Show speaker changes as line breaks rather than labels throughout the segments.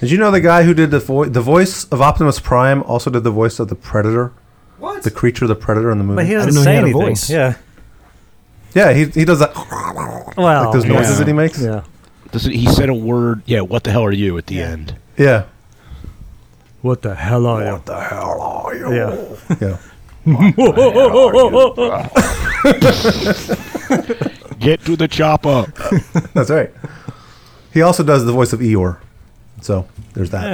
Did you know the guy who did the vo- the voice of Optimus Prime also did the voice of the Predator,
What?
the creature, the Predator in the movie?
But he doesn't
didn't know
say
he had a
anything.
voice.
Yeah.
yeah, he, he does that
Well,
like those noises
yeah.
that he makes.
yeah.
Does it, he said a word? Yeah. What the hell are you at the end?
yeah.
What the hell are you?
the hell are you?
Yeah.
Yeah.
Get to the chopper.
That's right. He also does the voice of Eeyore. So there's that.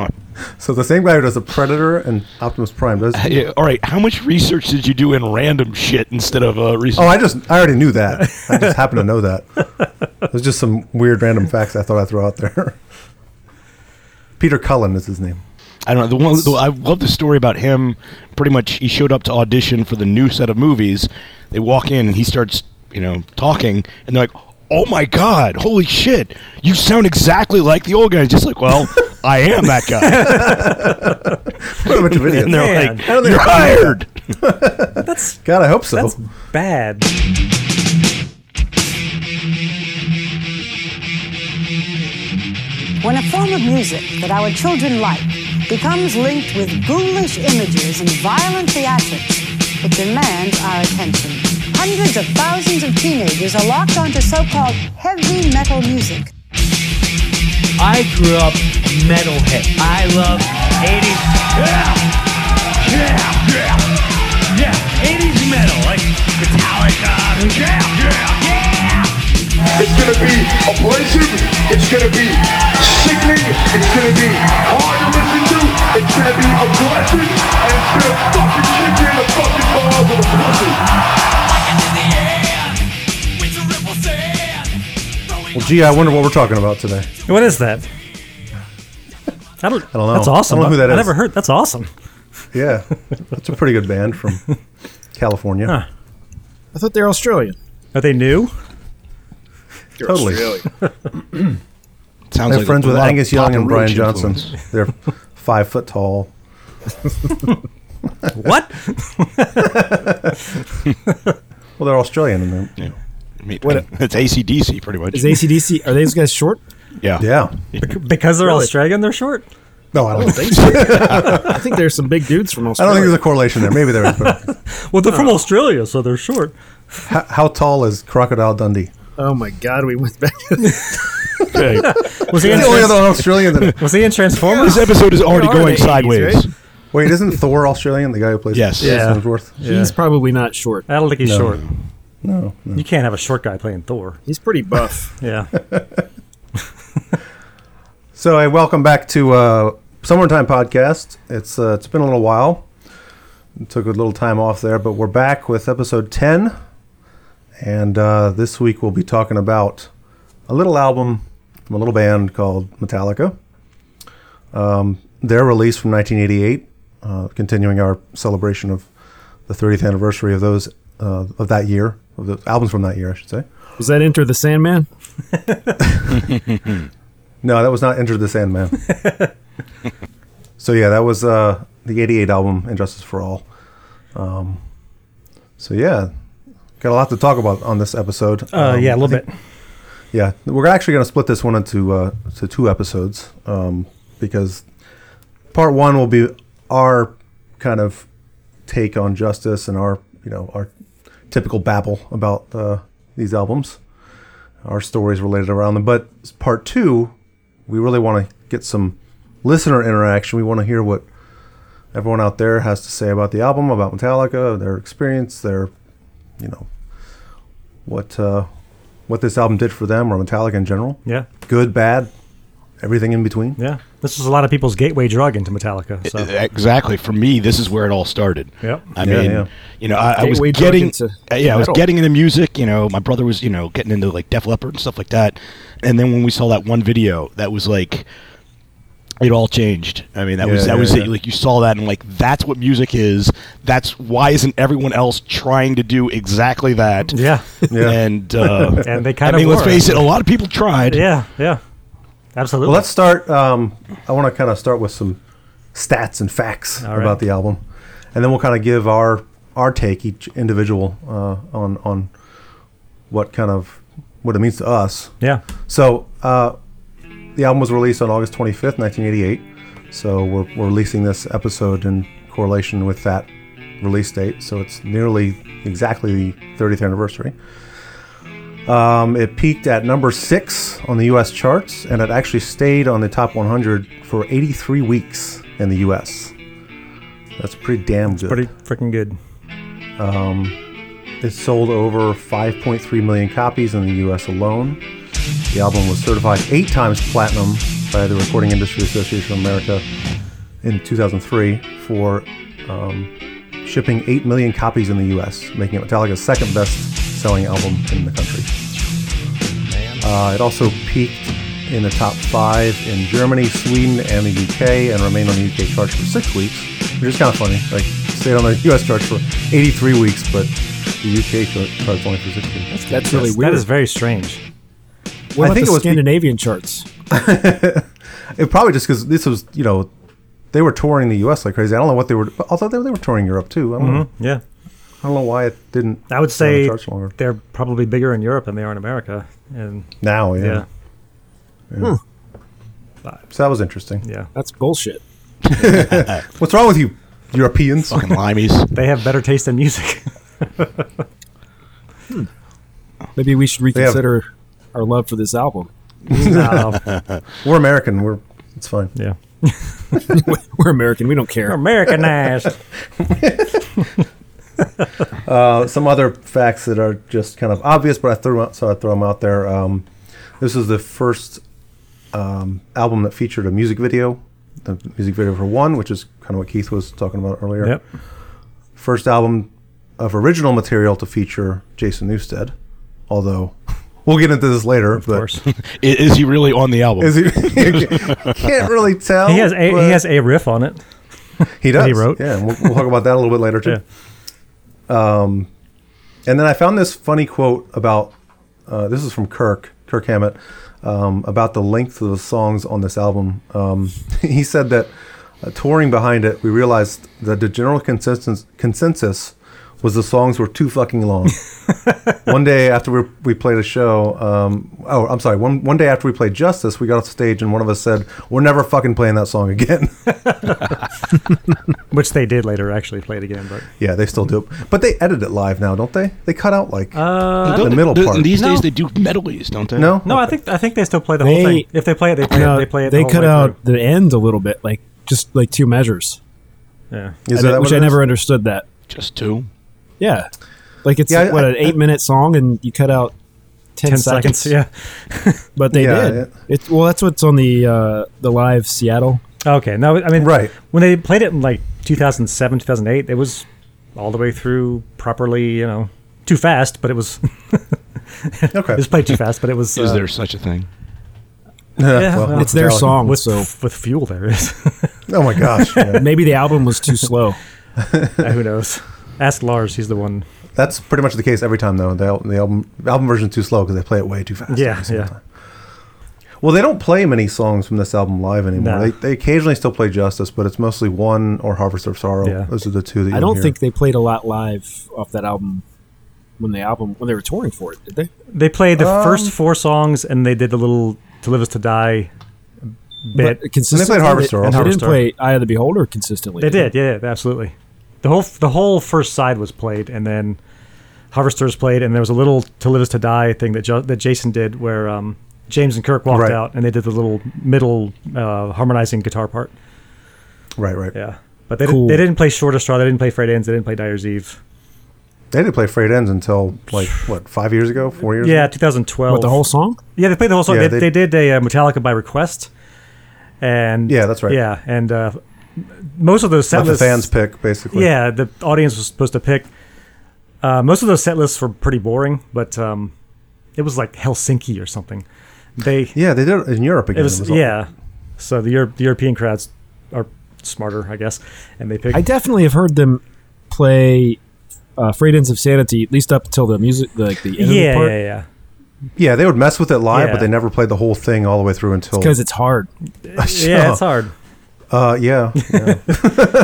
Eh.
So the same guy who does the Predator and Optimus Prime does.
Yeah, all right. How much research did you do in random shit instead of uh, research?
Oh, I just I already knew that. I just happened to know that. It was just some weird random facts I thought I'd throw out there. Peter Cullen is his name.
I don't know. The one the, I love the story about him. Pretty much, he showed up to audition for the new set of movies. They walk in and he starts, you know, talking, and they're like, "Oh my god, holy shit! You sound exactly like the old guy." He's Just like, well, I am that guy.
What a bunch of idiots.
And they're
Like,
Man,
you're hired.
That's
God, I hope so.
that's bad.
When a form of music that our children like becomes linked with ghoulish images and violent theatrics, it demands our attention. Hundreds of thousands of teenagers are locked onto so-called heavy metal music.
I grew up metalhead. I love 80s. Yeah, yeah, yeah, yeah. 80s metal, like Metallica. Yeah, yeah, yeah.
It's gonna be abrasive. It's gonna be sickening. It's gonna be hard to listen to. It's gonna be aggressive. And it's gonna fucking kick you in the fucking balls of the pussy.
Well, gee, I wonder what we're talking about today.
What is that? I don't,
don't know.
That's awesome.
I don't know who that
I
is.
never heard. That's awesome.
Yeah, that's a pretty good band from California.
Huh.
I thought they're Australian.
Are they new?
You're
Totally.
Sounds
They're
like
friends
a
with
lot of
Angus Young
Papa
and Brian
Roach
Johnson.
influence.
They're five foot tall.
What?
Well, they're Australian. And they're,
I mean, it's ACDC, pretty much.
Is ACDC? Are those guys short?
yeah.
yeah. Oh.
because they're
Really?
Australian, they're short.
No, I don't think.
I think there's some big dudes
I
from
don't
Australia.
think there's a correlation there. Maybe there is. But
Well, they're from
Oh.
Australia, so they're short.
how, how tall is Crocodile Dundee?
oh my god, we went back. To the-
Was he
He's
in,
the only other
Trans-
Australian. That,
was he in Transformers?
This episode is already
They are in
going
the 80s,
sideways.
right?
wait, isn't Thor Australian? The guy who plays
Yes.
Chris
Yeah.
Hemsworth.
He's probably not short.
I don't think he's
No.
short.
No, no.
You can't have a short guy playing Thor.
He's pretty buff.
Yeah.
So, hey, welcome back to uh, Summertime Podcast. It's uh, it's been a little while. Took a little time off there, but we're back with episode ten, and uh, this week we'll be talking about a little album from a little band called Metallica. Um, their release from 1988, uh, continuing our celebration of the 30th anniversary of those uh, of that year, of the albums from that year, I should say.
Was that Enter the Sandman?
No, that was not Enter the Sandman. so yeah, that was uh, the '88 album, Injustice for All. Um, so yeah, got a lot to talk about on this episode.
Uh,
Um,
yeah, a little bit.
yeah, we're actually going to split this one into uh, to two episodes um, because part one will be our kind of take on justice and our you know our typical babble about uh, these albums, our stories related around them. But part two, we really want to get some listener interaction. We want to hear what everyone out there has to say about the album, about Metallica, their experience, their you know what. Uh, what this album did for them or Metallica in general.
Yeah.
Good, bad, everything in between.
Yeah. This was a lot of people's gateway drug into Metallica. So.
Uh, Exactly. For me, this is where it all started.
Yep.
I
Yeah,
mean,
yeah.
you know, I, I was
Gateway drug
getting,
into
uh, yeah, I was
metal.
getting into music. You know, my brother was, you know, getting into like Def Leppard and stuff like that. And then when we saw that one video, that was like, it all changed. I mean, that was
Yeah,
that
yeah,
was
yeah.
it. Like you saw that, and like that's what music is. That's why isn't everyone else trying to do exactly that?
Yeah.
Yeah.
And uh,
And they
I
kind of
mean, let's
were.
face it, a lot of people tried.
Yeah. Yeah. Absolutely.
Well, let's start. Um, I want to kind of start with some stats and facts
All right.
about the album, and then we'll kind of give our our take each individual uh, on on what kind of what it means to us.
yeah.
So, uh, the album was released on August 25th, 1988. So we're, we're releasing this episode in correlation with that release date. So it's nearly exactly the 30th anniversary. Um, it peaked at number six on the U.S. charts, and it actually stayed on the top 100 for 83 weeks in the U.S. That's pretty damn good.
Pretty freaking good.
It sold over 5.3 million copies in the US alone. The album was certified eight times platinum by the Recording Industry Association of America in 2003 for um, shipping 8 million copies in the US, making it Metallica's second best selling album in the country. Uh, it also peaked in the top five in Germany, Sweden, and the UK, and remained on the UK charts for six weeks, which is kind of funny. Like, stayed on the US charts for 83 weeks, but the UK chart- charts only for six weeks.
That's really weird.
That is very strange.
what
I think
about the
it was be-
Scandinavian charts?
It probably just because this was, you know, they were touring the U.S. like crazy. I don't know what they were, but although they, they were touring Europe too. I don't, know,
Yeah.
I don't know why it didn't.
Mm-hmm. I would
stay on the
say
charts longer.
they're probably bigger in Europe than they are in America. And
now, yeah.
yeah,
So that was interesting.
yeah.
That's bullshit.
What's wrong with you, Europeans?
Fucking limeys.
They have better taste in music.
Maybe we should
have-
reconsider our love for this album.
no.
We're American. We're it's fine.
Yeah.
We're American. We don't care.
Americanized.
Uh, some other facts that are just kind of obvious, but I threw out, so I throw them out there. Um, this is the first um, album that featured a music video. The music video for one, which is kind of what Keith was talking about earlier.
yep.
first album of original material to feature Jason Newsted. Although we'll get into this later,
Of
but
course.
I- Is he really on the album?
is he, can't really tell.
He has a
but
he has a riff on it.
he does.
he wrote.
Yeah, and we'll, we'll talk about that a little bit later too.
Yeah.
Um, and then I found this funny quote about uh, this is from Kirk Kirk Hammett um, about the length of the songs on this album. Um, he said that uh, touring behind it, we realized that the general consensus consensus was the songs were too fucking long. one day after we, we played a show, um, oh, I'm sorry. One one day after we played Justice, we got off stage and one of us said, "We're never fucking playing that song again."
Which they did later actually play it again, but
Yeah, they still do. it. But they edit it live now, don't they? They cut out like
Don't
the
they-
middle
th-
part.
These
No.
days they do medleys, don't they?
no,
no, I think I think they still play the
They-
whole thing. If they play it, they play
No,
it. They play it. the
Uh, they
whole
cut
way
out the end a little bit, like just like two measures,
through. Yeah.
Is
And
that
it-
what
which
it
I
is?
never understood. That
Just two.
yeah, like it's
Yeah, I-
what
I-
an eight-minute song, and you cut out ten,
Ten seconds. Yeah.
but they
Yeah,
did.
yeah.
It, well, that's what's on the uh, the live Seattle.
Okay. No, I mean,
Right.
when they played it in like 2007, 2008, it was all the way through properly. You know, too fast, but it was it
Okay.
was played too fast, but it was.
Is
uh,
there such a thing?
yeah,
well,
well,
It's their
Metallica.
song,
with
so
with fuel there is.
Oh my gosh, yeah.
maybe the album was too slow.
Who knows? Ask Lars. He's the one.
that's pretty much the case every time though. The, al- the album the album version is too slow because they play it way too fast.
Yeah,
every single
yeah.
time. Well, they don't play many songs from this album live anymore.
Nah.
They, they occasionally still play Justice, but it's mostly one or Harvest of Sorrow.
Yeah.
Those are the two that you
I don't
hear.
think they played a lot live off that album when the album when they were touring for it. Did they?
They played the first four songs, and they did the little "To Live Is to Die" bit.
consistently,
Harvester
they,
also.
they didn't
Harvester.
play Eye of the Beholder consistently.
They did, yeah, yeah, absolutely. The whole the whole first side was played, and then Harvesters played, and there was a little "To Live Is to Die" thing that jo- that Jason did, where um, James and Kirk walked
Right.
out, and they did the little middle uh, harmonizing guitar part.
Right, right.
Yeah, but they didn't,
Cool.
they didn't play "Short of Straw," they didn't play "Freight Ends," they didn't play "Dyer's Eve."
They didn't play Freight Ends until like what five years ago, four years.
Yeah,
ago?
2012.
But the whole song?
yeah, they played the whole song.
Yeah,
they,
they-
they did a uh, Metallica by request, and
Yeah, that's right.
Yeah, and uh, most of those set
Let the
lists-
fans pick basically.
Yeah, the audience was supposed to pick. Uh, most of those set lists were pretty boring, but um, it was like Helsinki or something. They
yeah. They did it in Europe again.
it was,
all-
yeah. So the Euro- the European crowds are smarter, I guess, and they pick.
I definitely have heard them play uh, Freight Ends of Sanity, at least up till the music, like the enemy
yeah,
part,
yeah, yeah.
Yeah, they would mess with it live, but
Yeah.
they never played the whole thing all the way through until.
because it's hard.
Yeah, it's hard.
Uh, yeah, yeah.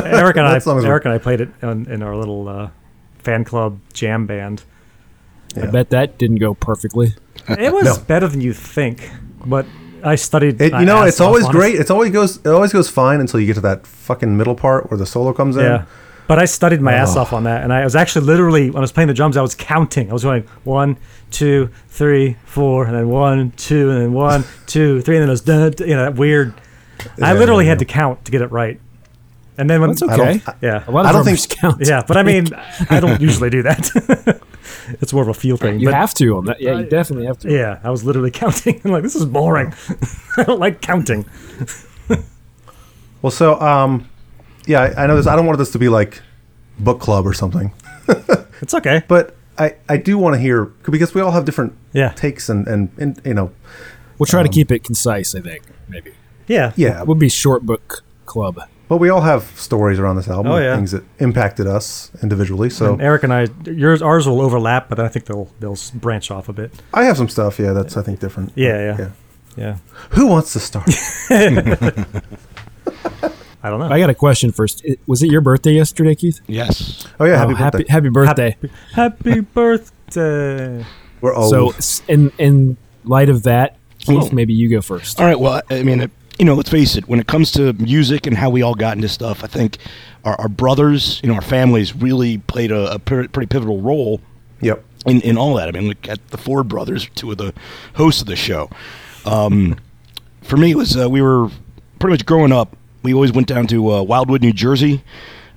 Eric and I,
That song is-
Eric and I played it on, in our little uh, fan club jam band.
I bet that didn't go perfectly.
It was
Uh, No.
better than you think, but I studied.
It,
my
you know,
ass
it's always
off on it.
great. It's always goes. It always goes fine until you get to that fucking middle part where the solo comes in.
Yeah. But I studied my ass
Oh.
off on that, and I was actually literally when I was playing the drums, I was counting. I was going one, two, three, four, and then one, two, and then one, two, three, and then it was dun, dun, you know that weird. I
Yeah,
literally
yeah,
had
yeah.
to count to get it right, and then when
That's okay.
I-
yeah,
A lot of
I don't
drummers
think-
count.
yeah, but I mean, I don't usually do that. it's more of a feel thing.
you
but
have to on that. Yeah, you definitely have to.
yeah, I was literally counting. I'm like, this is boring. I don't like counting.
Well, so um, yeah, I, I know this. I don't want this to be like book club or something,
It's okay.
but I I do want to hear because we all have different
Yeah.
takes and and, and you know
We'll try to keep it concise. I think maybe
yeah,
yeah,
we'll be short book club.
but we all have stories around this album.
Oh,
and
yeah.
things that impacted us individually. So
And Eric and I, yours, ours will overlap, but I think they'll they'll s- branch off a bit.
I have some stuff. Yeah, that's I think different.
Yeah, yeah. Yeah,
Who wants to start?
I don't know.
I got a question first. It- was it your birthday yesterday, Keith?
Yes.
Oh yeah, happy
Oh,
birthday.
happy happy birthday.
Happy birthday.
We're old.
So s- in in light of that,
Oh.
Keith, maybe you go first.
Uh,
All right. Well, I mean, it, you know, let's face it. When it comes to music and how we all got into stuff, I think our, our brothers, you know, our families really played a, a pre- pretty pivotal role
yep.
in, in all that. I mean, look at the Ford brothers, two of the hosts of the show. Um, for me, it was uh, we were pretty much growing up. We always went down to uh, Wildwood, New Jersey.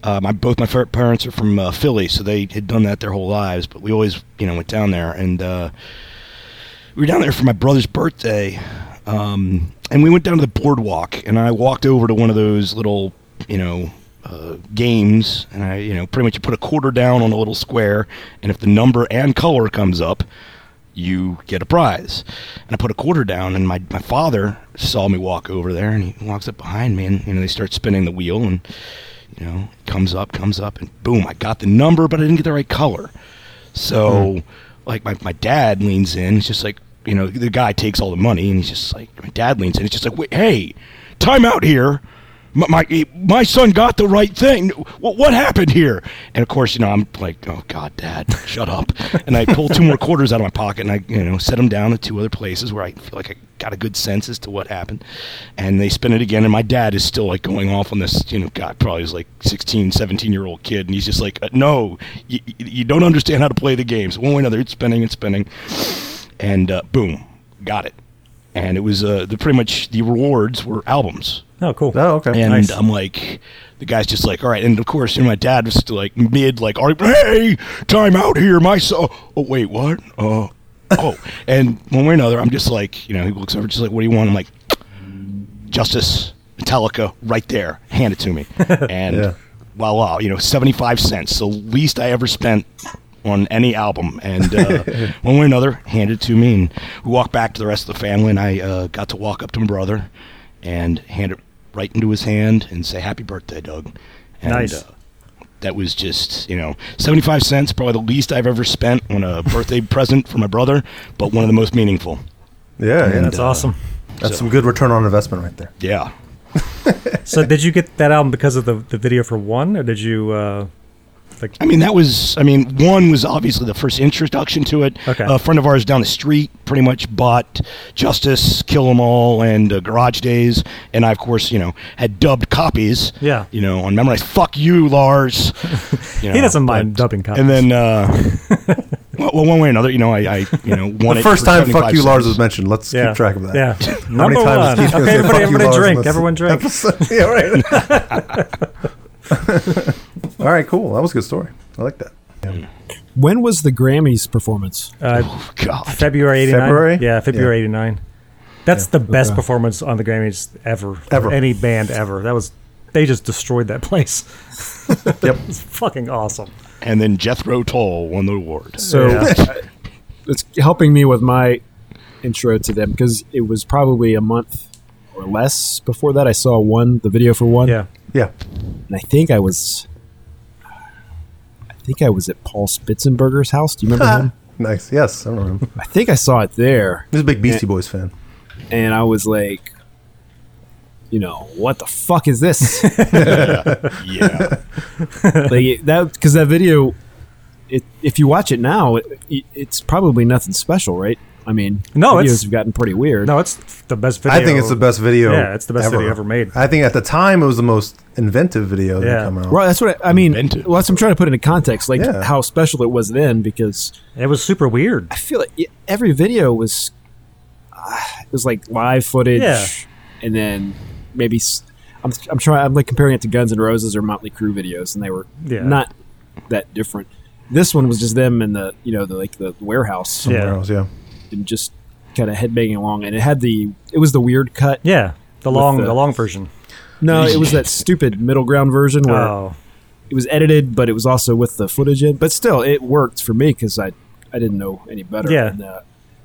Uh, my both my fa- parents are from uh, Philly, so they had done that their whole lives. But we always, you know, went down there, and uh, we were down there for my brother's birthday, um, and we went down to the boardwalk, and I walked over to one of those little, you know, uh, games, and I, you know, pretty much you put a quarter down on a little square, and if the number and color comes up, you get a prize. And I put a quarter down, and my, my father saw me walk over there, and he walks up behind me, and you know they start spinning the wheel, and you know comes up, comes up, and boom, I got the number, but I didn't get the right color. So, like my, my dad leans in, it's just like you know the guy takes all the money, and he's just like my dad leans in, it's just like wait, hey, time out here. My, my my son got the right thing. What what happened here? And of course, you know, I'm like, oh God, Dad, shut up. And I pull two more quarters out of my pocket, and I you know set them down at two other places where I feel like I got a good sense as to what happened. And they spin it again, and my dad is still like going off on this, you know, God, probably is like 16, 17 year old kid, and he's just like, uh, no, you, you don't understand how to play the games. One way or another, it's spinning and spinning, and uh, boom, got it. And it was uh, the pretty much the rewards were albums.
Oh, cool.
Oh okay.
And
Nice.
I'm like, the guy's just like, all right. And of course, you know, my dad was still like mid, like, all right, hey, time out here, my son. Oh, wait, what? Oh, oh. And one way or another, I'm just like, you know, he looks over, just like, what do you want? I'm like, Justice Metallica, right there, hand it to me. And
Yeah.
wow, wow, you know, 75 cents, the least I ever spent on any album. And uh, one way or another, handed it to me. And we walked back to the rest of the family, and I uh, got to walk up to my brother and hand it right into his hand and say, Happy birthday, Doug. And,
Nice.
Uh, that was just, you know, 75 cents, probably the least I've ever spent on a birthday present for my brother, but one of the most meaningful.
yeah, yeah.
That's awesome.
That's some good return on investment right there.
Yeah.
So, did you get that album because of the, the video for one, or did you? Uh, like,
I mean, that was, I mean, one was obviously the first introduction to it.
Okay.
A friend of ours down the street pretty much bought Justice, Kill 'Em All, and uh, Garage Days. And I, of course, you know, had dubbed copies.
Yeah.
You know, on Memorize. Fuck you, Lars. You know,
doesn't mind dubbing copies.
And then, uh, well, well, one way or another, you know, I, I you know, won
The
it
first
for
time
75
"fuck you" Lars
cents.
was mentioned. Let's
yeah.
keep track of that.
Yeah.
How
Number
many times is
one.
Keith gonna
Okay,
say, "Fuck
everybody,
you,
everybody
Lars," in
drink.
this
Everyone drink.
episode? yeah, right. All right, cool. That was a good story. I like that.
When was the Grammys performance?
Uh,
Oh, God.
February '89.
February?
Yeah, February
Yeah.
'89. That's the best performance on the Grammys ever.
Ever.
Any band ever. That was. They just destroyed that place.
Yep.
It's fucking awesome.
And then Jethro Tull won the award.
So
Yeah.
it's helping me with my intro to them because it was probably a month or less before that. I saw one, the video for one,
Yeah.
Yeah.
and I think I was, I think I was at Paul Spitzenberger's house. Do you remember him?
Ah. Nice. Yes, I remember him.
I think I saw it there,
He's a big Beastie Boys fan.
and I was like, you know, what the fuck is this?
yeah.
like that because that video, it, if you watch it now, it, it's probably nothing special, right? I mean,
No,
videos
it's-
have gotten pretty weird.
No, it's the best video.
I think it's the best video.
Yeah, it's the best video ever made.
I think at the time it was the most inventive video that
Yeah.
come out.
Well, that's what I, I mean.
Invented.
Well, that's what I'm trying to put into context, like
Yeah.
how special it was then, because
It was super weird.
I feel like y- every video was uh, it was like live footage,
Yeah.
and then maybe s- I'm I'm trying I'm like comparing it to Guns N' Roses or Motley Crue videos, and they were
Yeah.
not that different. This one was just them in the you know the like the warehouse
Yeah.
Somewhere else, yeah.
and just kind of headbanging along, and it had the it was the weird cut.
Yeah, the long, the,
the-
long version.
No, it was that stupid middle ground version where
Oh,
it was edited, but it was also with the footage in. But still, it worked for me because I I didn't know any better.
Yeah.
And, uh,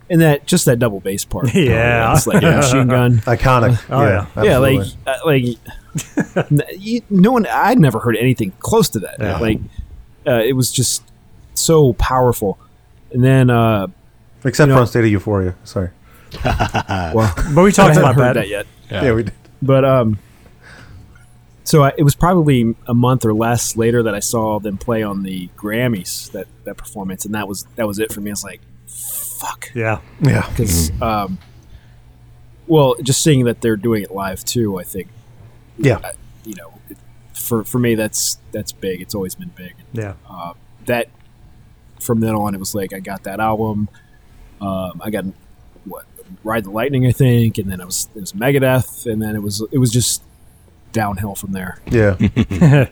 and that just that double bass part. Oh,
Yeah.
It's like a machine gun.
Iconic.
Oh, yeah.
yeah, like
absolutely.
uh, like n- you, no one. I'd never heard anything close to that.
Yeah.
Like uh, it was just so powerful. And then uh,
except
you
for
know-
on State of Euphoria. Sorry.
well,
but we
I
talked
haven't
about
heard
that.
that yet.
Yeah, we did.
But um, so I, it was probably a month or less later that I saw them play on the Grammys that that performance, and that was that was it for me. I was like, fuck,
Yeah,
Yeah,
because um, well, just seeing that they're doing it live too, I think
yeah.
you know, it, for for me that's that's big. It's always been big.
yeah.
That from then on, it was like I got that album. Um, I got what Ride the Lightning, I think, and then it was it was Megadeth, and then it was it was just downhill from there.
Yeah.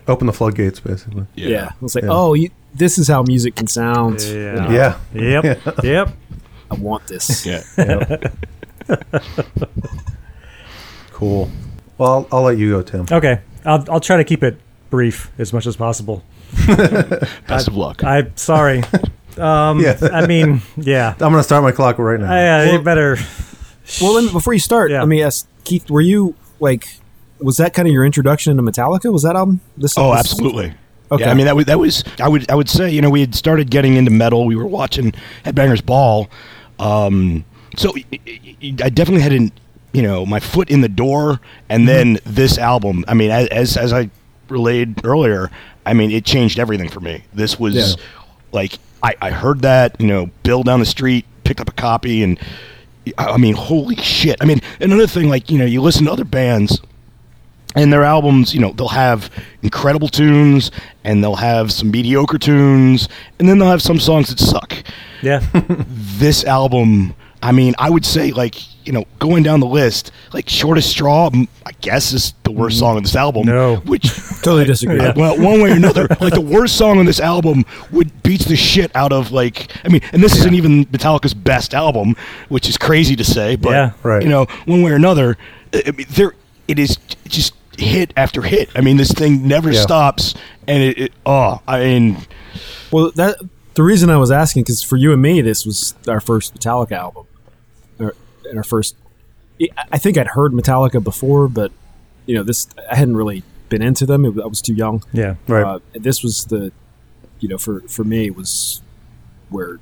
Open the floodgates, basically.
Yeah. I was like, oh, you, this is how music can sound.
Yeah.
Yeah.
Yep. yep.
I want this.
Yeah.
Cool. Well, I'll, I'll let you go, Tim.
Okay. I'll, I'll try to keep it brief as much as possible.
Best of luck.
I'm sorry. Um,
yeah. I'm
I mean, yeah.
going to start my clock right now.
Yeah, you better.
Well, let me, before you start,
Yeah.
let me ask Keith, were you like, was that kind of your introduction to Metallica? Was that album? This
Oh,
this-
absolutely.
Okay.
Yeah, I mean that was that was I would I would say you know we had started getting into metal. We were watching Headbangers Ball, um, so y- y- y- I definitely had an you know my foot in the door,
Mm-hmm.
and then this album. I mean, as as, as I relayed earlier, I mean it changed everything for me. This was
Yeah.
like I, I heard that you know Bill down the street picked up a copy, and I I mean holy shit. I mean another thing like you know you listen to other bands and their albums, you know, they'll have incredible tunes and they'll have some mediocre tunes and then they'll have some songs that suck.
Yeah.
This album, I mean, I would say like, you know, going down the list, like Shortest Straw, m- I guess is the worst song on this album,
No.
which
Totally disagree.
uh, well, one way or another, like the worst song on this album would beats the shit out of like I mean, and this isn't even Metallica's best album, which is crazy to say, but
Yeah.
Right.
you know, one way or another, I I mean, there it is just hit after hit. I mean, this thing never
Yeah.
stops, and it, it oh, I mean,
Well, that the reason I was asking because for you and me, this was our first Metallica album, or and our first. I- I think I'd heard Metallica before, but you know, this I hadn't really been into them. It, I was too young.
Yeah.
Right.
Uh, and this was the, you know, for for me it was where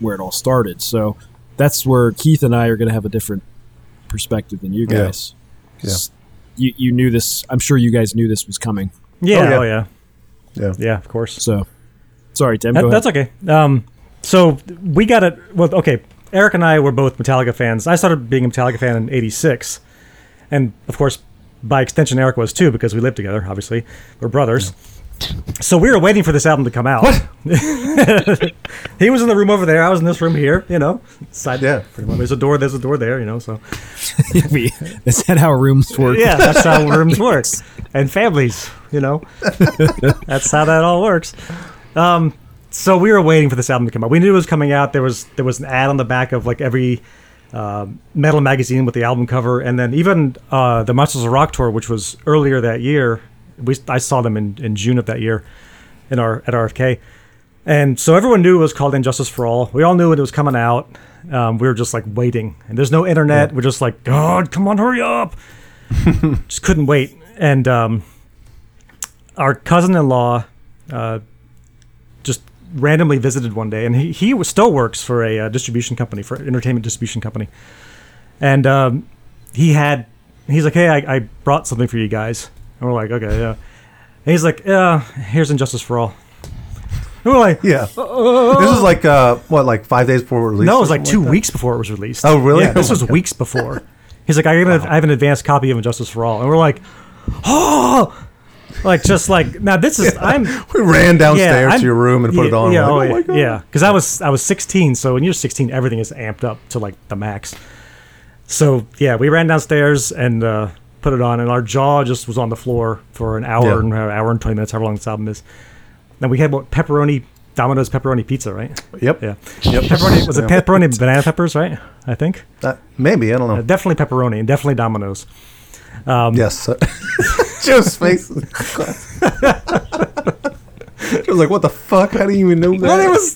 where it all started. So that's where Keith and I are going to have a different perspective than you
Yeah.
guys. 'Cause You, you knew this. I'm sure you guys knew this was coming.
Yeah.
yeah.
Oh, yeah.
Yeah.
Yeah, of course.
So, sorry, Tim.
That,
go
that's
ahead.
okay. Um, so we got it. Well, okay. Eric and I were both Metallica fans. I started being a Metallica fan in '86, and of course, by extension, Eric was too because we lived together. Obviously, we're brothers. So we were waiting for this album to come out. What? he was in the room over there. I was in this room here. You know, side.
Yeah.
Pretty much. There's a door. There's a door there. You know. So
We- is that how rooms work?
yeah, that's how rooms work and families. You know, that's how that all works. Um, so we were waiting for this album to come out. We knew it was coming out. There was there was an ad on the back of like every uh, metal magazine with the album cover, and then even uh, the Monsters of Rock tour, which was earlier that year. We I saw them in, in June of that year, in our at RFK. And so everyone knew it was called Injustice for All. We all knew when it was coming out. Um, we were just like waiting. And there's no internet. We're just like, God, come on, hurry up. just couldn't wait. And um, our cousin in law uh, just randomly visited one day. And he, he was- still works for a uh, distribution company, for an entertainment distribution company. And um, he had, he's like, hey, I, I brought something for you guys. And we're like, okay, yeah. And he's like, yeah, here's Injustice for All. And we're like,
Yeah. this is like uh, what, like five days before release?
Oh. no, it
or
was like
something
two
that?
weeks before it was released.
Oh, really?
Yeah, this
Oh,
was
okay.
weeks before. He's like, I, got an- I have an advanced copy of Injustice for All, and we're like, oh, like just like now this is I'm
We ran downstairs
I'm-
to your room and put
yeah,
it on.
Yeah,
We're like,
oh,
"Oh my God."
yeah, yeah. Because I was I was 16, so when you're 16, everything is amped up to like the max. So yeah, we ran downstairs and uh, put it on, and our jaw just was on the floor for an hour
Yeah.
and an hour and 20 minutes, however long this album is. Then we had what pepperoni Domino's pepperoni pizza, right?
Yep.
Yeah, pepperoni was it pepperoni and banana peppers, right? I think
Uh, maybe I don't know.
definitely pepperoni and definitely Domino's.
yes. Joe's face. is Joe's like, what the fuck? How do you even know that?
Well, it was.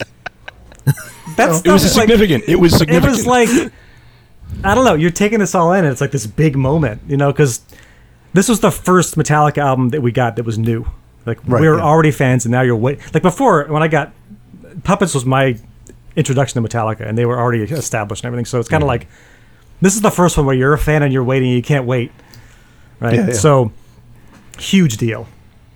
That's
It was significant. it was
it
significant.
was like I don't know. You're taking this all in, and it's like this big moment, you know, because this was the first Metallica album that we got that was new. Like
Right,
we were
yeah.
already fans, and now you're wait. Like before, when I got Puppets was my introduction to Metallica, and they were already established and everything. So it's kind of like this is the first one where you're a fan and you're waiting, and you can't wait, right?
Yeah, yeah.
So huge deal.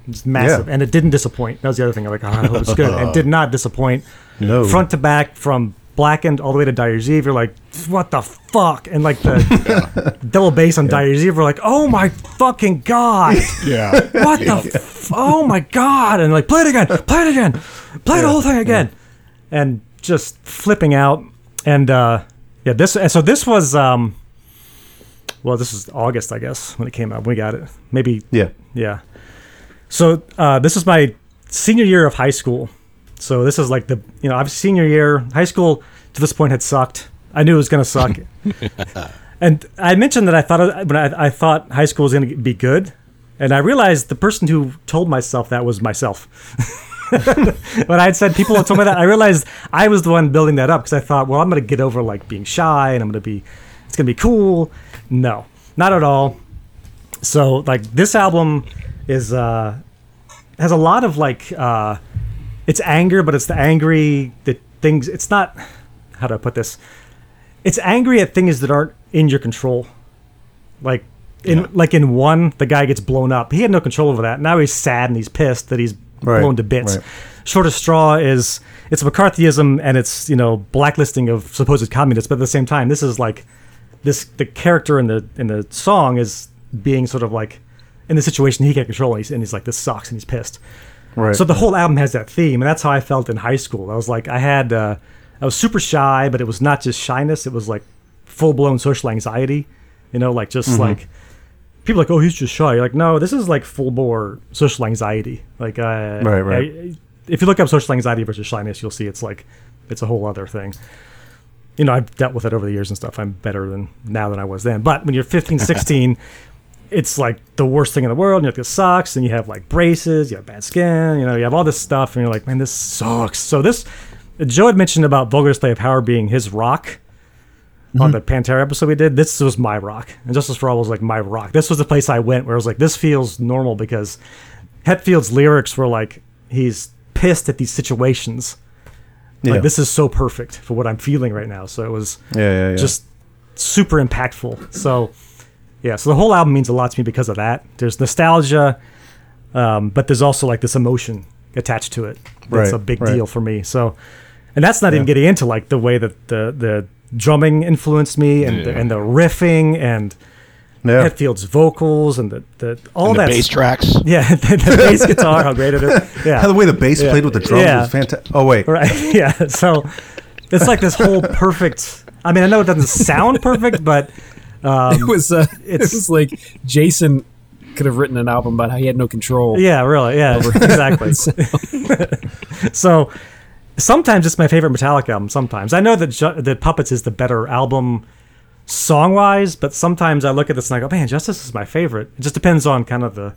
It's massive,
Yeah.
and it didn't disappoint. That was the other thing. I'm like, oh, I hope it's good. It did not disappoint.
No.
front to back, from blackened all the way to Dyer's Eve. You're like, what the fuck? And like the double bass on Dyer's Eve. We're like, oh my fucking god,
yeah.
what the? F- oh my god! And like, play it again, play it again, play the whole thing again, and just flipping out. And uh, yeah, this. and So this was. um well, this was August, I guess, when it came out. We got it. Maybe
yeah.
yeah. So uh, this is my senior year of high school. So this is like the you know I've senior year high school to this point had sucked. I knew it was gonna suck. and I mentioned that I thought uh, when I, I thought high school was gonna be good, and I realized the person who told myself that was myself. when I had said people had told me that, I realized I was the one building that up because I thought, well, I'm gonna get over like being shy and I'm gonna be it's gonna be cool. No, not at all so like this album is uh has a lot of like uh it's anger but it's the angry the things it's not how do i put this it's angry at things that aren't in your control like in like in one the guy gets blown up he had no control over that now he's sad and he's pissed that he's
Right,
blown to bits
right.
shortest straw is it's mccarthyism and it's you know blacklisting of supposed communists but at the same time this is like this the character in the in the song is being sort of like in the situation he can't control and he's, and he's like this sucks and he's pissed
Right.
so the whole album has that theme and that's how i felt in high school i was like i had uh, i was super shy but it was not just shyness it was like full-blown social anxiety you know like just like people are like oh he's just shy you're like no this is like full-bore social anxiety like uh,
Right, right.
I- if you look up social anxiety versus shyness you'll see it's like it's a whole other thing you know, I've dealt with it over the years and stuff. I'm better than now than I was then. But when you're 15, 16, it's like the worst thing in the world. And you're like, this sucks. And you have like braces, you have bad skin, you know, you have all this stuff. And you're like, man, this sucks. So this, Joe had mentioned about Vulgar Display of Power being his rock
Mm-hmm.
on the Pantera episode we did. This was my rock. And Justice for All was like my rock. This was the place I went where I was like, this feels normal because Hetfield's lyrics were like, he's pissed at these situations.
Yeah.
Like this is so perfect for what I'm feeling right now. So it was
Yeah, yeah, yeah.
just super impactful. So yeah, so the whole album means a lot to me because of that. There's nostalgia, um, but there's also like this emotion attached to it. That's
Right,
a big
right.
deal for me. So, and that's not even getting into like the way that the the drumming influenced me and the,
Yeah.
and the riffing and
yeah.
Hetfield's vocals and the, the all
And the
that
bass
s-
tracks.
Yeah, the, the bass guitar, how great it is. Yeah.
How the way the bass played with the drums
Yeah.
was fantastic. Oh wait,
Right. Yeah. So it's like this whole perfect. I mean, I know it doesn't sound perfect, but
it was uh, it
it's-
was like Jason could have written an album about how he had no control.
yeah, really. Yeah. Exactly. so sometimes it's my favorite Metallica album. Sometimes I know that Ju- that Puppets is the better album song wise, but sometimes I look at this and I go, man, Justice is my favorite. It just depends on kind of the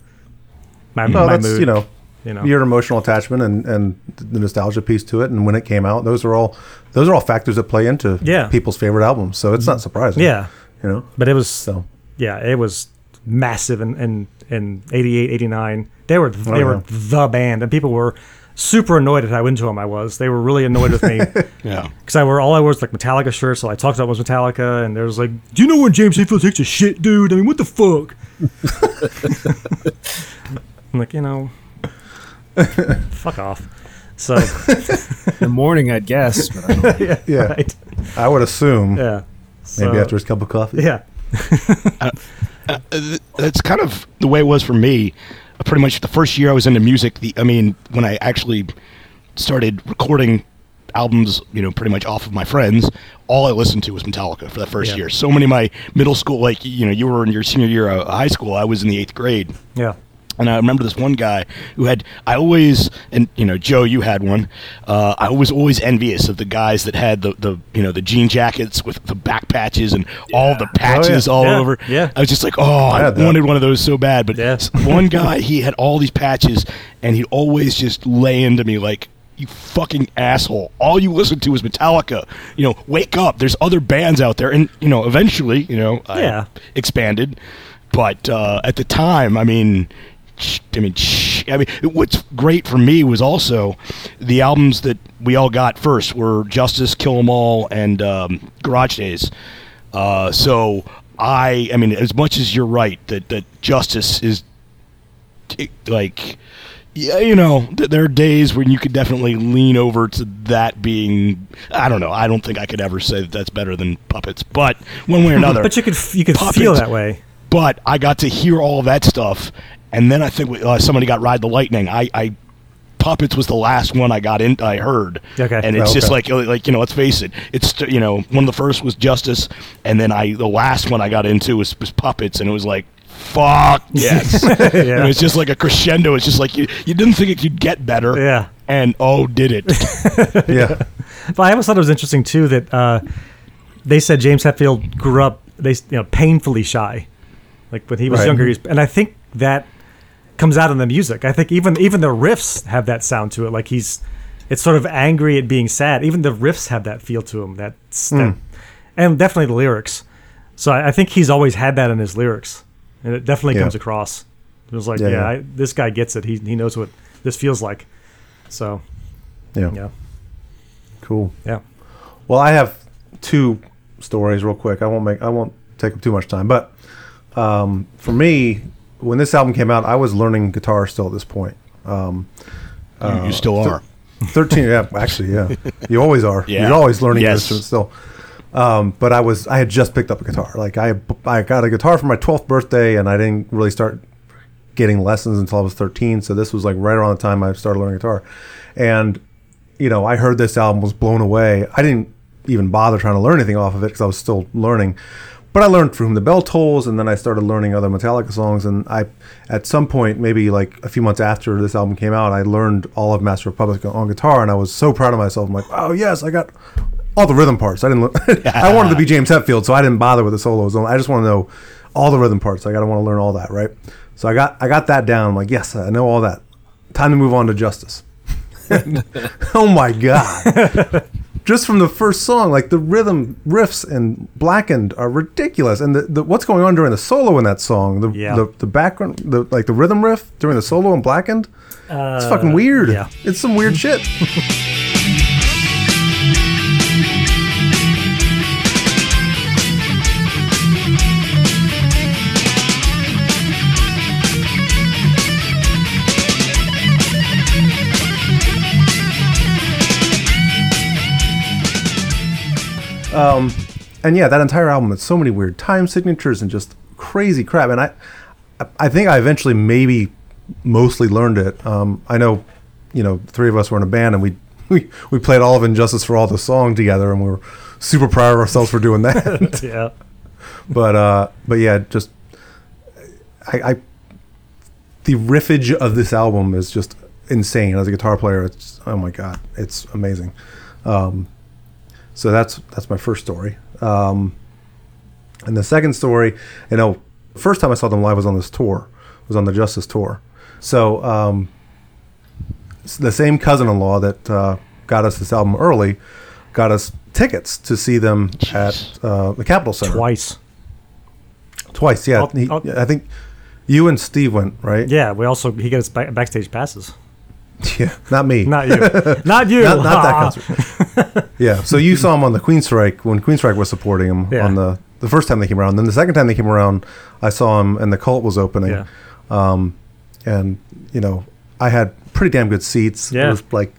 my,
well,
my
that's
mood.
you know,
you know.
your emotional attachment and and the nostalgia piece to it, and when it came out, those are all those are all factors that play into
Yeah.
people's favorite albums. So it's not surprising.
Yeah.
you know.
But it was
So
yeah, it was massive in in, in 88, 89. They were they
Oh, yeah.
were the band, and people were super annoyed at how into them I was. They were really annoyed with me because
Yeah.
I wore all I wore was like Metallica shirts. So I talked about was Metallica, and there was like, "Do you know when James Hetfield takes a shit, dude? I mean, what the fuck?" I'm like, you know, fuck off. So
In the morning, I'd guess. But I don't,
Yeah,
right.
I would assume
yeah. So,
maybe after his cup of coffee.
yeah.
th- that's Uh, kind of the way it was for me. Uh, Pretty much the first year I was into music, the I mean, when I actually started recording albums, you know, pretty much off of my friends, all I listened to was Metallica for that first
Yeah.
year. So many of my middle school, like you know, you were in your senior year of high school, I was in the eighth grade.
Yeah.
And I remember this one guy who had, I always, and you know, Joe, you had one. Uh, I was always envious of the guys that had the, the, you know, the jean jackets with the back patches and all the patches all
Yeah.
over.
Yeah.
I was just like, oh, I,
had that.
wanted one of those so bad. But
Yeah.
s- one guy, he had all these patches and he'd always just lay into me like, you fucking asshole. All you listened to was Metallica. You know, wake up. There's other bands out there. And, you know, eventually, you know, I
Yeah.
expanded. But uh, at the time, I mean, sh- I mean, sh- I mean, what's great for me was also the albums that we all got first were Justice, Kill 'Em All, and um, Garage Days. Uh, so I, I mean, as much as you're right that that Justice is it- like yeah, you know, th- there are days when you could definitely lean over to that being. I don't know. I don't think I could ever say that that's better than puppets, but one way or another.
But you could you could feel
Puppets.
that way.
But I got to hear all of that stuff, and then I think uh, somebody got Ride the Lightning. I, I puppets was the last one I got in. I heard.
Okay.
And it's
Oh,
just
okay.
like like you know, let's face it. It's you know, one of the first was Justice, and then I the last one I got into was, was puppets, and it was like. Fuck yes! And it's just like a crescendo. It's just like you, you didn't think it could get better,
Yeah.
And oh, did it!
Yeah.
But I always thought it was interesting too that uh, they said James Hetfield grew up they you know painfully shy, like when he was
Right. Mm-hmm.
younger. He was, and I think that comes out in the music. I think even even the riffs have that sound to it. Like he's it's sort of angry at being sad. Even the riffs have that feel to him. That,
Mm.
that and definitely the lyrics. So I, I think he's always had that in his lyrics, and it definitely
Yeah.
comes across. It was like, yeah,
Yeah, yeah.
I, this guy gets it. He he knows what this feels like. So
Yeah.
yeah,
Cool.
yeah,
Well, I have two stories real quick. I won't make I won't take up too much time, but um, for me, when this album came out, I was learning guitar still at this point.
You- you still are.
Thirteen, yeah, actually, yeah. You always are.
Yeah.
You're always learning
Yes.
instruments still. Um, but I was I had just picked up a guitar. Like I I got a guitar for my twelfth birthday, and I didn't really start getting lessons until I was thirteen. So this was like right around the time I started learning guitar, and you know I heard this album was blown away. I didn't even bother trying to learn anything off of it because I was still learning. But I learned from the bell tolls, and then I started learning other Metallica songs. And I, at some point, maybe like a few months after this album came out, I learned all of Master of Puppets on guitar, and I was so proud of myself. I'm like, oh yes, I got all the rhythm parts. I didn't. Look, I wanted to be James Hetfield, so I didn't bother with the solos. I just want to know all the rhythm parts. I gotta want to learn all that, right? So I got I got that down. I'm like, yes, I know all that. Time to move on to Justice. oh my god! just from the first song, like the rhythm riffs and Blackened are ridiculous, and the, the what's going on during the solo in that song, the
Yeah.
the, the background, the like the rhythm riff during the solo in Blackened. it's fucking weird.
Uh, yeah.
It's some weird shit. and yeah, that entire album had so many weird time signatures and just crazy crap. And I, I think I eventually maybe mostly learned it. Um, I know, you know, three of us were in a band and we we, we played all of Injustice for All the song together, and we were super proud of ourselves for doing that.
yeah.
but uh, but yeah, just I, I the riffage of this album is just insane. As a guitar player, it's oh my god, it's amazing. Um, so that's that's my first story. Um, and the second story, you know, the first time I saw them live was on this tour, was on the Justice tour. So um, s- the same cousin-in-law that uh, got us this album early got us tickets to see them at uh, the Capitol Center
Twice.
twice. Yeah,
I'll-
He-
I'll-
I think you and Steve went right.
Yeah, we also he gets ba- backstage passes.
Yeah, not me.
Not you, not you,
not, not that
Ah.
concert. yeah, so you saw him on the Queenstrike when Queenstrike was supporting him
Yeah.
on the the first time they came around. Then the second time they came around, I saw him and the cult was opening.
Yeah.
and you know I had pretty damn good seats. There
Yeah.
was, like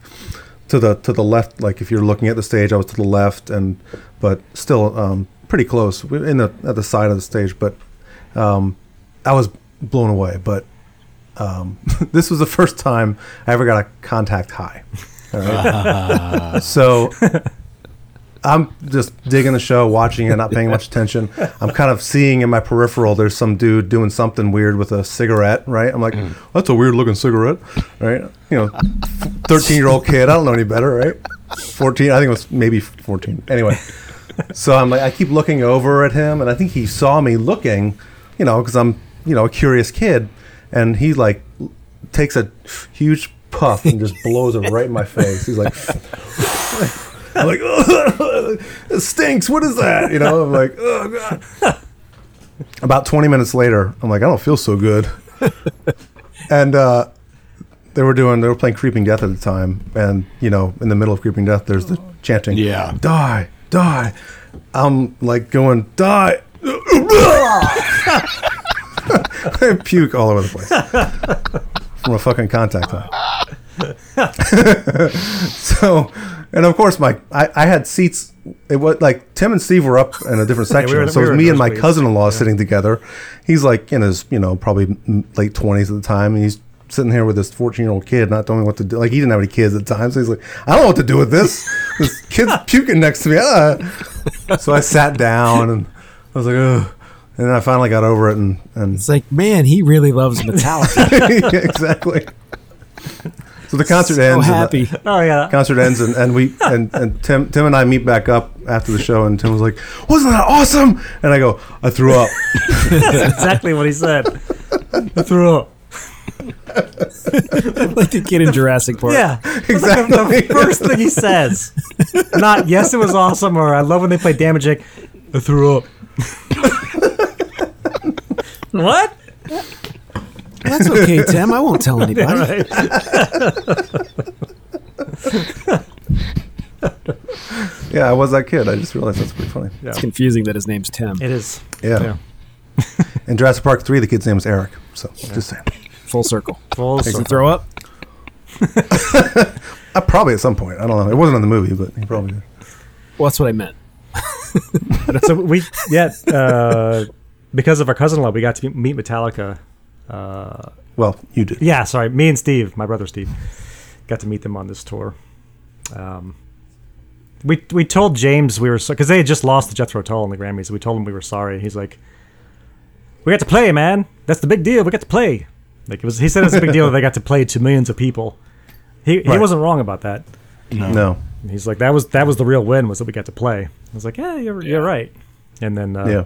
to the to the left, like if you're looking at the stage, I was to the left, and but still um, pretty close We- in the at the side of the stage. But um, I was blown away. But um, this was the first time I ever got a contact high. All right? so I'm just digging the show, watching it, not paying much attention. I'm kind of seeing in my peripheral there's some dude doing something weird with a cigarette, right? I'm like, that's a weird looking cigarette, right? You know, 13 year old kid, I don't know any better, right? 14, I think it was maybe 14. Anyway, so I'm like, I keep looking over at him, and I think he saw me looking, you know, because I'm, you know, a curious kid, and he like l- takes a huge puff and just blows it right in my face. He's like, I'm like, it stinks. What is that? You know, I'm like, oh god. About 20 minutes later, I'm like, I don't feel so good. and uh, they were doing, they were playing Creeping Death at the time, and you know, in the middle of Creeping Death, there's the chanting,
Yeah.
die, die. I'm like going, die. I puke all over the place from a fucking contact high so and of course my I, I had seats it was like tim and steve were up in a different section
were-
so
we
it
were
was me and my
nosebleeds.
cousin-in-law sitting together he's like in his you know probably m- late 20s at the time and he's sitting here with this 14 year old kid not telling me what to do like he didn't have any kids at the time so he's like i don't know what to do with this this kid's puking next to me Ah. so i sat down and i was like Ugh. and then i finally got over it and and
It's like, man, he really loves Metallica.
exactly so the concert
so
ends and the-
happy.
Oh yeah.
concert ends and, and we and, and Tim Tim and I meet back up after the show and Tim was like, Wasn't that awesome? And I go, I threw up.
That's exactly what he said. I threw up.
like the kid in Jurassic Park.
Yeah.
exactly.
The first thing he says. Not yes, it was awesome, or I love when they play damaging. I threw up. what?
That's okay, Tim. I won't tell anybody.
Right.
yeah, I was that kid. I just realized that's pretty funny. Yeah.
It's confusing that his name's Tim.
It is.
In Jurassic Park three the kid's name is Eric. So just saying.
Full circle.
Full
Does he
circle.
throw up?
Uh, probably at some point. I don't know. It wasn't in the movie, but he probably did.
Well, that's what I meant.
so we yeah uh, because of our cousin-in-law we got to meet metallica uh,
Well, you did.
yeah sorry me and steve my brother steve got to meet them on this tour um, we we told james we were because they had just lost to jethro tull in the grammys we told him we were sorry he's like we got to play man that's the big deal we got to play like it was he said it was a big deal that they got to play to millions of people he, he
Right.
wasn't wrong about that
No.
And he's like that was that was the real win was that we got to play i was like yeah you're, you're right and then uh,
Yeah.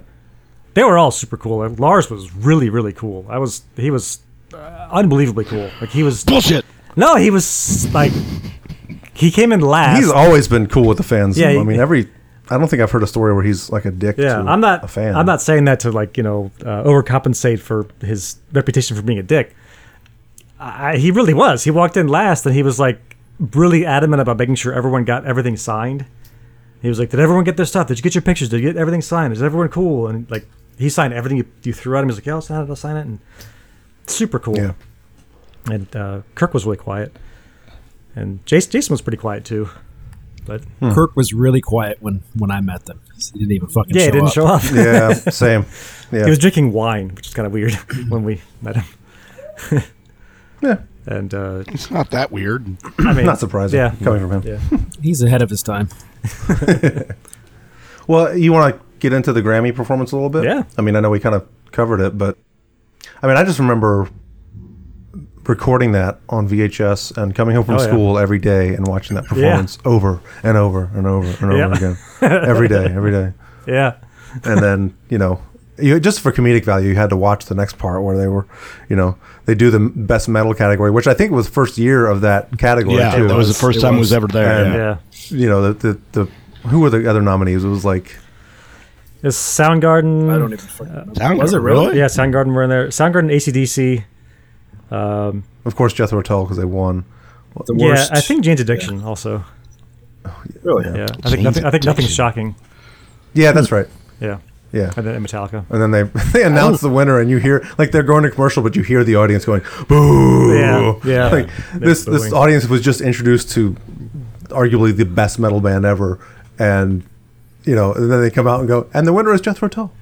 they were all super cool. Like, Lars was really really cool. I was he was uh, unbelievably cool. Like he was
Bullshit.
no he was like he came in last.
He's always been cool with the fans.
Yeah,
I
he-
mean every I don't think I've heard a story where he's like a dick
yeah,
to
I'm not
a fan.
I'm not saying that to like you know uh, overcompensate for his reputation for being a dick. I, he really was. He walked in last and he was like really adamant about making sure everyone got everything signed. He was like, "Did everyone get their stuff? Did you get your pictures? Did you get everything signed? Is everyone cool?" And like he signed everything you, you threw at him. He's like, "Yeah, I'll sign it. I'll sign it." And super cool.
Yeah.
and uh, Kirk was really quiet, and Jason, Jason was pretty quiet too. But
Kirk was really quiet when when I met them. He didn't even fucking.
yeah,
show
he didn't
up.
show up.
Yeah, same. Yeah.
He was drinking wine, which is kind of weird when we met him.
Yeah.
And uh,
It's not that weird.
I mean,
not surprising
Yeah.
coming from him.
Yeah.
He's ahead of his time.
Well, you want to get into the Grammy performance a little bit?
Yeah.
I mean, I know we kind of covered it, but I mean, I just remember recording that on VHS and coming home from
Oh, yeah.
school every day and watching that performance over and over and over and over
Yeah.
again. Every day, every day.
Yeah,
And then, you know, you, just for comedic value, you had to watch the next part where they were, you know, they do the best metal category, which I think was first year of that category
Yeah,
too.
that was the first
It
time it
was.
was ever there.
And-
yeah.
yeah.
you know the, the the who were the other nominees? It was like
It's Soundgarden.
I don't even fucking. Remember.
Sound
Was it
good,
really?
Yeah, Soundgarden were in there. Soundgarden, ACDC.
of course Jethro Tull because they won.
The worst.
Yeah, I think Jane's Addiction also.
really.
Yeah, I think
Jane's
nothing, I think nothing's
Addiction.
shocking.
Yeah, that's right.
Yeah,
Yeah.
and then Metallica.
And then they they
Oh.
announce the winner, and you hear like they're going to commercial, but you hear the audience going boo.
Yeah, yeah.
Like
They're
this this
booing.
audience was just introduced to arguably the best metal band ever, and you know, and then they come out and go, and the winner is Jethro Tull,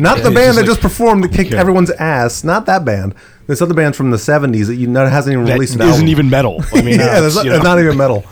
not the
it's
band
just
that
like-
just performed that kicked
Okay.
everyone's ass, not that band. This other band from the '70s that you know hasn't even
That
released an
isn't
album.
even metal. I mean,
yeah,
that's,
that's not,
you know,
that's not even metal.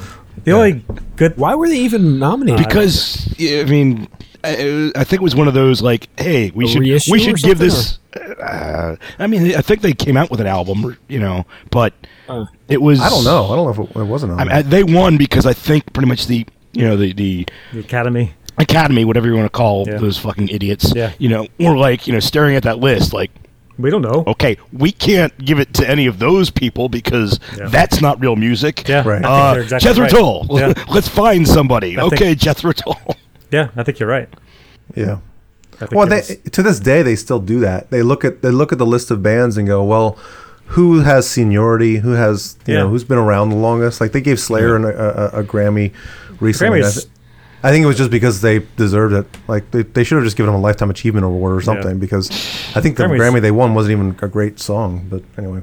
The only good
Why were they even nominated?
because I mean, I, I think it was one of those like, hey, we
A
should
reissue
we should
or
give this.
something,
Uh, I mean, I think they came out with an album, you know, but
Uh,
it was
I don't know. I don't know if it, it wasn't on.
I mean, I- they won because I think pretty much the you know the the
the Academy.
academy, whatever you want to call
Yeah.
those fucking idiots,
Yeah.
you know, were like you know staring at that list like.
We don't know.
Okay, we can't give it to any of those people because
Yeah.
that's not real music.
Yeah,
Right.
I think
Uh,
they're exactly
Jethro
right.
Tull.
Yeah.
Let's find somebody.
I think-
okay, Jethro Tull.
Yeah, I think you're right.
yeah.
I think
Well,
it
they,
was-
to this day they still do that. They look at they look at the list of bands and go, well, who has seniority? Who has you
Yeah.
know who's been around the longest? Like they gave Slayer an, a, a, a Grammy recently.
Grammys-
I think it was just because they deserved it. Like they, they should have just given them a lifetime achievement award or something because I think the
Grammys-
Grammy they won wasn't even a great song. But anyway,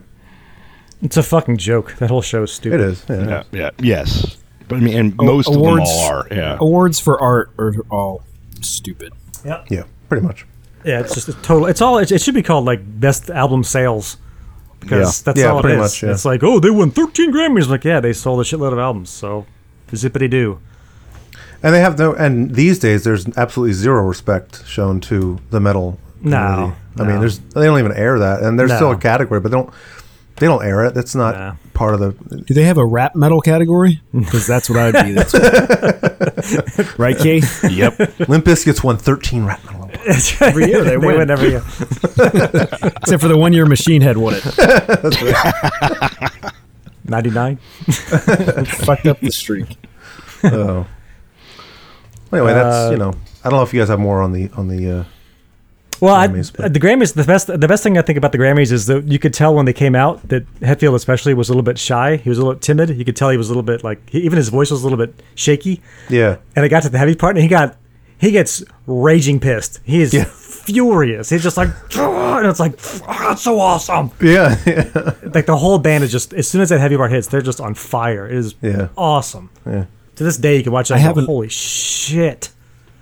it's a fucking joke. That whole show is stupid.
it is. Yeah.
Yeah, yeah, yes. But I mean, and most
awards-
of them all are. Yeah.
awards for art are all stupid.
Yeah, pretty much.
Yeah, it's just a total. It's all. It, it should be called like best album sales because
Yeah.
that's
Yeah,
all it
pretty
is.
much, yeah.
It's like oh, they won 13 Grammys. Like yeah, they sold a shitload of albums. So zippity doo.
And they have no. And these days, there's absolutely zero respect shown to the metal.
No,
community. I
no.
mean, there's they don't even air that, and there's still
No.
a category, but they don't they don't air it. That's not
No.
part of the.
Do they have a rap metal category?
Hmm.
Because that's what I'd be. That's what- right, Kay?
Yep.
Limp Bizkit's won 13 rap metal. awards.
every year they, win.
win.
every year.
Except for the one year Machine Head won it.
99.
Fucked up the streak.
So anyway, that's
Uh,
you know. I don't know if you guys have more on the on the. Uh,
Well, I,
Grammys, but-
the Grammys, the best, the best thing I think about the Grammys is that you could tell when they came out that Hetfield especially was a little bit shy. He was a little timid. You could tell he was a little bit like he, even his voice was a little bit shaky.
yeah,
And it got to the heavy part, and he got he gets raging pissed. He is
Yeah.
furious. He's just like, "Ugh," and it's like, "Ugh, that's so awesome.
yeah, yeah.
Like the whole band is just as soon as that heavy part hits, they're just on fire. It is
Yeah.
awesome. To this day, you can watch that.
I
and go,
haven't-
Holy shit!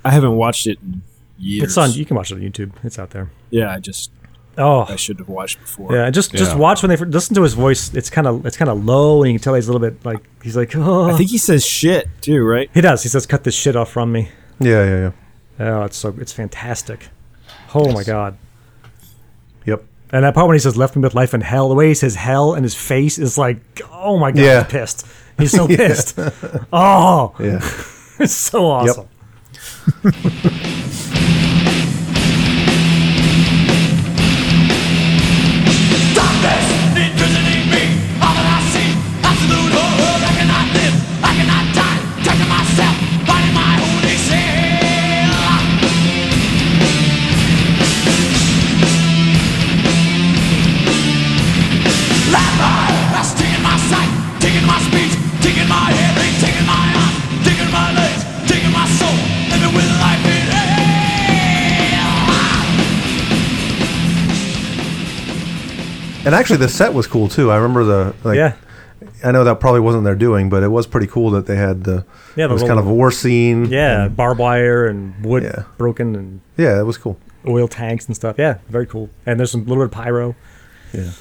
I haven't watched it in years.
It's on. You can watch it on YouTube. It's out there.
Yeah, I just
Oh,
I should have watched before.
Yeah, and just just
Yeah.
watch when they fir- listen to his voice. It's kind of it's kind of low, and you can tell he's a little bit like he's like. Oh.
I think he says shit too, right?
he does. He says, "Cut this shit off from me."
yeah, yeah, yeah.
Oh, it's so it's fantastic. Oh my god!
Yep.
And that part when he says "left me with life and hell," the way he says "hell" and his face is like, oh my god,
Yeah.
he's pissed. He's so pissed. Oh,
Yeah.
it's so awesome.
And actually, the set was cool too. I remember the like.
Yeah.
I know that probably wasn't their doing, but it was pretty cool that they had the.
Yeah,
Yeah,
the
it was
little-
kind of a war scene.
Yeah, barbed wire and wood
Yeah.
broken and
yeah, it was cool.
oil tanks and stuff. Yeah, very cool. And there's some little bit of pyro.
Yeah.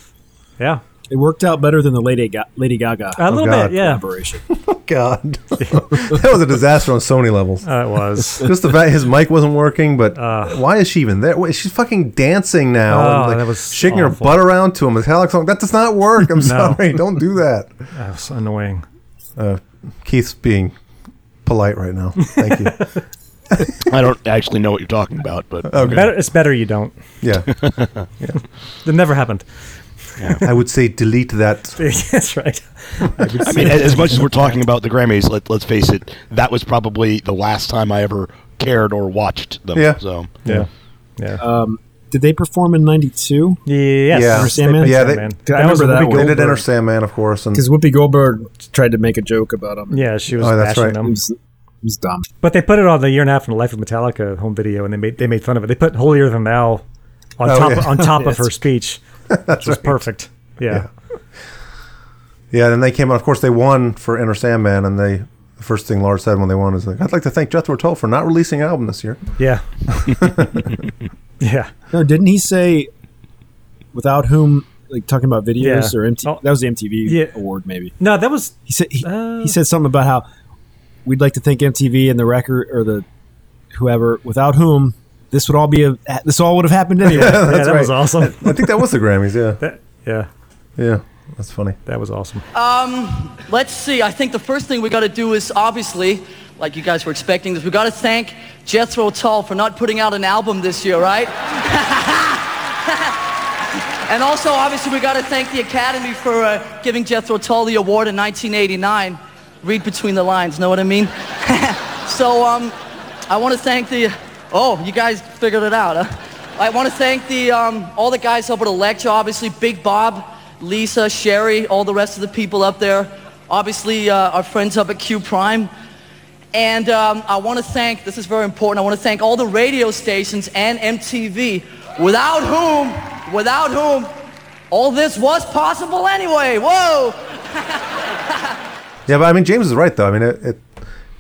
Yeah,
It worked out better than the Lady, Ga- Lady Gaga uh,
a little
Oh God.
bit. Yeah,
collaboration.
God, that was a disaster on so many levels.
Uh, it was.
Just the fact his mic wasn't working, but why is she even there? Wait, she's fucking dancing now,
Oh,
and like
that was
shaking her
awful.
butt around to a metallic song. That does not work. I'm sorry, don't do that.
That was annoying.
Keith's being polite right now. Thank you.
I don't actually know what you're talking about, but
Better, it's better you don't.
Yeah,
That never happened.
I would say delete that.
That's right.
I mean, as, as much as we're talking about the Grammys, let, let's face it, that was probably the last time I ever cared or watched them.
Yeah.
So
Yeah. Yeah.
Uh, Did they perform in 92?
yes.
Yeah.
They
Sandman?
played
Yeah, they-
Sandman.
I remember
was a
that
big
one.
They
goal.
did Enter Sandman, of course, and
Because Whoopi Goldberg tried to make a joke about him.
Yeah, she was
Oh, that's
bashing
right.
them.
It was, was dumb.
But they put it on the year and a half in the life of Metallica home video, and they made they made fun of it. They put "Holier Than Thou" on
Oh,
top
yeah.
on top of her speech, which was perfect. Yeah.
Yeah, then they came out. Of course, they won for Inner Sandman, and they the first thing Lars said when they won is like, "I'd like to thank Jethro Tull for not releasing an album this year."
yeah, yeah,
No, didn't he say without whom? Like talking about videos
Yeah.
or MTV.
Oh.
That was the MTV
Yeah.
award, maybe.
No, that was
He said he,
Uh.
he said something about how we'd like to thank MTV and the record or the whoever without whom this would all be a this all would have happened anyway.
yeah, that was awesome.
I think that was the Grammys. Yeah,
That- yeah,
yeah, that's funny.
that was awesome.
Uh,
Let's see. I think the first thing we got to do is obviously, like you guys were expecting this, we got to thank Jethro Tull for not putting out an album this year, right? and also, obviously, we got to thank the Academy for uh, giving Jethro Tull the award in 1989. Read between the lines, know what I mean? so, um, I want to thank the. Oh, you guys figured it out. Huh? I want to thank the um, all the guys up at Electra, obviously Big Bob, Lisa, Sherry, all the rest of the people up there. Obviously, uh, our friends up at Q Prime. And um, I want to thank, this is very important, I want to thank all the radio stations and MTV, without whom, without whom, all this was possible anyway. Whoa!
Yeah, but I mean, James is right though. I mean, it, it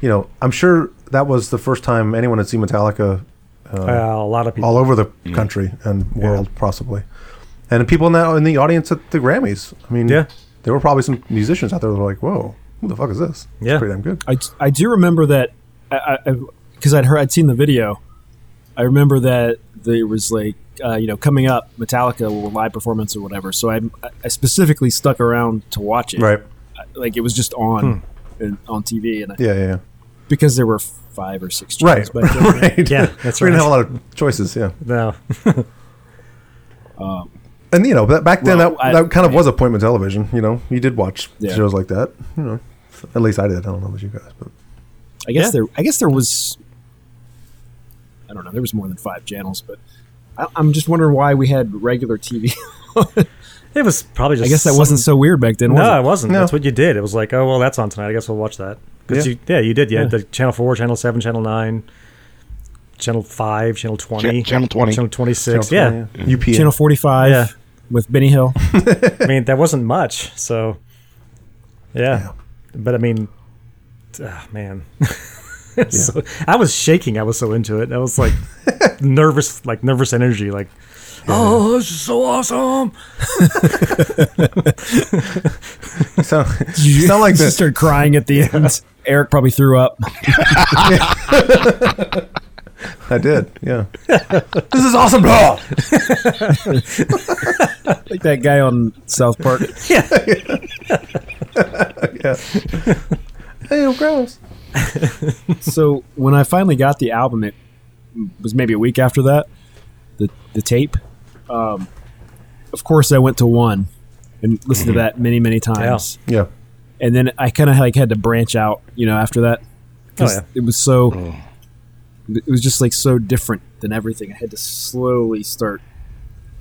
you know, I'm sure that was the first time anyone had seen Metallica
Uh, a lot of people.
all over the country and world, possibly. And the people in that in the audience at the Grammys. I mean,
Yeah.
there were probably some musicians out there that were like, "Whoa, who the fuck is this?" It's
Yeah.
pretty damn good.
I, I do remember that I because I'd heard I'd seen the video. I remember that there was like uh, you know coming up Metallica or live performance or whatever. So I I specifically stuck around to watch it.
Right?
like it was just on
Hmm.
and, on TV and I,
Yeah, yeah, yeah.
because there were five or six
Right,
channels back then.
right.
Yeah,
We
that's right.
didn't have a lot of choices. Yeah.
No,
And you know, that back then
Well,
that,
I-
that kind of was appointment television. You know, you did watch
Yeah.
shows like that. You know, at least I did. I don't know about you guys, but
I guess
Yeah.
there I guess there was I don't know there was more than five channels but I, I'm just wondering why we had regular TV.
it was probably just.
I guess that
some-
wasn't so weird back then. was
No,
it?
it wasn't.
No.
That's what you did. It was like, oh well, that's on tonight. I guess we'll watch that. 'Cause
Yeah.
you, yeah, you did. You had the channel four, channel seven, channel nine, channel five, channel twenty,
Ch- Channel 20.
channel twenty six.
Channel
Yeah,
20, UP.
Channel 45
Yeah.
with Benny Hill.
I mean, that wasn't much. So, yeah. But I mean, ah, man. so, I was shaking. I was so into it. I was like nervous, like nervous energy. Like, oh, this is so awesome.
So, you sound like
You
this.
started crying at the end. Eric probably threw up.
I did. Yeah. this is awesome, bro.
Like that guy on South Park.
Hey, gross.
so when I finally got the album, it was maybe a week after that, the the tape. Um, of course, I went to one and listened to that many, many times,
Yeah.
and then I kind of like had to branch out, you know, after that
Oh,
'cause
yeah.
it was so. It was just like so different than everything. I had to slowly start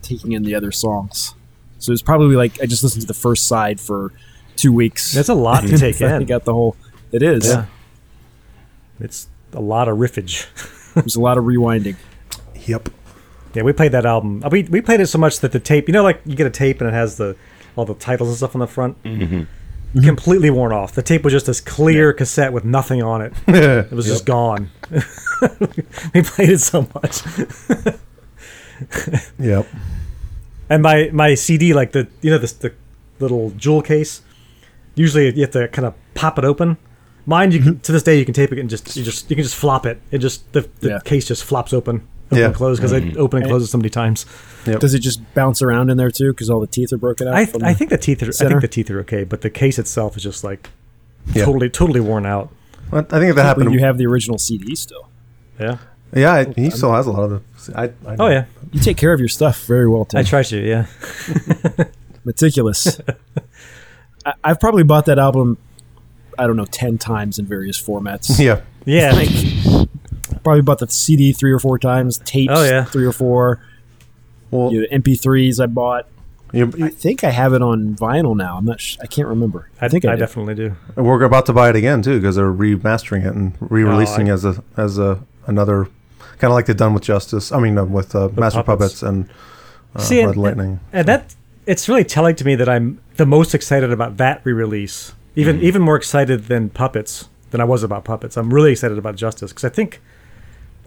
taking in the other songs. So it was probably like I just listened to the first side for two weeks.
That's a lot to take
I
in.
got the whole. It is.
Yeah. It's a lot of riffage.
There's a lot of rewinding.
Yep.
Yeah, we played that album. Uh, We we played it so much that the tape, you know, like you get a tape and it has the all the titles and stuff on the front, Mm-hmm. completely worn off. The tape was just this clear cassette with nothing on it. it was just gone. we played it so much,
Yep.
and my my CD, like the you know this the little jewel case. Usually you have to kind of pop it open. Mine, you
Mm-hmm.
can, to this day, you can tape it and just you just you can just flop it. It just the, the
Yeah.
case just flops open, open
Yeah.
and close because I open and close it so many times.
Does it just bounce around in there too? Because all the teeth are broken out.
I,
from
I
the-
think the teeth are I
center.
think the teeth are okay, but the case itself is just like
Yeah.
totally totally worn out.
I I think if that
Well,
happened.
you have the original CD still.
Yeah.
yeah, I- he still has a lot of the. I, I
Oh yeah.
You take care of your stuff very well, Tim.
I try to. Yeah.
Meticulous. I, I've probably bought that album. I don't know, ten times in various formats.
Yeah.
Yeah.
Probably bought the CD three or four times, tapes
Oh, yeah.
three or four,
Well,
you know, MP3s I bought.
You, you-
I think I have it on vinyl now. I'm not. Sh- I can't remember. I, think I,
I
do.
definitely do.
we're about to buy it again too because they're remastering it and re-releasing
Oh, I-
as a as a another kind of like they've done with Justice. I mean, uh, with uh, Master
puppets.
Puppets, and uh,
See,
Red
and-
Lightning.
And that it's really telling to me that I'm the most excited about that re-release.
Mm.
Even even more excited than Puppets than I was about Puppets. I'm really excited about Justice because I think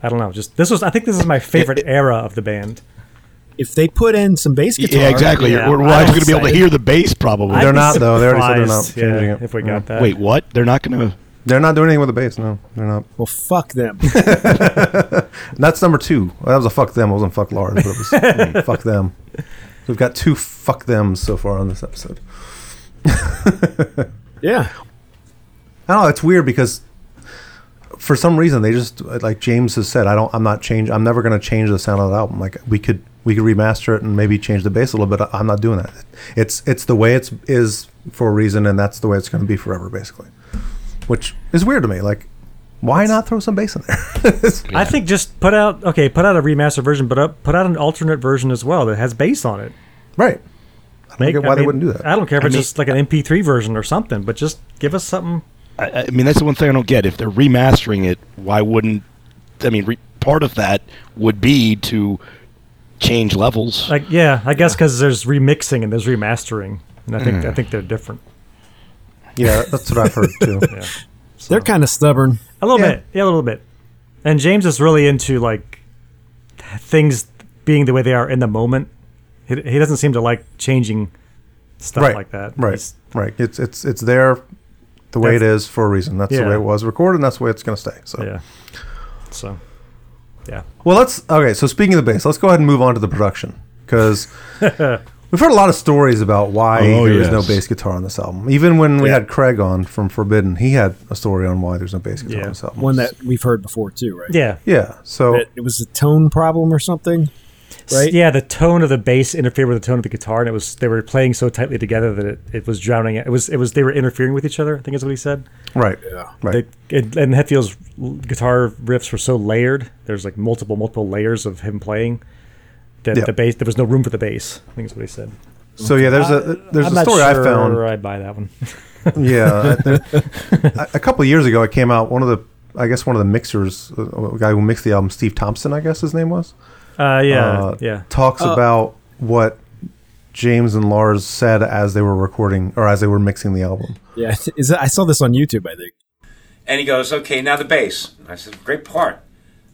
I don't know. Just this was I think this is my favorite era of the band.
If they put in some bass guitar,
Yeah, exactly.
Yeah.
We're, we're actually going to be able to
excited.
hear the bass probably.
They're
I'd be
not, though. They already said they're not
surprised, yeah,
changing it. Mm.
If we
Yeah.
got that,
Wait, what? They're not going to.
They're not doing anything with the bass. No, they're not.
Well, fuck them.
And that's number two. Well, that was a fuck them. It wasn't fuck Lars, but it was mm, fuck them. We've got two fuck them so far on this episode.
yeah.
I don't know. It's weird because for some reason they just like James has said. I don't. I'm not change. I'm never going to change the sound of the album. Like we could we could remaster it and maybe change the bass a little bit. I'm not doing that. It's it's the way it's is for a reason, and that's the way it's going to be forever, basically. Which is weird to me. Like, why not throw some bass in there? It's-
I think just put out okay, put out a remastered version, but up, put out an alternate version as well that has bass on it.
right. I don't
Make-
get why
I
they
mean,
wouldn't do that.
I don't care if
I
it's
mean-
just like an MP3 version or something, but just give us something.
I, I mean, that's the one thing I don't get. If they're remastering it, why wouldn't? I mean, re, part of that would be to change levels.
Like yeah, I guess because there's remixing and there's remastering, and I
Mm.
think I think they're different.
Yeah, that's what I've heard too.
They're kind of stubborn.
A little
Yeah.
bit, yeah, a little bit. And James is really into like things being the way they are in the moment. He, he doesn't seem to like changing stuff
right.
like that.
Right.
He's-
right. It's it's it's there, the way it
That's-
is for a reason. That's the
Yeah.
way it was recorded, and that's the way it's going to stay. So.
yeah. So, yeah.
Well, let's okay. So speaking of the bass, let's go ahead and move on to the production because we've heard a lot of stories about why
Oh,
there was
yes.
no bass guitar on this album. Even when we
Yeah.
had Craig on from Forbidden, he had a story on why there's no bass guitar
Yeah.
on this album.
One that we've heard before too, right?
Yeah.
yeah. So
That it was a tone problem or something. Right?
Yeah, the tone of the bass interfered with the tone of the guitar, and it was they were playing so tightly together that it, it was drowning. It was it was they were interfering with each other. I think is what he said.
right. Right.
They, it, and Hetfield's l- guitar riffs were so layered. There's like multiple multiple layers of him playing. That
Yeah.
the bass there was no room for the bass. I think is what he said.
so yeah, there's a there's
I'm
a
not
story
sure
I found.
I buy that one.
yeah. I think- a- a couple of years ago, it came out. One of the, I guess, one of the mixers, uh, a guy who mixed the album, Steve Thompson, I guess his name was.
Uh, yeah,
uh,
yeah.
Talks about what James and Lars said as they were recording or as they were mixing the album.
Yeah. Is that, I saw this on YouTube. I think.
And he goes, okay, now the bass. I said, great part.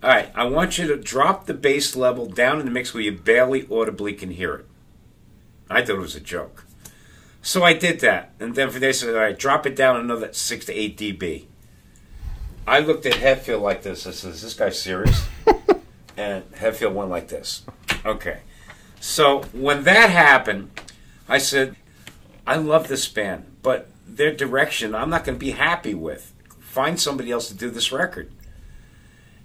All right, I want you to drop the bass level down in the mix where you barely audibly can hear it. I thought it was a joke. So I did that. And then Vinay said, all right, drop it down another 6 to 8 dB. I looked at Hetfield like this. I said, is this guy serious? and Hetfield went like this. Okay. So when that happened, I said, I love this band, but their direction I'm not going to be happy with. Find somebody else to do this record.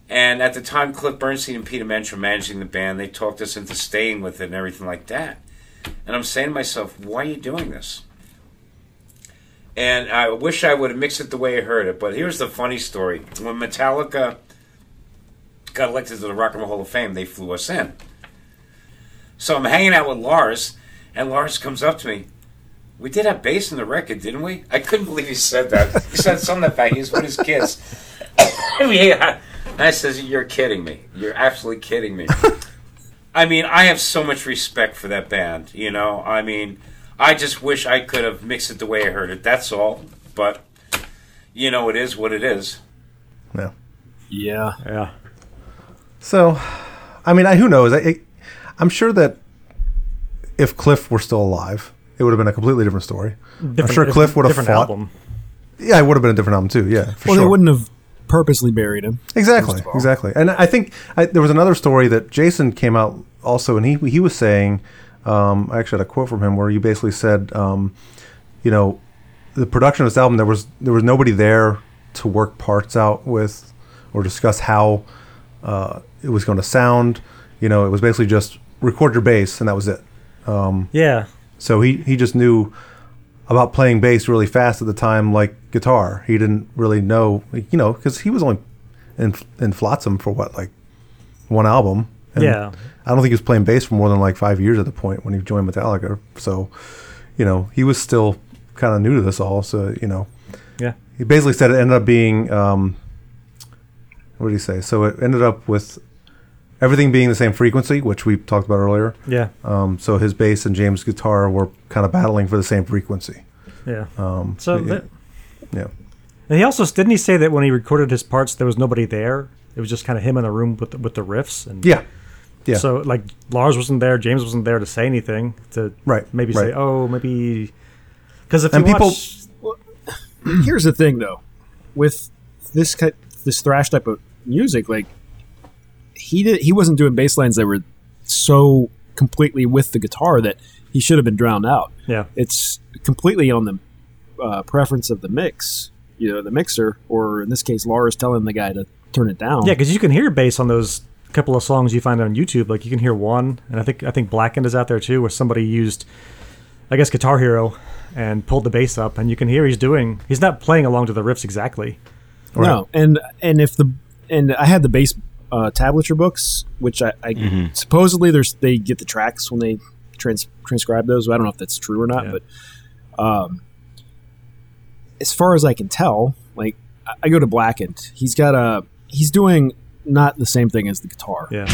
And at the time, Cliff Bernstein and Peter Mensch were managing the band. They talked us into staying with it and everything like that. And I'm saying to myself, why are you doing this? And I wish I would have mixed it the way I heard it. But here's the funny story when Metallica got elected to the Rock and Roll Hall of Fame, they flew us in. So I'm hanging out with Lars, and Lars comes up to me. We did have bass in the record, didn't we? I couldn't believe he said that. He said something that fact. He was with his kids. yeah. And I says, You're kidding me. You're absolutely kidding me. I mean, I have so much respect for that band, you know? I mean, I just wish I could have mixed it the way I heard it. That's all. But, you know, it is what it is.
Yeah.
Yeah.
yeah.
So, I mean, I, who knows? I, I, I'm sure that if Cliff were still alive, it would have been a completely different story. I'm sure
Different-
Cliff would have
different
fought.
album.
Yeah, it would have been a different album too. Yeah, for
Well,
sure.
they wouldn't have purposely buried him.
Exactly,
first of all.
exactly. And I think I, there was another story that Jason came out also, and he he was saying, um, I actually had a quote from him where you basically said, um, you know, the production of this album there was there was nobody there to work parts out with or discuss how uh, it was going to sound. You know, it was basically just record your bass and that was it.
Yeah,
So he, he just knew about playing bass really fast at the time, like guitar. He didn't really know, you know, because he was only in in Flotsam for what like one album. And
yeah.
I don't think he was playing bass for more than like five years at the point when he joined Metallica. So, you know, he was still kind of new to this all. So, you know,
Yeah.
he basically said it ended up being um, what did he say? So it ended up with everything being the same frequency, which we talked about earlier.
Yeah.
Um, so his bass and James' guitar were kind of battling for the same frequency.
Yeah.
Um,
so
yeah.
that,
yeah.
and he also didn't he say that when he recorded his parts there was nobody there. It was just kind of him in the room with the, with the riffs and
Yeah. Yeah.
So like Lars wasn't there, James wasn't there to say anything to
Right,
maybe say
right.
oh maybe because if
And
you
people-
watch,
Here's the thing, though, with this ki- this thrash type of music, like he did, he wasn't doing bass lines that were so completely with the guitar that he should have been drowned out.
yeah
It's completely on the uh, preference of the mix, you know, the mixer, or in this case, Laura's telling the guy to turn it down.
Yeah, because you can hear bass on those couple of songs you find on YouTube. Like you can hear one, and I think I think Blackened is out there too, where somebody used, I guess, Guitar Hero, and pulled the bass up, and you can hear he's doing. He's not playing along to the riffs exactly.
No, and and if the and I had the base uh, tablature books, which I, I
Mm-hmm.
supposedly there's they get the tracks when they trans, transcribe those. I don't know if that's true or not,
Yeah.
but um, as far as I can tell, like I, I go to Blackened, he's got a he's doing not the same thing as the guitar.
Yeah,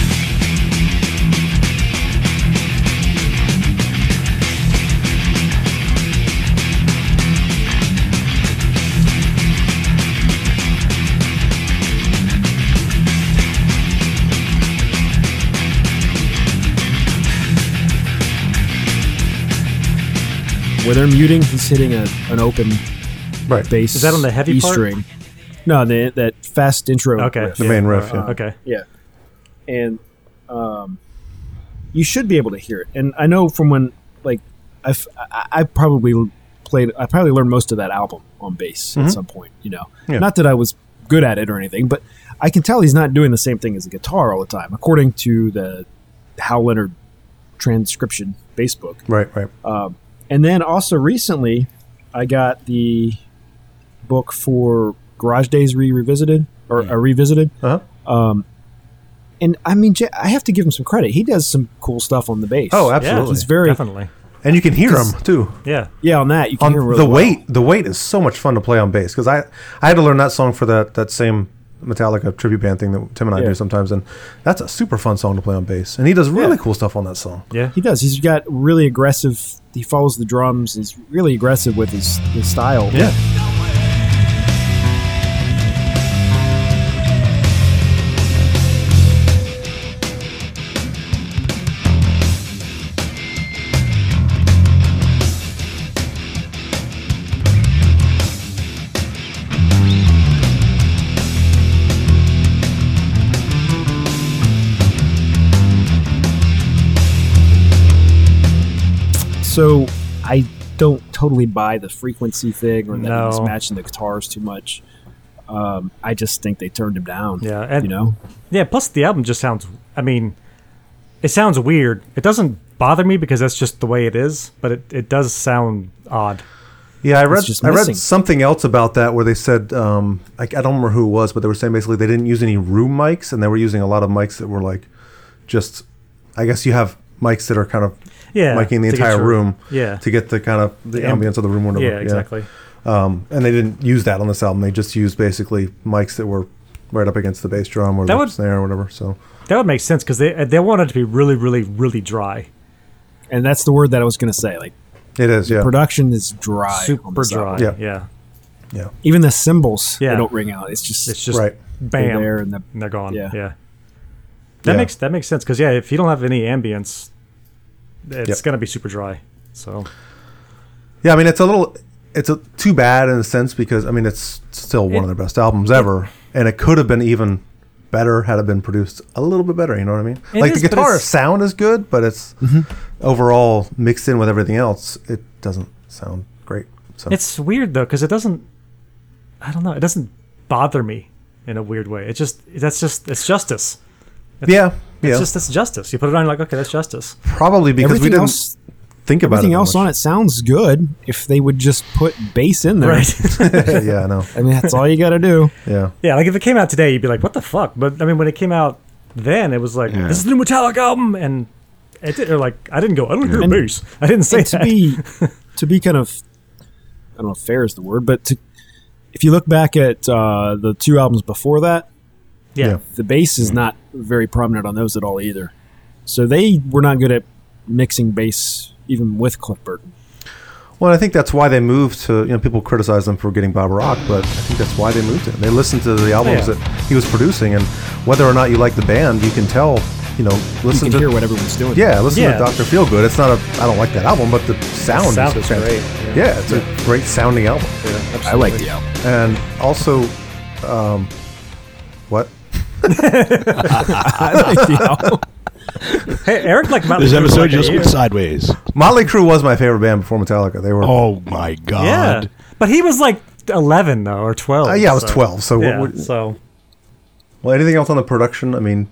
Where they're muting, he's hitting a, an open
Right.
bass.
Is that on the heavy
E
part?
string? No, the, that fast intro.
Okay.
riff.
The main riff. Yeah.
okay.
Uh, Yeah. And um, you should be able to hear it. And I know from when, like, I've, I, I probably played, I probably learned most of that album on bass at some point, you know.
Yeah.
Not that I was good at it or anything, but I can tell he's not doing the same thing as a guitar all the time, according to the Hal Leonard transcription bass book.
Right. Right.
And then also recently, I got the book for Garage Days re revisited or uh, revisited.
Uh-huh.
And I mean, Ja- I have to give him some credit. He does some cool stuff on the bass.
Oh,
Yeah,
absolutely.
He's very
definitely.
and you can hear him too.
Yeah,
yeah on that. You can
on
hear really
the
well.
weight the weight is so much fun to play on bass because i i had to learn that song for that that same metallica tribute band thing that tim and i
Yeah.
do sometimes and that's a super fun song to play on bass and he does really cool stuff on that song
yeah.
He does. He's got really aggressive. He follows the drums. He's really aggressive with his, his style.
yeah
So I don't totally buy the frequency thing or that
No.
he's matching the guitars too much. Um, I just think they turned him down.
Yeah, and-
you know.
Yeah, plus the album just sounds I mean it sounds weird. It doesn't bother me because that's just the way it is, but it, it does sound odd.
yeah i read
just
i
missing.
read something else about that where they said um I, I don't remember who it was but they were saying basically they didn't use any room mics and they were using a lot of mics that were like just i guess you have mics that are kind of
Yeah,
miking the
to get
entire
your-
room
yeah.
to get the kind of the
amp-
ambience of the room or whatever
Yeah, exactly.
and they didn't use that on this album. They just used basically mics that were right up against the bass drum or
That
the
would-
snare or whatever. So
That would make sense because they they wanted to be really, really, really dry.
And that's the word that I was going to say. Like
it is, yeah,
production is dry, on
Super
this
dry.
album.
Yeah.
yeah.
yeah,
Even the cymbals, they
Yeah.
don't ring out. It's just
It's just
Right.
bam,
They're there and the-
and they're gone. Yeah,
yeah.
that
Yeah.
makes that makes sense because yeah, if you don't have any ambience, it's
Yep.
gonna be super dry. So
yeah. I mean, it's a little, it's a, too bad in a sense because I mean, it's still one of their best albums ever, and it could have been even better had it been produced a little bit better. You know what I mean?
It
like
is,
the
but
guitar
it's-
sound is good, but it's
Mm-hmm.
overall mixed in with everything else, it doesn't sound great. So
it's weird though because it doesn't. I don't know. It doesn't bother me in a weird way. It just that's just it's justice.
yeah, yeah,
It's just that's justice. You put it on, you're like okay, that's justice.
probably because we
everything
didn't
else.
think about
Everything
it
else on it sounds good if they would just put bass in there.
Right.
it. yeah, I know.
I mean, that's all you got to do.
Yeah,
yeah. Like if it came out today, you'd be like, what the fuck? But I mean, when it came out Then it was like,
Yeah.
this is the new Metallic album, and it did, or like I didn't go, I don't hear
And-
bass. I didn't say
And to
that.
be to be kind of I don't know if fair is the word, but to if you look back at uh, the two albums before that,
yeah.
Yeah.
the bass
Hmm.
is not very prominent on those at all either. So they were not good at mixing bass even with Cliff Burton.
Well, I think that's why they moved to. You know, people criticize them for getting Bob Rock, but I think that's why they moved him. They listened to the albums
Yeah.
that he was producing, and whether or not you like the band, you can tell. You know,
You
listen
can
to
hear what everyone's doing.
yeah, listen
Yeah.
to Doctor Feelgood. It's not a. I don't like that album, but the sound,
sound is
fantastic.
great,
Yeah, it's a great sounding album,
I like the album.
and also, um, what?
I like the album.
Hey, Eric liked Motley
This
Crue for
episode
like a
just
year.
went sideways.
Motley Crue was my favorite band before Metallica. They were.
Oh my
Yeah,
god!
but he was like eleven though, or twelve.
Uh, yeah, I was
so-
twelve. So, what
Yeah,
would-
so
well, anything else on the production? I mean,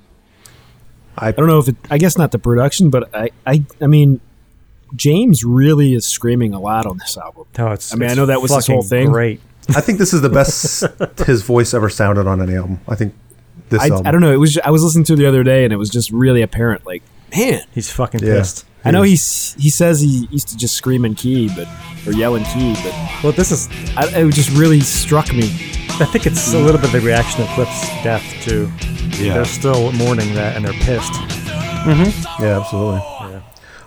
I don't know if it. I guess not the production, but I. I. I mean, James really is screaming a lot on this album.
no, oh, it's.
I mean, I
it's
know that was his whole
fucking
thing.
Great.
I think this is the best his voice ever sounded on any album. I think this
I,
album.
I don't know. It was. ju- I was listening to it the other day, and it was just really apparent. Like, man,
He's fucking
Yeah.
pissed.
I know he's. He says he used to just scream in key, but or yell in key, but
Well, this is.
I, it just really struck me.
I think it's a little bit of the reaction of Cliff's death too.
Yeah.
They're still mourning that, and they're pissed.
Yeah, absolutely.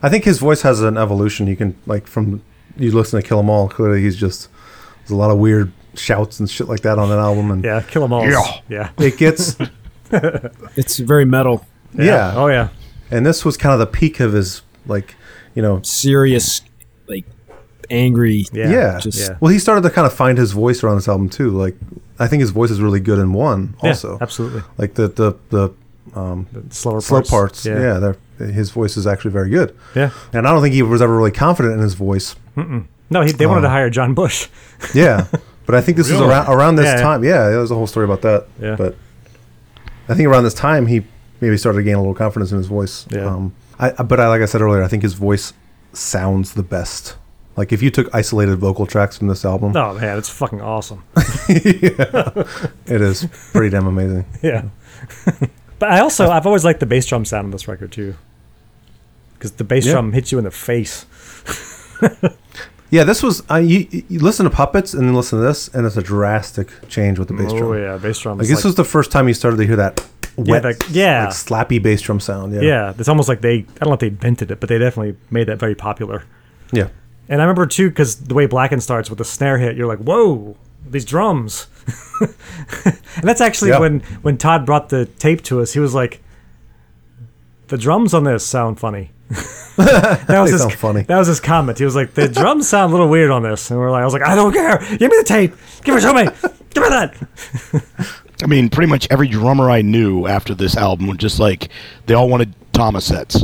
I think his voice has an evolution. You can like from you listen to Kill 'Em All. Clearly, he's just there's a lot of weird shouts and shit like that on that album, and
Yeah, kill them all.
Yeah.
yeah.
it gets
It's very metal,
yeah.
Oh yeah.
And this was kind of the peak of his like you know
serious, like angry.
Yeah.
yeah.
just-
yeah.
Well, he started to kind of find his voice around this album too. Like I think his voice is really good in one
Yeah,
also.
absolutely.
Like the the the
Slower parts.
slow parts. Yeah, they're his voice is actually very good.
Yeah.
And I don't think he was ever really confident in his voice.
No, he, they wanted to hire John Bush.
Yeah, but I think this is around around this
Yeah, yeah.
time. Yeah, there's a whole story about that.
Yeah.
but I think around this time he maybe started to gain a little confidence in his voice. Um,
Yeah.
I I- but I like I said earlier, I think his voice sounds the best. Like if you took isolated vocal tracks from this album,
Oh man, it's fucking awesome.
it is pretty damn amazing.
Yeah. but I also I've always liked the bass drum sound on this record too. Because the bass drum hits you in the face.
Yeah, this was I you, you listen to puppets and then listen to this, and it's a drastic change with the bass drum.
Oh yeah, bass drum.
Like
is
this
like-
was the first time you started to hear that wet,
that- yeah.
like slappy bass drum sound. Yeah,
yeah, it's almost like they I don't know if they invented it, but they definitely made that very popular.
yeah.
And I remember too, because the way Blacken starts with the snare hit, you're like, "Whoa, these drums!" and that's actually
Yeah.
when when Todd brought the tape to us. He was like, "The drums on this sound funny." that was
They
his,
sound funny.
That was his comment. He was like, "The drums sound a little weird on this," and we're like, "I was like, I don't care. Give me the tape. Give it to me. Give me that."
I mean, pretty much every drummer I knew after this album was just like they all wanted Thomas sets.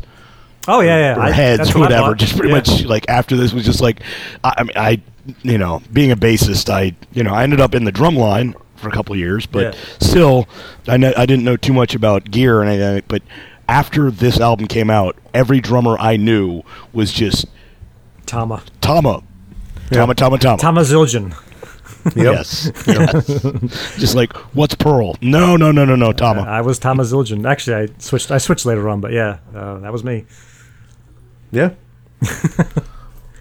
Oh yeah, yeah.
or
I-
heads,
that's what I
whatever.
bought.
Just pretty
Yeah.
much like after this was just like, I, I mean, I, you know, being a bassist, I, you know, I ended up in the drum line for a couple of years, but
Yeah.
still, I, kn- I didn't know too much about gear and anything. But after this album came out, every drummer I knew was just
Tama.
Tama, Tama, Tama, Tama.
Tama Zildjian.
Yep.
Yes. Yes. just like what's Pearl? No, no, no, no, no, Tama.
I was Tama Zildjian. Actually, I switched. I switched later on, but yeah, uh, that was me.
yeah.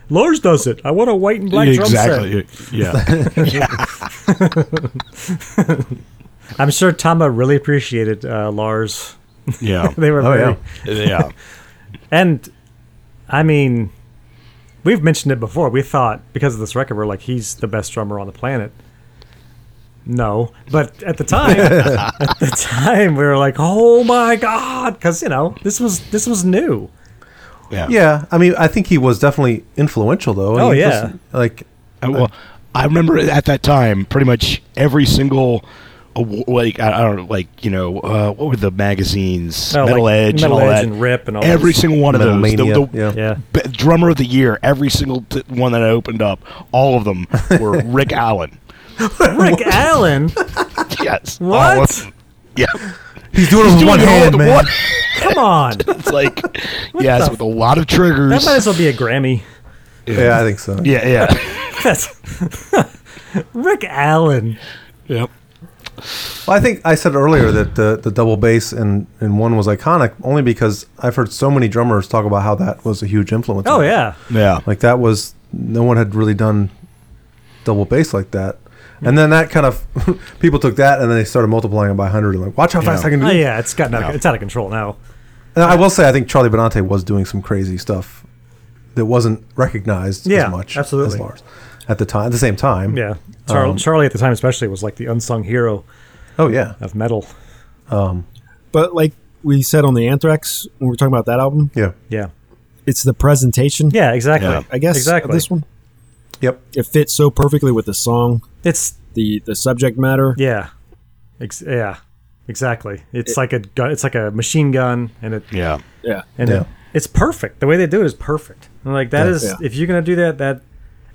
Lars does it. I want a white and black drum set.
exactly. Yeah.
I'm sure Tama really appreciated uh, Lars.
Yeah.
They were
Oh,
very,
yeah.
yeah.
and I mean, we've mentioned it before. We thought because of this record, we're like, he's the best drummer on the planet. No, but at the time, at the time, we were like, oh my god, because you know this was this was new.
Yeah.
Yeah, I mean, I think he was definitely influential, though.
Oh,
He
yeah.
listen- like
I, well, I remember at that time, pretty much every single, awa- like I, I don't know, like you know, uh, what were the magazines,
Oh,
Metal
like
Edge,
Metal
and all
Edge
that,
and Rip and all
every
those.
single one of
Metal
those, the,
Mania,
the
yeah.
Yeah,
b- drummer of the year, every single t- one that I opened up, all of them were Rick Allen.
Oh.
Rick Allen.
Yes, all
What?
of them. Yeah,
he's doing it with
Doing
one
it all
hand,
with
man.
one-
Come on, that
It's like yes,
the
with a lot of triggers.
might as well be a Grammy.
Yeah, I think so.
yeah, yeah,
That's Rick Allen.
yep.
Well, I think I said earlier that the, the double bass in, in one was iconic only because I've heard so many drummers talk about how that was a huge influence.
Oh
on them.
yeah.
Yeah.
Like that was no one had really done double bass like that. And then that kind of people took that and then they started multiplying it by 100 and like watch how fast I can do.
Oh
this.
yeah, it's gotten out of, it's out of control now.
And I will say I think Charlie Benante was doing some crazy stuff that wasn't recognized
Yeah,
as much
absolutely.
as Lars at the time at the same time.
Yeah. Char-
Um,
Charlie at the time especially was like the unsung hero
Oh yeah.
of metal.
But like we said on the Anthrax when we were talking about that album,
Yeah.
Yeah.
it's the presentation.
Yeah, exactly.
Yeah.
I guess
exactly.
of this one
Yep.
it fits so perfectly with the song,
It's
the the subject matter.
yeah. Ex- yeah. Exactly. It's like a gun, it's like a machine gun and it
Yeah.
Yeah,
and
Yeah.
it- it's perfect. The way they do it is perfect. And like that
Yeah.
is
Yeah.
if you're gonna do that, that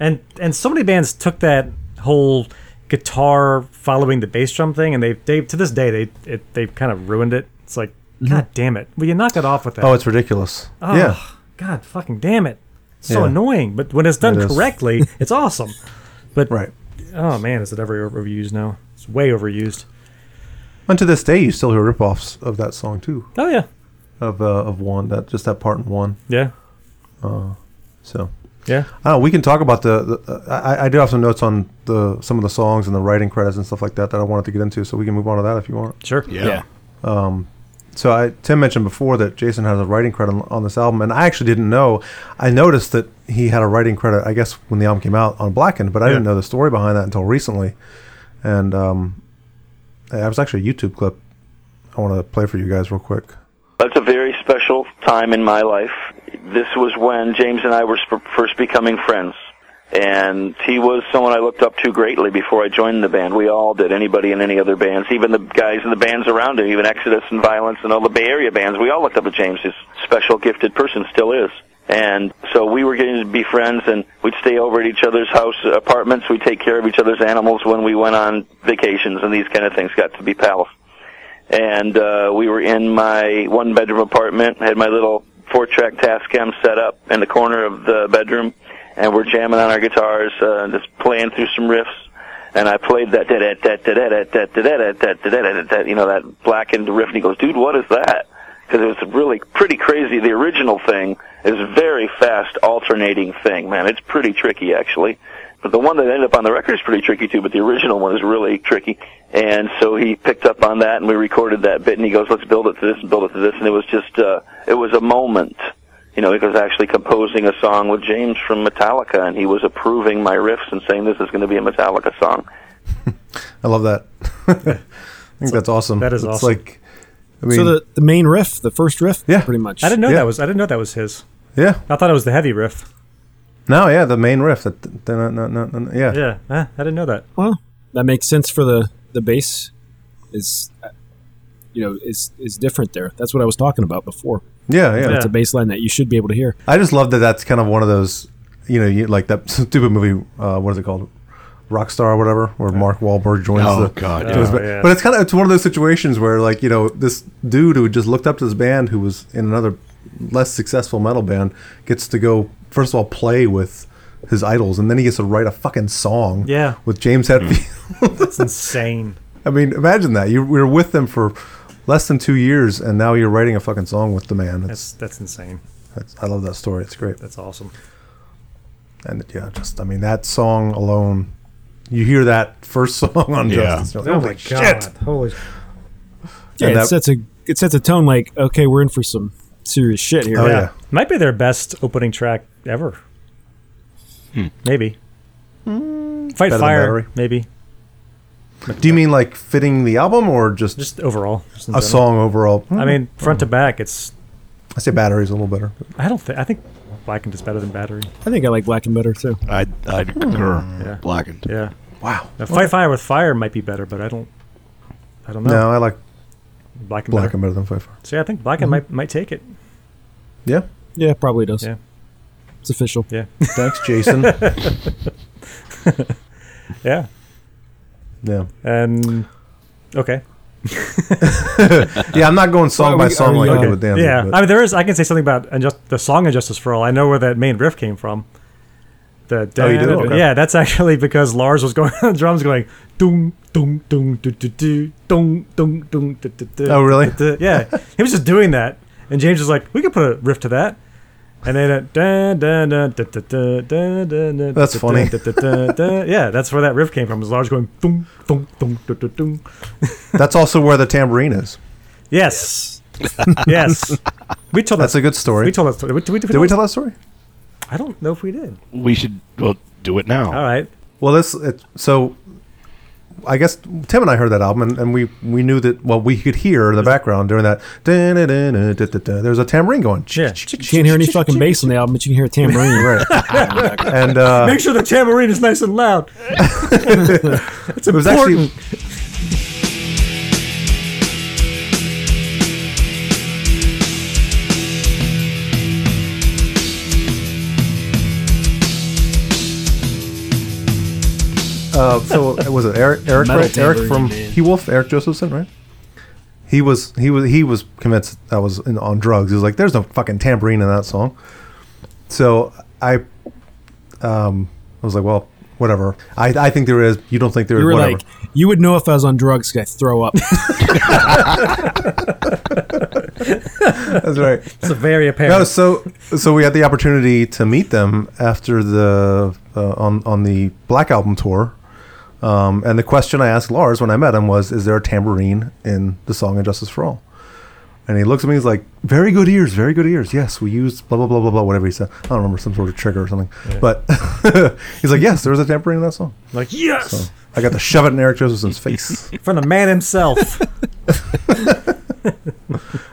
and and so many bands took that whole guitar following the bass drum thing, and they they to this day they it, they've kind of ruined it. It's like God damn it! Will you knock it off with that?
Oh, it's ridiculous. Yeah.
Ugh, Oh, God fucking damn it! It's so
Yeah.
annoying. But when it's done
It is.
correctly, it's awesome. But
Right.
oh man, is it ever overused now? It's way overused.
And to this day, you still hear rip-offs of that song too,
Oh yeah,
of uh, of one that just that part in one.
yeah,
So
yeah.
I don't know, we can talk about the. the uh, I, I do have some notes on the some of the songs and the writing credits and stuff like that that I wanted to get into, so we can move on to that if you want.
Sure.
Yeah.
So I, Tim mentioned before that Jason has a writing credit on, on this album, and I actually didn't know. I noticed that he had a writing credit, I guess, when the album came out on Blackened, but I didn't know the story behind that until recently. And um, I was actually a YouTube clip. I want to play for you guys real quick.
That's a very special time in my life. This was when James and I were sp- first becoming friends. And he was someone I looked up to greatly before I joined the band. We all did, anybody in any other bands, even the guys in the bands around him, even Exodus and Violence and all the Bay Area bands. We all looked up to James, this special gifted person, still is. And so we were getting to be friends, and we'd stay over at each other's house apartments. We'd take care of each other's animals when we went on vacations and these kind of things. Got to be pals and uh, we were in my one bedroom apartment. I had my little four track Tascam set up in the corner of the bedroom, and we're jamming on our guitars, uh, just playing through some riffs. And I played that da da da da da da da da da da da da da da da you know that blackened riff, and he goes, "Dude, what is that?" Because it was really pretty crazy. The original thing is a very fast alternating thing, man. It's pretty tricky actually. But the one that ended up on the record is pretty tricky too, but the original one is really tricky. And so he picked up on that and we recorded that bit and he goes, let's build it to this and build it to this. And it was just, uh, it was a moment. You know, because actually composing a song with James from Metallica and he was approving my riffs and saying this is going to be a Metallica song.
I love that. I think that's awesome.
that is
it's
awesome.
Like, I mean,
So the the main riff, the first riff,
Yeah.
pretty much.
I didn't know
Yeah.
that was I didn't know that was his.
yeah,
I thought it was the heavy riff.
no, yeah, the main riff. That, that, that, that, that, yeah,
Yeah, eh, I didn't know that.
Well, that makes sense for the the bass. Is uh, you know is is different there. That's what I was talking about before.
yeah, yeah.
It's a bass line that you should be able to hear.
I just love that. That's kind of one of those, you know, you, like that stupid movie. Uh, what is it called? Rockstar or whatever, where Mark Wahlberg joins
Oh,
the
God,
joins
yeah.
ba-
Yeah.
But it's kind of it's one of those situations where like you know this dude who just looked up to this band who was in another less successful metal band gets to go first of all play with his idols and then he gets to write a fucking song
Yeah.
with James
Hmm.
Hetfield.
It's insane.
I mean, imagine that. You we were with them for less than two years, and now you're writing a fucking song with the man. It's,
That's that's insane.
that's, I love that story. It's great.
That's awesome.
And yeah, just I mean that song alone. You hear that first song on
Yeah.
Justice.
Oh
You're like, Oh "Holy shit."
Holy
Yeah,
And
it
that-
sets a it sets a tone like okay, we're in for some serious shit here.
Oh,
yeah.
yeah.
Might be their best opening track ever. Maybe. Fight
Hmm. than Battery.
Fire, maybe.
Do you mean like fitting the album or just,
Just overall. just in
a
general.
song Hmm. overall?
I mean, front to back, it's.
I say battery's a little better.
I don't think. I think Blackened is better than Battery.
I think I like Black and Better too.
I'd, I'd concur. Blackened.
Yeah.
Wow.
Now, Fight Fire with Fire might be better, but I don't. I don't know.
No, I like Black
Blackened.
Mm-hmm.
better.
and better than Five Fire.
So yeah, I think Blackened might might take it.
Yeah.
Yeah, probably does.
Yeah.
It's official.
Yeah.
Thanks, Jason.
yeah.
yeah.
And. Okay.
Yeah, I'm not going song
Well,
by
we-
song
are
like
we,
I did
uh,
with Danzig.
yeah,
but-
I mean, there is. I can say something about unjust, the song "Injustice for All." I know where that main riff came from, The
Oh, you do? Okay.
Yeah, that's actually because Lars was going on the drums going doom doom doom doo doo doo doom doom doom doo doo doo.
Oh, really?
doo, doo." Yeah, he was just doing that, and James was like, "We could put a riff to that." And then it, dun, dun, dun, dun, dun, dun, dun, dun, dun,
That's
dun,
funny.
dun, dun, dun, dun. Yeah, that's where that riff came from. Was Lars going doom doom doom doo doo doom?
That's also where the tambourine is.
Yes, yes. We told
That's
that-
a good story.
We told that story. Did we,
Did we tell that story?
I don't know if we did.
We should well do it now.
All right.
Well, this it, so I guess Tim and I heard that album, and, and we we knew that well we could hear in the background during that. "Dun-dun-dun-dun-dun-dun-dun." There's a tambourine going.
Yeah.
You can't hear any fucking bass on the album, but you can hear a tambourine.
Right. and uh,
Make sure the tambourine is nice and loud. it's
it was
important.
actually uh, so it was it Eric Eric,
Metal
right? Eric from
tambourine man.
He Wolf Eric Josephson right he was he was he was convinced I was in, on drugs he was like there's no fucking tambourine in that song so I um I was like well whatever I, I think there is you don't think there is
You were
whatever
like, you would know if I was on drugs 'cause I throw up.
that's right
It's a very apparent.
No, so so we had the opportunity to meet them after the uh, on on the Black Album tour, um, and the question I asked Lars when I met him was, "Is there a tambourine in the song "Injustice for All"?" And he looks at me. He's like, "Very good ears, very good ears. Yes, we used blah blah blah blah blah whatever he said. I don't remember some sort of trigger or something, but he's like, "Yes, there was a tambourine in that song."
like yes,
I got to shove it in Eric Josephson's face.
from the man himself.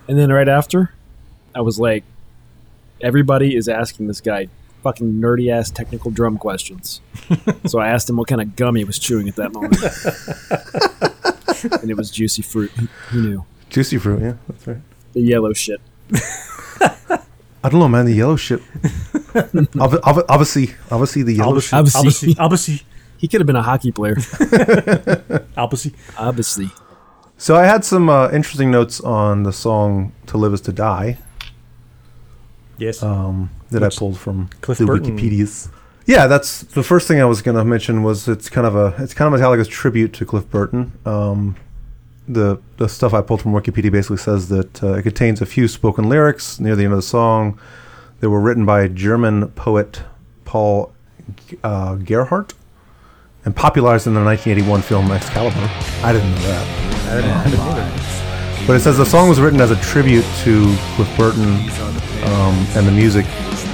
And then right after, I was like, everybody is asking this guy fucking nerdy ass technical drum questions. so I asked him what kind of gum he was chewing at that moment. and it was juicy fruit. He, he knew.
Juicy fruit, yeah, that's right.
The yellow shit.
I don't know, man. The yellow shit. Ob- ob- obviously, obviously the yellow shit.
Obviously.
obviously, obviously,
He could have been a hockey player.
obviously.
Obviously.
So I had some uh, interesting notes on the song "To Live Is to Die"
Yes,
Oh. that
Which-
I pulled from
Cliff
the
Burton.
Wikipedia's. Yeah, that's the first thing I was going to mention was it's kind of a it's kind of Metallica's tribute to Cliff Burton. Um, the the stuff I pulled from Wikipedia basically says that uh, it contains a few spoken lyrics near the end of the song that were written by German poet Paul uh, Gerhardt and popularized in the 1981 film Excalibur. I didn't know that. But it says the song was written as a tribute to Cliff Burton, um, and the music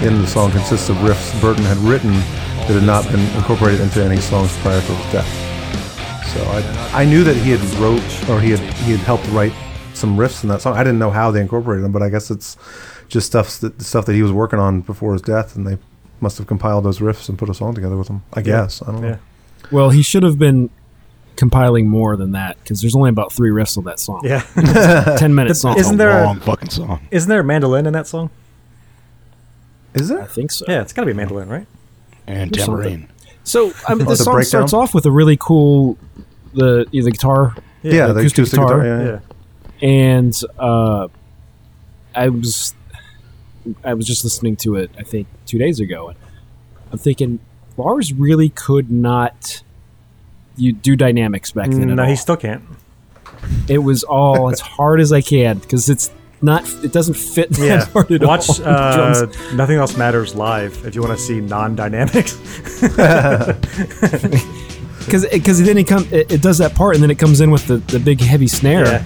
in the song consists of riffs Burton had written that had not been incorporated into any songs prior to his death. So I, I knew that he had wrote or he had he had helped write some riffs in that song. I didn't know how they incorporated them, but I guess it's just stuff that stuff that he was working on before his death, and they must have compiled those riffs and put a song together with them. I guess I don't know.
yeah.
Well, he should have been compiling more than that because there's only about three riffs of that song.
yeah.
10 minute song.
Isn't there?
Long
A,
fucking song.
isn't there a mandolin in that song?
Is
I
there?
think so.
Yeah, it's got to be a mandolin, right?
And
Here's
tambourine.
So I mean,
Oh,
the
the
song
breakdown?
starts off with a really cool the you know, the guitar
Yeah, the acoustic, guitar. yeah, yeah.
Yeah.
and uh, I was I was just listening to it I think two days ago and I'm thinking Lars really could not you do dynamics back then at
Mm, No,
all.
he still can't.
it was all as hard as I can because it's not it doesn't fit that
Yeah,
hard at all.
watch
The
uh,
drums.
Nothing Else Matters live if you want to see non-dynamics.
because because then it come it, it does that part and then it comes in with the, the big heavy snare
Yeah,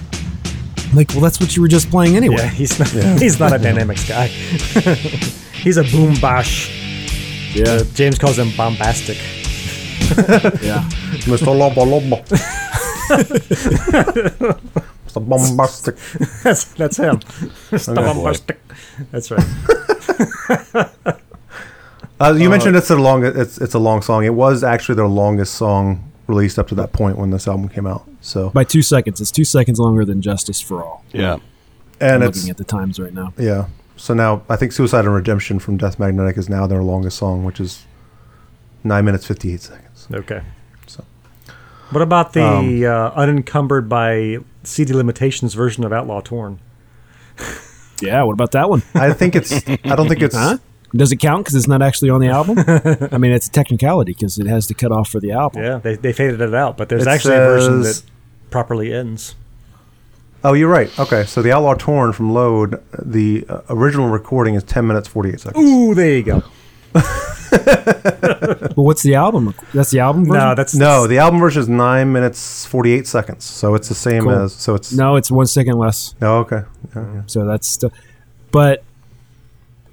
I'm like well that's what you were just playing anyway
yeah, he's not. He's not a dynamics guy. he's a boom bash.
yeah
James calls him bombastic.
yeah
Mr. Lobo Lobo. Mr. Bombastic.
That's that's him. Mr.
boy.
bombastic. That's right.
Uh, you mentioned it's a long it's it's a long song. It was actually their longest song released up to that point when this album came out. So
by two seconds it's two seconds longer than Justice for All
Yeah.
and
I'm
it's
looking at the times right now.
yeah. So now I think Suicide and Redemption from Death Magnetic is now their longest song, which is nine minutes fifty eight seconds.
Okay.
So-
What about the uh, unencumbered by CD limitations version of Outlaw Torn?
Yeah, what about that one?
I think it's I don't think it's
Does it count because it's not actually on the album? I mean, it's a technicality because it has to cut off for the album.
Yeah, they, they faded it out, but there's
It
actually a version
says-
that properly ends.
Oh, you're right. Okay, so the Outlaw Torn from Load, the uh, original recording is 10 minutes 48 seconds.
Ooh, there you go.
But what's the album? That's the album version.
No, that's
No, the album version is 9 minutes 48 seconds. So it's the same
Cool.
as so it's
no, it's one second less.
Oh, okay. Yeah, yeah.
So that's still. But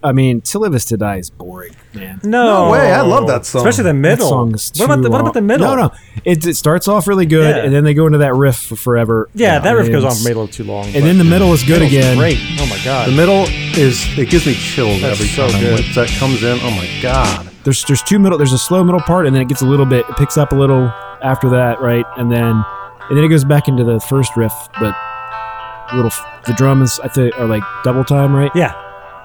I mean, "Till Live Is to Die" is boring, man.
No,
No way, I love that song.
Especially the
That
middle.
song is
what about
too
the what about the
long.
middle?
No, no. It, it starts off really good,
Yeah.
and then they go into that riff for forever.
Yeah, that
I
riff
mean,
goes on
it's-
for a little too long.
And then the middle is good again.
Great. Oh my god.
The middle is it gives me chills
That's
every
so
time
good.
When that comes in. Oh my god.
There's there's two middle. There's a slow middle part, and then it gets a little bit. It picks up a little after that, right? And then and then it goes back into the first riff, but a little f- the drums I think are like double time, right?
yeah.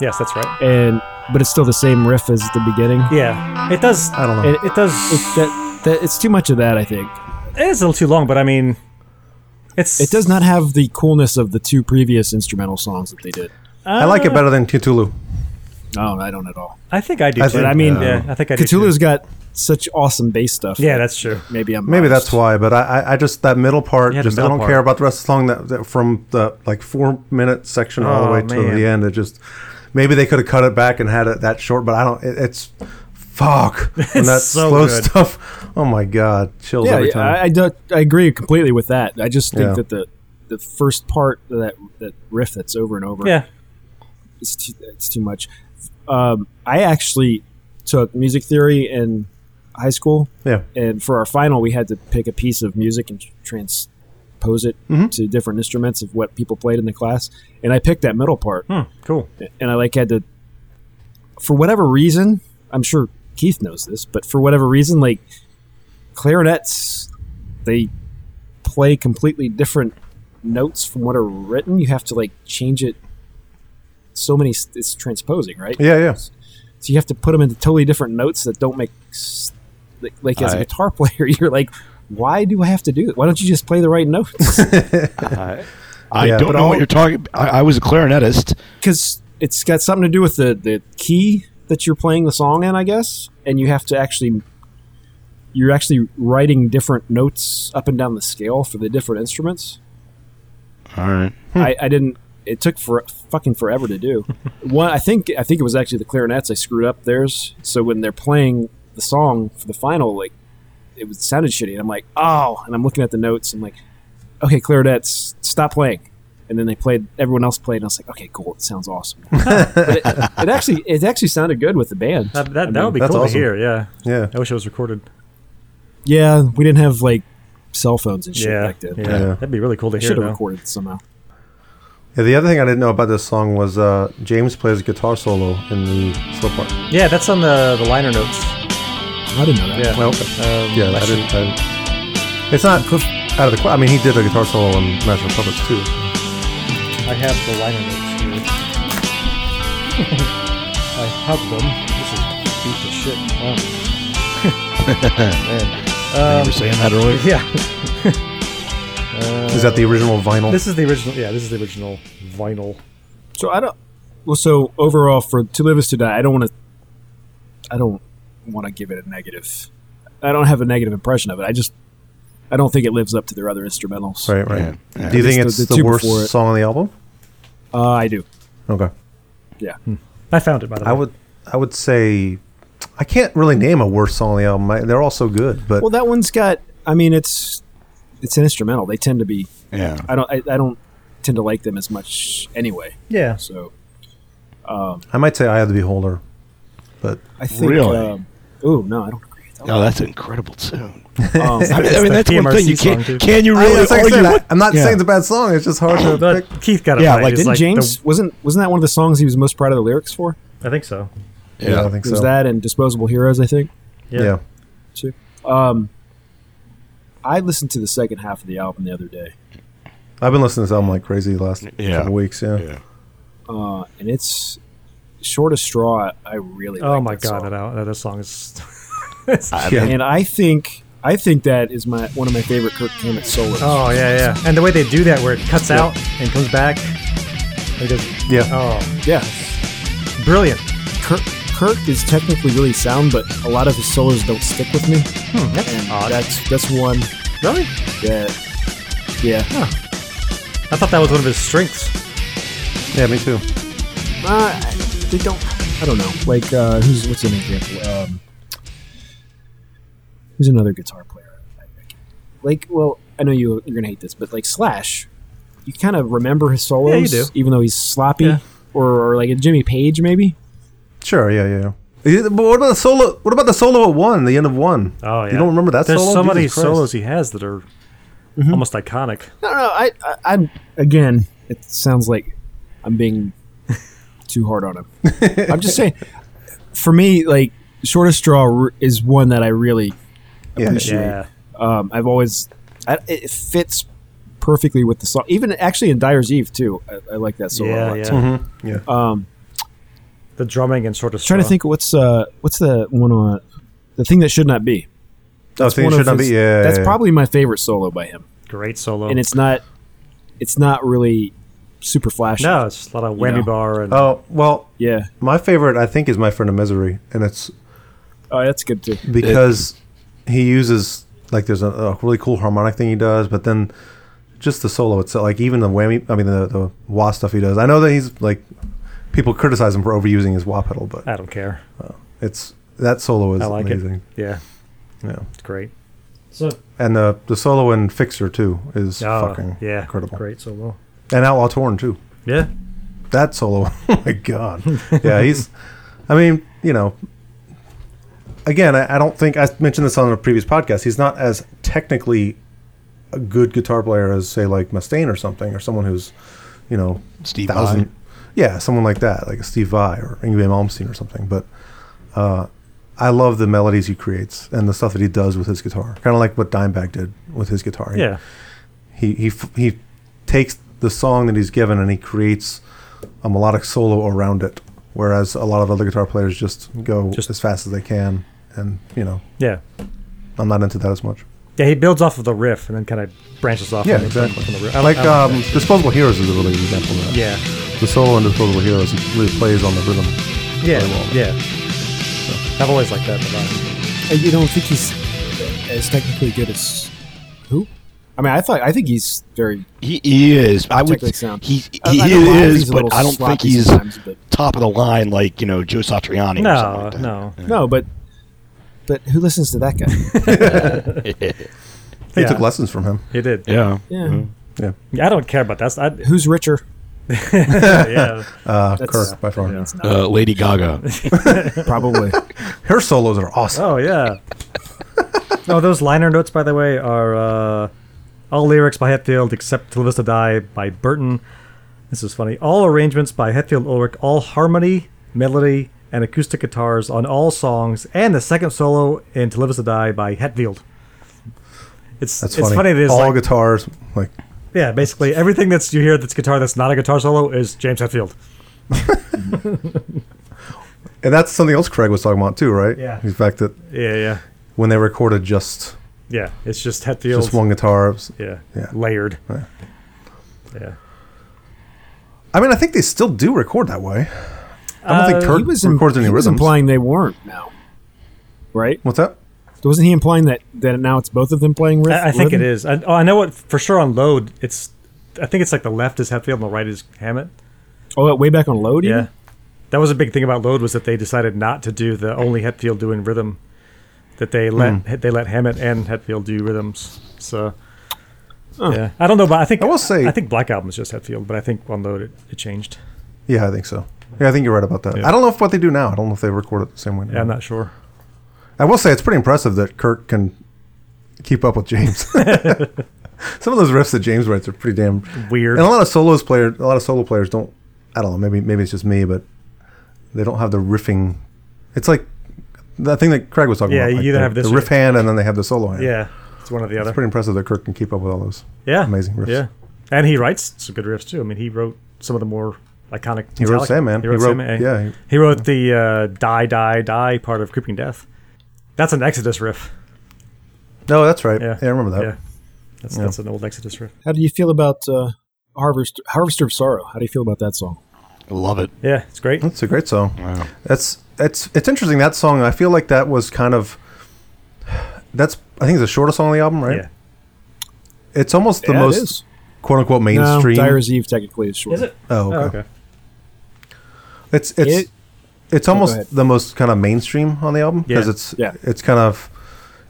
Yes, that's right.
And but it's still the same riff as the beginning.
Yeah, it does.
I don't know.
It, it does.
It, that, that it's too much of that, I think.
it is a little too long, but I mean, it's
It does not have the coolness of the two previous instrumental songs that they did.
I like it better than Cthulhu.
Oh, I don't at all.
I think I do.
I
too.
think-
I mean,
uh,
yeah, I think I do. too.
Cthulhu's got such awesome bass stuff.
Yeah, that's true.
maybe I'm
Maybe
biased.
that's why, but I, I, I just that middle part
Yeah, the
just I
middle
don't
part.
care about the rest of the song that, that from the like four minute section all the
Oh,
way
man.
to the end. It just maybe they could have cut it back and had it that short, but I don't. It, it's fuck and that
so
slow
good.
stuff. Oh my god, chills
Yeah,
every
yeah
time.
I, I, do, I agree completely with that. I just think
Yeah.
that the the first part of that that riff that's over and over
Yeah.
it's too, it's too much. Um, I actually took music theory in high school,
yeah,
and for our final, we had to pick a piece of music and transpose it
Mm-hmm.
to different instruments of what people played in the class. And I picked that middle part,
Hmm, cool.
and I like had to, for whatever reason, I'm sure Keith knows this, but for whatever reason, like clarinets, they play completely different notes from what are written. You have to like change it. So many, it's transposing, right?
yeah, yeah.
So you have to put them into totally different notes that don't make s- like, like as a
I-
guitar player, you're like, why do I have to do it? Why don't you just play the right notes?
I
Yeah, but
don't know
all-
what you're talking. I, I was a clarinetist.
Because it's got something to do with the the key that you're playing the song in, I guess, and you have to actually you're actually writing different notes up and down the scale for the different instruments.
All right.
I, I didn't. It took for fucking forever to do. One, I think I think it was actually the clarinets. I screwed up theirs. So when they're playing the song for the final, like it was sounded shitty. And I'm like, oh, and I'm looking at the notes. I'm like, okay, clarinets, stop playing. And then they played. Everyone else played, and I was like, okay, cool. It sounds awesome. But it, it actually it actually sounded good with the band.
That, that, that would be
that's
cool to
awesome.
hear. Yeah.
Yeah.
I wish it was recorded.
Yeah, we didn't have like cell phones and shit
Yeah.
back then.
yeah.
Yeah.
That'd be really cool to hear.
Should have
Though.
recorded somehow.
Yeah, the other thing I didn't know about this song was uh, James plays guitar solo in the slow part.
Yeah, that's on the, the liner notes.
I didn't know that.
Yeah.
Well, yeah, I didn't, I didn't. It's not out of the. que- I mean, he did a guitar solo in Master of Puppets too.
I have the liner notes here. I have them. This is beat the shit. Wow.
you were saying that earlier.
Yeah,
Is that the original vinyl?
this is the original. Yeah, this is the original vinyl.
So I don't. Well, so overall, for To Live Is to Die, I don't want to. I don't want to give it a negative. I don't have a negative impression of it. I just. I don't think it lives up to their other instrumentals.
right, right.
Yeah, yeah.
Do you think
It's
it's the,
the- the two
worst
before it.
song on the album?
Uh, I do.
Okay,
Yeah.
I found it by the way.
I would. I would say. I can't really name a worst song on the album. I, they're all so good, but
Well, that one's got. I mean, it's. It's an instrumental. They tend to be.
Yeah.
I don't. I, I don't tend to like them as much anyway.
yeah,
So
I might say "I Have the Beholder." But
I think.
Really?
Um, oh no, I don't agree. with that
Oh, that's an incredible tune.
one. Um,
I mean, I mean,
That's
that's
the
one thing.
PMRC
You can't,
song, too.
can you
I,
really?
Oh, that's like I
are
said,
you-
I, am not
Yeah.
saying it's a bad song. It's just hard to
but
pick.
Keith got it.
Yeah,
right.
like,
It's
didn't
the-
James wasn't wasn't that one of the songs he was most proud of the lyrics for?
I think so.
Yeah, I think
It was
so.
that and Disposable Heroes, I think.
yeah.
too. Um, I listened to the second half of the album the other day,
I've been listening to this album like crazy the last
Yeah.
couple weeks. Yeah.
Yeah.
uh, and it's short of straw. I really.
Oh
like
my
that
god,
song.
that al- that song is.
Yeah.
And I think I think that is my one of my favorite Kirk Hammett solos.
oh yeah, yeah, and the way they do that, where it cuts out and comes back, it does.
Yeah.
Oh,
yeah,
brilliant.
Kirk, Kirk is technically really sound, but a lot of his solos don't stick with me.
Hmm, that's odd.
That's that's one
Really?
that, yeah.
I thought that was one of his strengths.
Yeah, me too.
Uh, they don't. I don't know. Like, uh, who's what's an example? Um, who's another guitar player? Like, well, I know you you're gonna hate this, but like Slash, you kind of remember his solos,
Yeah, you do.
even though he's sloppy,
Yeah.
or, or like a Jimmy Page maybe.
Sure. Yeah, yeah, yeah. Yeah, But what about the solo? What about the solo at one? The end of one.
Oh yeah.
You don't remember that
There's
solo?
so many
Jesus Christ. Mm-hmm.
solos he has that are almost iconic.
No, no. I, I, I again, it sounds like I'm being too hard on him. I'm just saying. For me, like Shortest Straw re- is one that I really
Yeah, Oh,
appreciate.
Yeah.
um, I've always I, it fits perfectly with the song. Even actually in Dyer's Eve too, I, I like that song a
yeah,
lot.
yeah.
too.
Mm-hmm. yeah.
The drumming and sort of.
Um, trying to think what's uh what's the one on the thing that should not be.
Oh, thing
One
should
of
not be.
his-
Yeah,
that's
yeah, yeah.
probably my favorite solo by him,
great solo.
and it's not it's not really super flashy.
no, it's a lot of whammy
know.
bar and
Oh well,
Yeah,
my favorite I think is my friend of misery, and it's
oh, that's good too.
because he uses like there's a, a really cool harmonic thing he does, but then just the solo itself, like even the whammy, I mean the the wah stuff he does. I know that he's like people criticize him for overusing his wah pedal, but
I don't care.
it's that solo is
I like
amazing.
it. Yeah,
Yeah,
it's great.
uh,
So
and the the solo in Fixer too is fucking
Oh, yeah,
incredible,
Great solo.
and Outlaw Torn too.
Yeah,
that solo. oh my god. Yeah, he's. I mean, you know. Again, I, I don't think I mentioned this on a previous podcast. He's not as technically a good guitar player as say like Mustaine or something, or someone who's, you know,
Steve Vai.
Yeah, someone like that, like a Steve Vai or Ingve Malmsteen or something. But uh, I love the melodies he creates and the stuff that he does with his guitar. Kind of like what Dimebag did with his guitar. He-
yeah.
he he f- he takes the song that he's given and he creates a melodic solo around it whereas a lot of other guitar players just go
Just-
as fast as they can and you know
Yeah.
i'm not into that as much
Yeah, he builds off of the riff and then kind of branches off.
yeah
from the-
exactly
From the riff.
I like um, disposable heroes is a really good example of that
Yeah,
the solo in disposable heroes really plays on the rhythm
yeah,
really well.
yeah. I've always liked that about him.
And you don't think he's as technically good as who? I mean, I thought I think he's very
He, he is. I would.
Technically sound.
He,
I-
he
I know a lot of
is,
these are
but
little
I don't think
sloppy
he's
sometimes, but-
top of the line like you know Joe Satriani. or something
No,
like
no.
that.
no, but but who listens to that guy?
he
Yeah.
took lessons from him
He did.
Yeah.
Yeah,
I don't care about that. I,
who's richer?
yeah,
uh,
That's-
kirk by far
Uh, Lady Gaga.
Probably.
her solos are awesome
Oh yeah. oh, those liner notes, by the way, are uh, all lyrics by Hetfield except "To Live Is to Die" by Burton. This is funny. All arrangements by Hetfield Ulrich. All harmony, melody, and acoustic guitars on all songs, and the second solo in "To Live Is to Die" by Hetfield. It's
that's
it's
funny,
funny. that it's
all
like,
guitars like
yeah, basically everything that's you hear that's guitar that's not a guitar solo is James Hetfield.
and that's something else craig was talking about too right
Yeah.
the fact that
Yeah, yeah,
when they recorded just
yeah. It's just Hetfield.
just one guitar it was-
Yeah,
Yeah.
layered.
Yeah.
yeah.
I mean, I think they still do record that way. I don't think
Uh,
Kirk
he was,
records
im-
any
he was
rhythms.
implying they weren't now, right?
What's that?
Wasn't he implying that that now it's both of them playing riff?
I, I think it
rhythm?
is. I, oh, I know what for sure on load. It's I think it's like the left is Hetfield and the right is Hammett.
Oh, way back on load. even?
Yeah, that was a big thing about load was that they decided not to do the only Hetfield doing rhythm. That they let they let Hammett and Hetfield do rhythms. So yeah, I don't know, but I think
I will say-
I think Black Album is just Hetfield, but I think on load it, it changed.
Yeah, I think so. Yeah, I think you're right about that. I don't know if what they do now. I don't know if they record it the same way. now.
Yeah, I'm not sure.
I will say it's pretty impressive that Kirk can keep up with James. Some of those riffs that James writes are pretty damn
Weird.
And a lot of solos player, a lot of solo players don't. I don't know. Maybe maybe it's just me, but they don't have the riffing. It's like the thing that Craig was talking
Yeah,
about.
you
like
either
the,
have this
the
or-
riff hand, and then they have the solo hand.
Yeah, it's one or the other.
it's pretty impressive that Kirk can keep up with all those.
yeah,
amazing riffs.
Yeah, and he writes some good riffs too. I mean, he wrote some of the more iconic.
He wrote
Metallica-
Sandman.
He wrote, Sandman.
Yeah, he-
He wrote the uh, "Die Die Die" part of "Creeping Death." That's an Exodus riff.
no, that's right.
Yeah.
Yeah, I remember that.
Yeah, that's that's an old Exodus riff.
How do you feel about uh, Harvest Harvester of Sorrow? How do you feel about that song?
Love it.
Yeah, it's great.
That's a great song.
Wow.
That's it's it's interesting that song. I feel like that was kind of that's I think it's the shortest song on the album, right?
Yeah.
It's almost the
Yeah, it
most
is.
quote unquote
No,
mainstream.
Dyer's Eve technically is short.
Is it?
Oh, okay.
Oh, okay.
It's it's
It-
it's
go ahead.
almost the most kind of mainstream on the album because
Yeah.
it's
Yeah.
it's kind of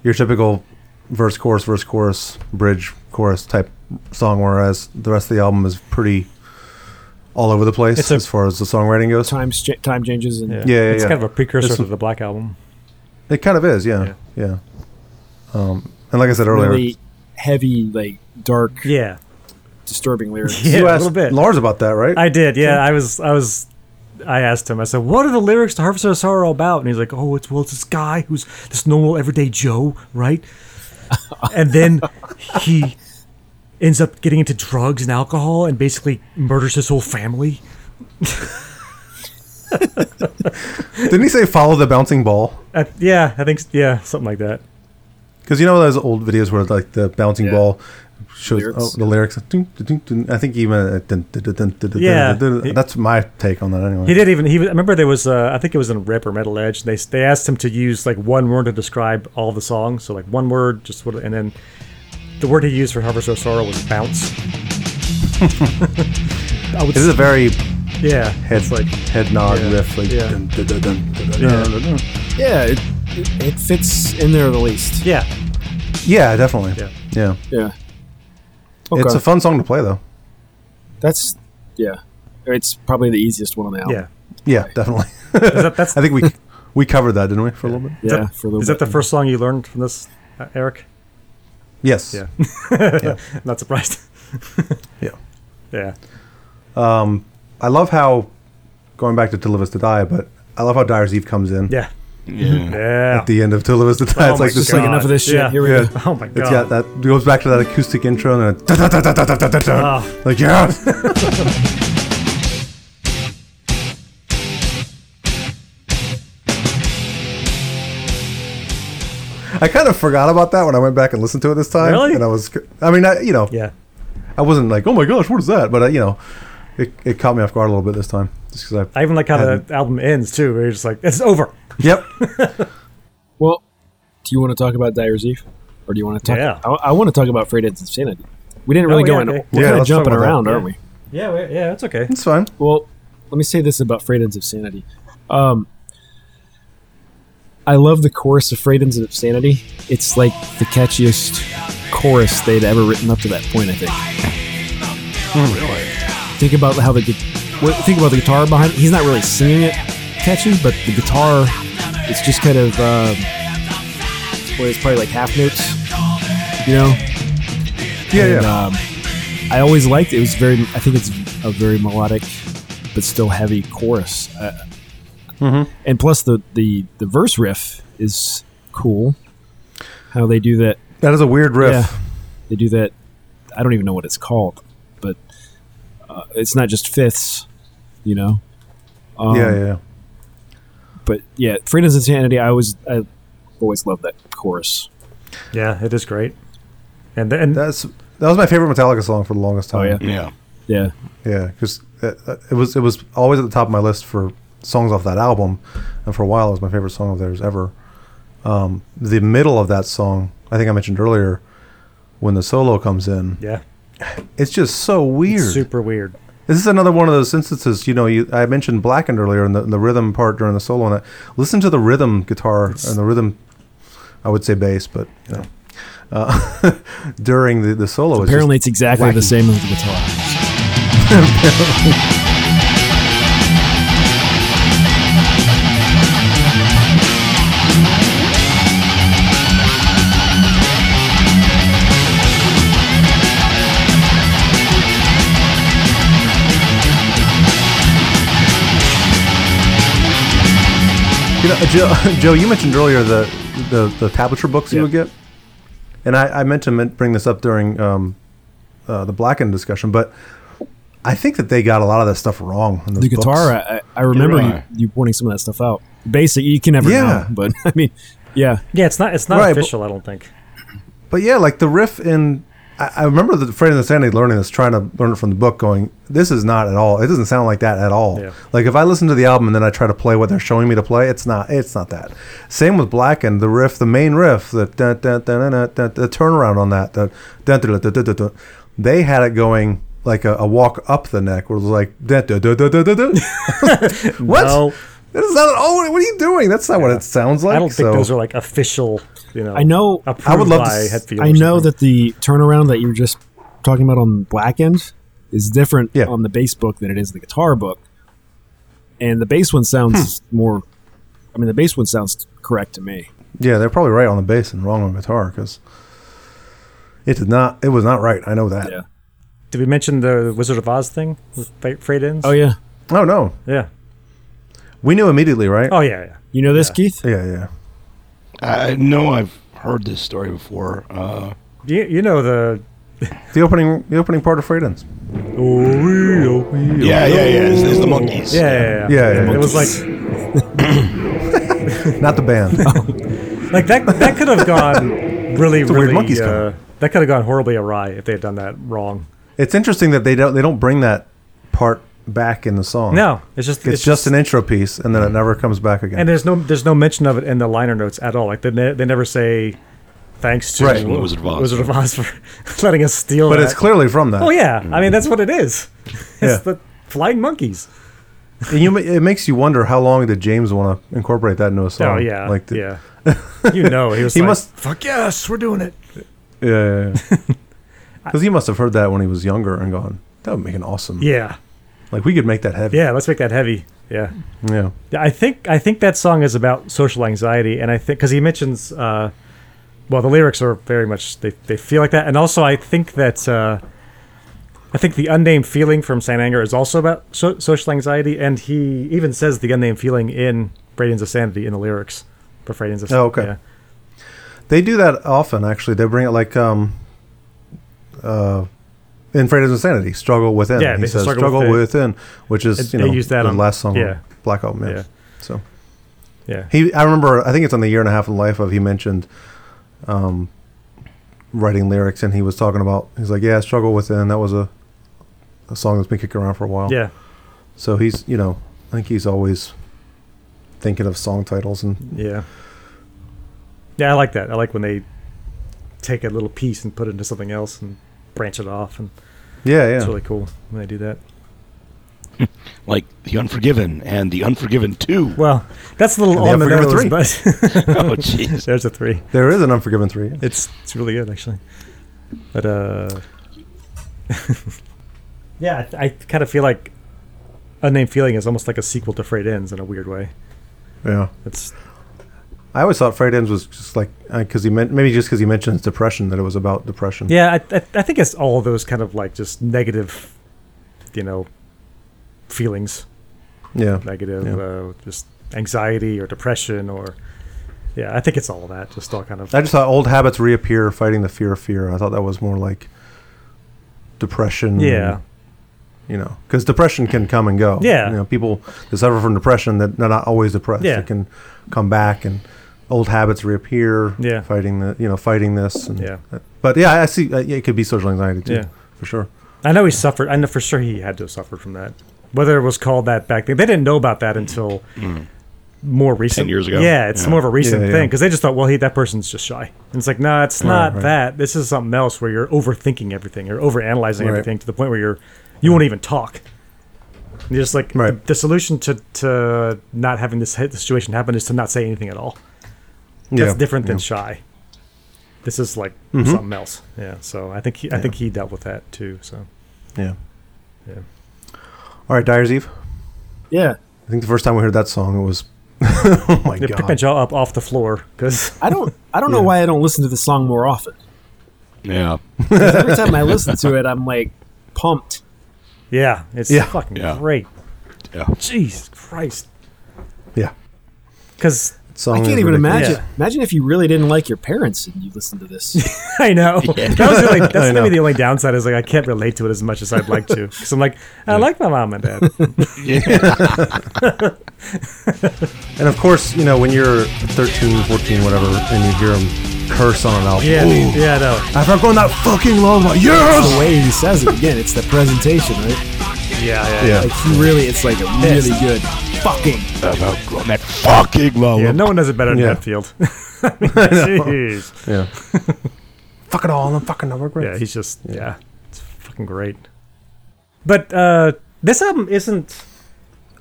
your typical verse chorus verse chorus bridge chorus type song, whereas the rest of the album is pretty all over the place
It's a-
as far as the songwriting goes.
Times cha- time changes and
Yeah, yeah,
It's
yeah.
kind of a precursor
This-
to the Black Album.
It kind of is, yeah, yeah. Um, and like I said earlier,
really heavy, like dark,
Yeah.
disturbing lyrics.
Yeah,
you
a
asked
little bit.
Lars about that, right?
I did. Yeah, I was. I was. I asked him. I said, "What are the lyrics to Harvest of Sorrow about?" And he's like, "Oh, it's well, it's this guy who's this normal everyday Joe, right?" and then he ends up getting into drugs and alcohol and basically murders his whole family.
Didn't he say follow the bouncing ball?
Uh, yeah, I think. s- Yeah, something like that.
Because you know those old videos where like the bouncing
Yeah.
ball shows
Lyrics.
oh, the lyrics. Dun, dun, dun, dun. I think even uh, dun, dun, dun, dun, dun, dun,
Yeah.
dun, dun. that's my take on that anyway.
He did even. He was- I remember there was. Uh, I think it was in Rip or Metal Edge. And they s- they asked him to use like one word to describe all the songs. So like one word, just what, and then the word he used for Harvest of Sorrow was bounce. I would
This is a very
Yeah,
head
it's like
head nod
yeah,
riff. Like,
yeah.
dun, dun, dun, dun, dun, dun,
Yeah.
dun, dun.
Yeah, it, it, it fits in there the least.
yeah,
yeah, definitely.
Yeah.
Yeah,
Yeah. Okay.
it's a fun song to play though.
That's yeah. It's probably the easiest one on the album.
yeah.
Yeah, definitely.
Is that that's
I think we we covered that, didn't we, for a little bit?
Yeah,
that-
for a little
is
bit.
that the first song you learned from this, uh, Eric?
Yes.
Yeah. Not surprised.
Yeah.
Yeah,
I love how going back to To Live Is to Die, but I love how Dyer's Eve comes in
yeah,
Yeah.
yeah.
at the end of To Live Is to Die.
Oh
it's
my
like this
It's like
God.
enough of this shit.
Yeah.
Here we
Yeah.
go.
oh my god.
It's got that it goes back to that acoustic intro and then da, da, da, da, da, da, da, da.
Oh.
like yeah. I kind of forgot about that when I went back and listened to it this time,
Really?
and I was, I mean, I, you know,
yeah.
I wasn't like, oh my gosh, what is that? But uh, you know, it, it caught me off guard a little bit this time, just because I,
I even like how
hadn't-
the album ends too. Where you're just like, it's over.
yep,
Well, do you want to talk about Dyer's Eve, or do you want to talk?
Yeah.
I, I want to talk about Freight Ed's Insanity. We didn't really
Oh,
go
yeah,
in.
okay.
We're
Yeah,
kind of
let's talk
jumping
about that.
around,
Yeah.
aren't we?
Yeah, we- yeah, it's okay.
it's fine.
Well, let me say this about Freydens of Sanity. Um, I love the chorus of Freydens of Sanity. It's like the catchiest chorus they'd ever written up to that point. I think. really? Think about how the gu- what, think about the guitar behind. He's not really singing it catchy, but the guitar it's just kind of um, well, it's probably like half notes, you know.
Yeah,
And,
yeah.
um, I always liked it. It was very. I think it's a very melodic, but still heavy chorus. Uh,
Mm-hmm.
And plus the, the the verse riff is cool. How they do that?
That is a weird riff.
Yeah, they do that. I don't even know what it's called, but uh, it's not just fifths, you know. Um,
yeah, yeah, yeah.
But yeah, Freedom's Insanity. I always I always loved that chorus.
Yeah, it is great. And then and
That's that was my favorite Metallica song for the longest time.
Oh, yeah.
Yeah.
Yeah,
Yeah, because it, it was it was always at the top of my list for songs off that album, and for a while it was my favorite song of theirs ever. Um, the middle of that song, I think I mentioned earlier, when the solo comes in,
yeah,
it's just so weird.
super weird.
This is another one of those instances. You know, you I mentioned Blackened earlier and the, the rhythm part during the solo, and that, listen to the rhythm guitar and the rhythm. I would say bass, but you know, uh, during the the solo, it's just-
apparently it's exactly the
wacky.
same as the guitar.
You know, Joe, Joe, you mentioned earlier the the, the tablature books you
Yeah.
would get, and I, I meant to men- bring this up during um, uh, the Blackened discussion, but I think that they got a lot of that stuff wrong. In those
the
books.
guitar. I, I- I remember
Right.
you, you pointing some of that stuff out. Basic, you can never
Yeah.
know, but I mean, yeah,
Yeah, it's not. It's not
Right, but-
official. I don't think.
but yeah, like the riff in I, I remember the Fred and the Sandy learning this, trying to learn it from the book, going, this is not at all. It doesn't sound like that at all.
Yeah.
Like if I listen to the album and then I try to play what they're showing me to play, it's not. It's not that. Same with Black and the riff, the main riff, the dun, dun, dun, dun, dun, dun, the turnaround on that. The dun, dun, dun, dun, dun, dun, dun. They had it going like a, a walk up the neck, where it was like dun, dun, dun, dun, dun, dun, dun. what?
No.
That is not at all. What are you doing? That's not what it sounds like.
I don't think
so-
those are like official. You know,
I know- I would
Approved I would
love
love
to
by
s-
Hetfield.
I
or
know
something.
that the turnaround that you were just talking about on Black End is different
Yeah.
on the bass book than it is in the guitar book. And the bass one sounds
Hmm.
more. I mean, the bass one sounds correct to me.
Yeah, they're probably right on the bass and wrong on guitar because it did not. It was not right. I know that.
Yeah.
Did we mention the Wizard of Oz thing with fa- frayed ends?
Oh yeah,
Oh no,
yeah.
we knew immediately, right?
Oh yeah, yeah.
you know this, Keith?
Yeah, yeah.
I know I've heard this story before. Uh,
You, you know the
The opening, the opening part of Freedoms.
yeah, yeah, yeah. It's, it's the monkeys.
yeah yeah yeah.
Yeah, yeah,
It was like
Not the band.
like that that could have gone really
a weird
really
monkey's
uh,
cover.
that could have gone horribly awry if they had done that wrong.
it's interesting that they don't. They don't bring that part back in the song.
No, it's just
it's, just an intro piece, and then it never comes back again.
and there's no there's no mention of it in the liner notes at all. Like they ne- they never say thanks to
Right.
Wizard of Oz.
Wizard of Oz for letting us steal.
but
that.
it's clearly from that.
Oh yeah, I
Mm-hmm.
mean that's what it is. It's
Yeah.
the flying monkeys.
And you, ma- it makes you wonder how long did James want to incorporate that into a song?
Oh yeah,
Like
like
the,
yeah. You know he was.
He
like,
must-
Fuck yes, we're doing it.
yeah, yeah. Because he must have heard that when he was younger and gone, "That would make an awesome."
Yeah,
Like we could make that heavy.
yeah. Let's make that heavy. Yeah.
Yeah.
Yeah, I think I think that song is about social anxiety, and I think because he mentions, uh, well, the lyrics are very much they, they feel like that, and also I think that uh, I think the unnamed feeling from Saint Anger is also about so- social anxiety, and he even says the unnamed feeling in Freudians of Sanity in the lyrics for Freudians of
Oh, okay.
Yeah.
They do that often, actually. They bring it like um, uh, in Freighters Insanity, struggle within.
Yeah,
he
they say
says struggle,
struggle within.
within, which is
They-
you know
they use that
the
on-
last song,
yeah.
on Black Album. Yeah.
Yeah.
So
yeah.
he, I remember, I think it's on the year and a half of life of he mentioned um, writing lyrics, and he was talking about he's like, yeah, struggle within. That was a a song that's been kicking around for a while.
yeah,
So he's you know, I think he's always thinking of song titles and
yeah, yeah. I like that. I like when they take a little piece and put it into something else and branch it off, and
yeah, yeah.
it's really cool when they do that.
Like The Unforgiven and The Unforgiven 2.
Well, that's a little
they
on the
have Forgiven
nose,
three.
but
Oh, jeez.
there's a three.
there is an Unforgiven three.
It's it's really good actually. But uh, yeah, I, I kind of feel like unnamed feeling is almost like a sequel to Freight Ends in a weird way.
Yeah.
It's
I always thought Fred Ends was just like because he meant maybe just because he mentions depression that it was about depression.
yeah, I, I, I think it's all those kind of like just negative, you know, feelings,
yeah,
negative,
Yeah.
uh, just anxiety or depression or yeah, I think it's all of that, just all kind of
I just thought old habits reappear, fighting the fear of fear. I thought that was more like depression.
yeah.
you know, because depression can come and go.
Yeah.
you know, people that suffer from depression that they're not always depressed.
Yeah.
it can come back and old habits reappear.
Yeah.
fighting the you know fighting this. And,
Yeah.
but yeah, I see. Uh, yeah, it could be social anxiety too,
Yeah.
for sure.
I know he suffered. I know for sure he had to have suffered from that. Whether it was called that back then, they didn't know about that until more recent.
years ago.
Yeah, it's
Yeah.
more of a recent
Yeah, yeah.
thing because they just thought, well, he that person's just shy. And it's like, no, it's not
right.
that. This is something else where you're overthinking everything. You're overanalyzing
Right.
everything to the point where you're you won't even talk. You're just like
Right.
the, the solution to, to not having this hit- situation happen is to not say anything at all. That's
yeah,
different than
yeah. Mm-hmm.
shy. This is like something else. Yeah. So I think he, I think he dealt with that too. So
yeah.
Yeah.
All right, Dyer's Eve.
Yeah,
I think the first time we heard that song, it was oh my
Yeah, pick my
god.
jaw up off the floor because
I don't. I don't know why I don't listen to this song more often.
Yeah.
Every time I listen to it, I'm like pumped.
yeah, it's
Yeah.
fucking
Yeah.
great.
Yeah.
Jesus Christ,
Yeah,
because
song
I
is
can't even
ridiculous.
imagine.
Yeah.
Imagine if you really didn't like your parents and you listened to this.
I know that was really, that's
I know.
maybe the only downside is like I can't relate to it as much as I'd like to because I'm like I like my mom and dad.
And of course, you know, when you're 13, 14, whatever, and you hear them curse on an album.
Yeah,
Ooh.
yeah, no.
If I'm going that fucking low, I'm like, yes!
It's the way he says it again. It's the presentation, right?
Yeah, yeah.
Yeah.
Like he really, it's like a really good fucking.
on that fucking low.
Yeah, no one does it better than
Yeah.
Hetfield. I mean, Jeez.
Yeah. fuck it all, I'm fucking over great.
Yeah, he's just yeah. it's fucking great. But uh this album isn't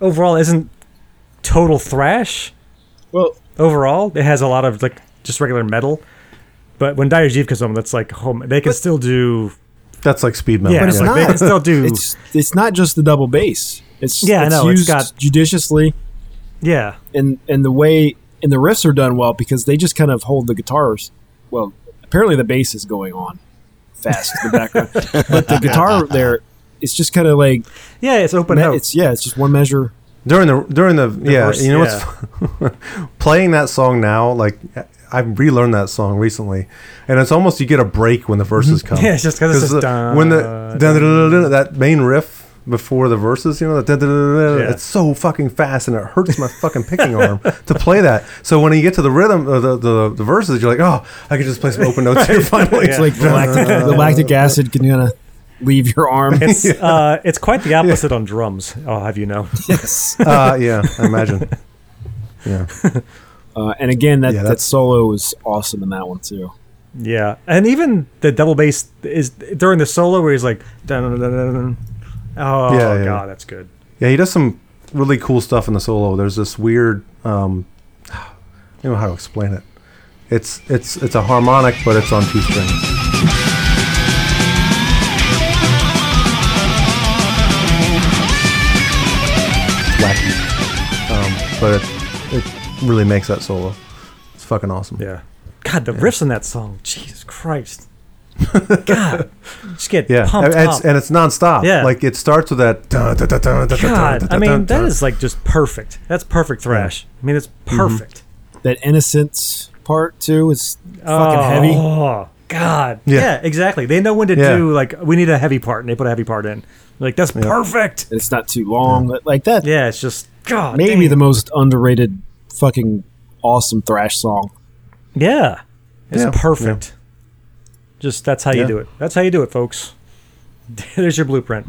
overall isn't total thrash.
Well-
overall, it has a lot of like just regular metal. But when Dire Jeep comes home, that's like home. They can still do
That's like speed metal.
Yeah,
Yeah,
but it's not- They can still do-
It's it's not just the double bass. It's
Yeah, I
it's
know, it's
used
got-
judiciously,
yeah,
and and the way and the riffs are done well because they just kind of hold the guitars. Well, apparently the bass is going on fast in the background, but the guitar there, it's just kind of like
yeah. It's open
me-
out.
it's yeah, it's just one measure.
During the during the yeah,
verse,
you know
yeah.
what's playing that song now? Like I relearned that song recently, and it's almost you get a break when the verses come.
Mm-hmm. Yeah, it's just 'cause it's just
the-
dun-
when the dun- dun- dun- dun- that main riff before the verses, you know, the dun- dun- dun- dun- dun,
Yeah.
it's so fucking fast and it hurts my fucking picking arm to play that. So when you get to the rhythm, uh, the, the the verses, you're like, oh, I could just play some open notes here finally.
It's like the lactic,
Uh,
the lactic acid can kind of leave your arm.
It's, uh, it's quite the opposite on drums. I'll have you know.
Yes.
uh, yeah, I imagine. Yeah,
Uh, and again, that,
Yeah,
that
that's-
solo was awesome in that one too.
Yeah, and even the double bass is during the solo where he's like, dun, dun, dun, dun, dun. oh
Yeah, yeah.
god, that's good.
yeah, he does some really cool stuff in the solo. There's this weird, um, I don't know how to explain it. It's it's it's a harmonic, but it's on two strings. Wacky, um, but it, it really makes that solo. It's fucking awesome.
Yeah. God, the riffs in that song, Jesus Christ. God, just get
Yeah,
pumped
and,
up.
it's, and it's nonstop.
Yeah.
like it starts with that. dun, dun, dun, dun, dun, dun,
God,
dun,
I mean,
dun,
that
dun.
is like just perfect. That's perfect thrash. I mean, it's
Mm-hmm.
perfect.
That innocence part too is fucking heavy.
Oh God. Yeah.
Yeah.
exactly. They know when to
Yeah.
do like we need a heavy part, and they put a heavy part in. Like that's perfect.
And it's not too long. But like that,
Yeah, it's just God.
maybe the
damn.
most underrated fucking awesome thrash song.
yeah. It's
Yeah.
perfect. Just that's how you
Yeah.
do it. That's how you do it, folks. There's your blueprint.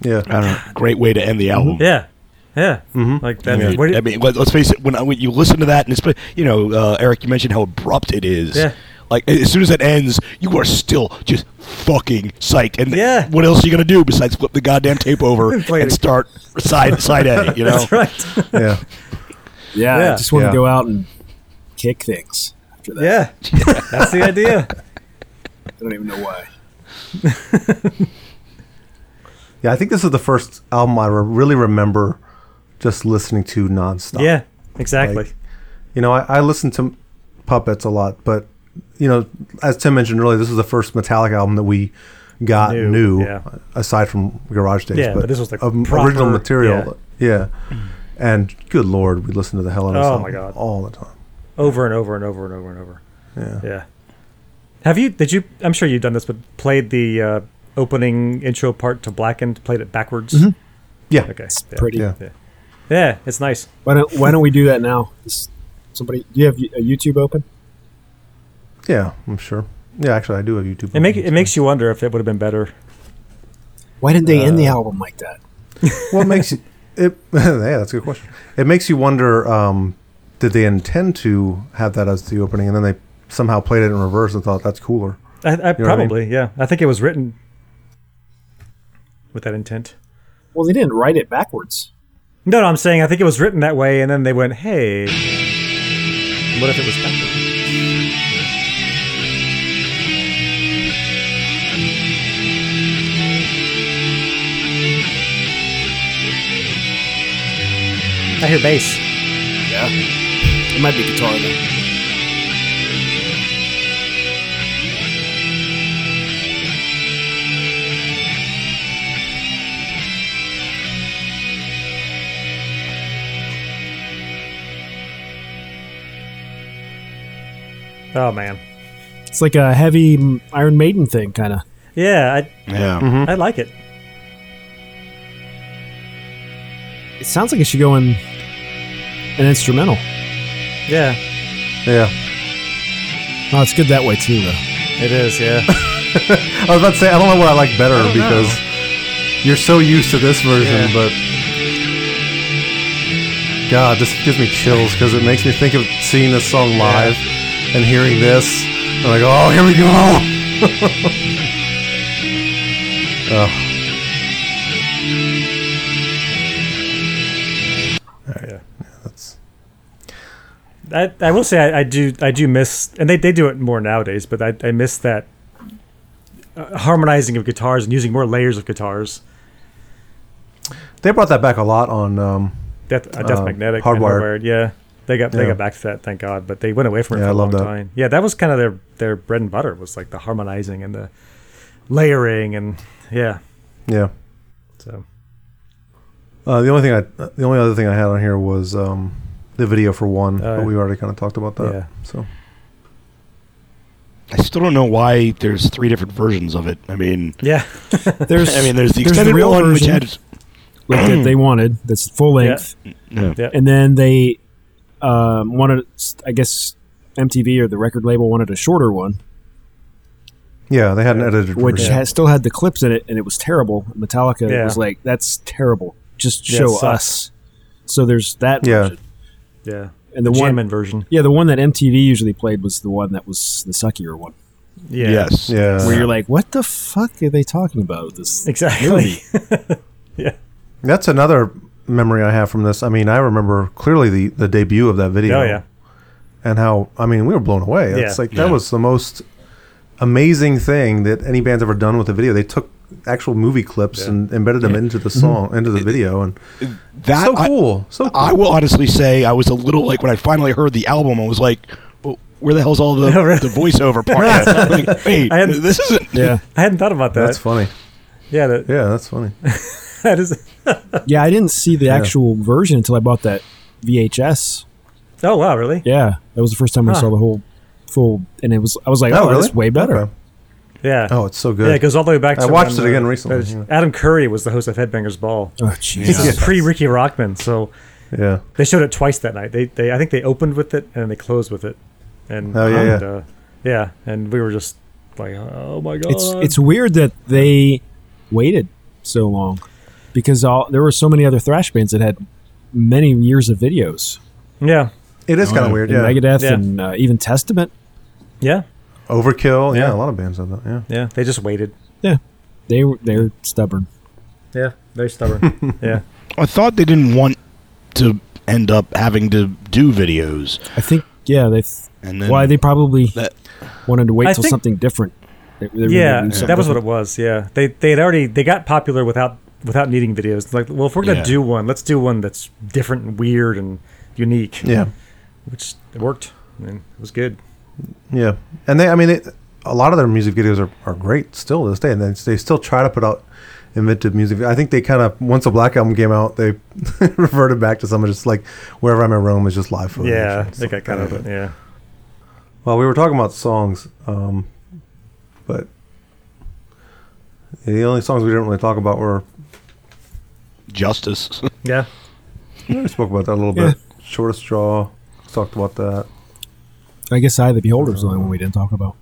yeah. I don't know.
Great way to end the album.
Yeah, yeah.
Mm-hmm.
Like that.
I mean,
where-
I mean, let, us face it. When, I, when you listen to that, and it's but, you know, uh, Eric, you mentioned how abrupt it is.
Yeah.
Like as soon as that ends, you are still just fucking psyched. And
Yeah.
what else are you gonna do besides flip the goddamn tape over and,
play it.
start side side at it? You know,
That's right.
Yeah.
Yeah,
Yeah.
I just want
Yeah.
to go out and kick things after that.
yeah, that's the idea.
I don't even know why.
Yeah, I think this is the first album I re- really remember just listening to nonstop.
Yeah, exactly.
Like- You know, I, I listened to Puppets a lot, but, you know, as Tim mentioned earlier, this is the first Metallic album that we got
New,
new,
yeah.
aside from Garage Days.
Yeah, but this was, like,
of
proper-
original material. Yeah. And good lord, we listened to the hell out of this
Oh, my
album
God.
all the time.
Over and over and over and over and over. Yeah. Yeah. Have you? Did you? I'm sure you've done this, but played the uh, opening intro part to Blackened. Played it backwards.
Yeah.
Okay. yeah.
Pretty.
Yeah.
Yeah, it's nice.
Why don't Why don't we do that now? Is Somebody, do you have a YouTube open?
Yeah, I'm sure. Yeah, actually, I do have YouTube.
It make
open,
it
so-
makes you wonder if it would have been better.
Why didn't they
Uh.
end the album like that?
what makes you, it? yeah, that's a good question. It makes you wonder: um, Did they intend to have that as the opening, and then they somehow played it in reverse and thought that's cooler?
I, I
mean?
probably. Yeah, I think it was written with that intent.
Well, they didn't write it backwards.
No, no, I'm saying I think it was written that way, and then they went, "Hey, what if it was backwards?" I hear bass.
It might be guitar though.
Oh man,
It's like a heavy mm, Iron Maiden thing, kind of.
yeah, I
yeah.
I like it.
It sounds like it should go in an instrumental.
Yeah,
Yeah,
Oh, it's good that way too, though.
It is, yeah.
I was about to say I don't know what I like better because you're so used to this version,
Yeah.
but God, this gives me chills because it makes me think of seeing this song live and hearing this. I'm like, oh, here we go. oh.
Yeah.
That's
I, I will say I, I do I do miss and they, they do it more nowadays, but I, I miss that uh, harmonizing of guitars and using more layers of guitars.
they brought that back a lot on. Um,
Death, uh, Death
Uh,
Magnetic, and
Hardwired.
yeah. They got they
Yeah.
got back to that, thank God. But they went away from it
Yeah,
for
I
a
love
long
that.
time. Yeah, that was kind of their their bread and butter was like the harmonizing and the layering and yeah.
yeah.
So
Uh, the only thing I, the only other thing I had on here was um, the video for one,
Uh,
but we already kind of talked about that.
yeah.
So
I still don't know why there's three different versions of it. I mean,
yeah,
There's,
I mean, there's the
there's
extended
real
one, which
version
had
like, that they wanted. That's full length,
yeah.
Yeah.
and then they um, wanted, I guess, MTV or the record label wanted a shorter one,
yeah, they had an edited
which
version.
ha still had the clips in it, and it was terrible. Metallica
Yeah.
was like, "That's terrible. Just
Yeah, it
show
sucks.
us." So there's that.
Yeah.
version.
yeah.
and the, one,
Jammin' version.
yeah, the one that MTV usually played was the one that was the suckier one,
Yeah.
Yes.
yeah,
where you're like, "What the fuck are they talking about with this?"
Exactly.
That's another memory I have from this. I mean, I remember clearly the, the debut of that video.
Oh yeah.
And how I mean, we were blown away.
Yeah.
It's like that
Yeah.
was the most amazing thing that any band's ever done with a video. They took actual movie clips and embedded them into the song, into the video, and
That
so
I-
cool. so cool.
I will honestly say I was a little like when I finally heard the album, I was like, well, where the hell's all the,
Oh, really?
the voiceover part? like, wait,
I had-
this isn't.
Yeah,
I hadn't thought about that.
That's funny.
yeah, that,
Yeah, that's funny.
that is.
yeah, I didn't see the actual version until I bought that VHS.
Oh wow, really?
Yeah, that was the first time I
Huh.
saw the whole full, and it was I was like, "Oh, that's way better."
Okay.
Yeah.
Oh, it's so good.
Yeah, it goes all the way back.
I
to
watched
when,
it again
uh,
recently,
uh, Adam Curry was the host of Headbangers Ball.
Oh,
This
Jesus.
is pre Ricky Rockman, so
yeah.
they showed it twice that night. They, they I think they opened with it and they closed with it. And
Oh, yeah,
and,
yeah.
Uh, yeah, and we were just like, oh my god,
It's it's weird that they waited so long because all there were so many other thrash bands that had many years of videos.
yeah,
It is kind of weird.
And
Yeah.
Megadeth
Yeah.
and uh, even Testament.
yeah,
Overkill. Yeah, a
Yeah.
lot of bands have that. Yeah.
yeah. They just waited.
Yeah, they were they're stubborn.
Yeah, they're stubborn. yeah,
I thought they didn't want to end up having to do videos.
I think yeah they. Th-
And then
why they probably
that-
wanted to wait
I
till
think-
something different. They- they were gonna
yeah.
do something
That was what
different.
it was. Yeah, they they had already they got popular without without needing videos. Like, well, if we're gonna
Yeah.
do one, let's do one that's different and weird and unique.
Yeah.
which it worked. And it was good.
Yeah, and they, I mean, they, a lot of their music videos are, are great still to this day, and they, they still try to put out inventive music. I think they kind of once the Black Album came out, they reverted back to some of just like wherever I'm in Rome is just live footage.
Yeah,
and
they
stuff
got kind
like
of
that.
yeah.
Well, we were talking about songs, um, but the only songs we didn't really talk about were
Justice.
Yeah.
we spoke about that a little
Yeah.
bit. Shortest straw talked about that.
I guess I the Beholder is the only one we didn't talk about.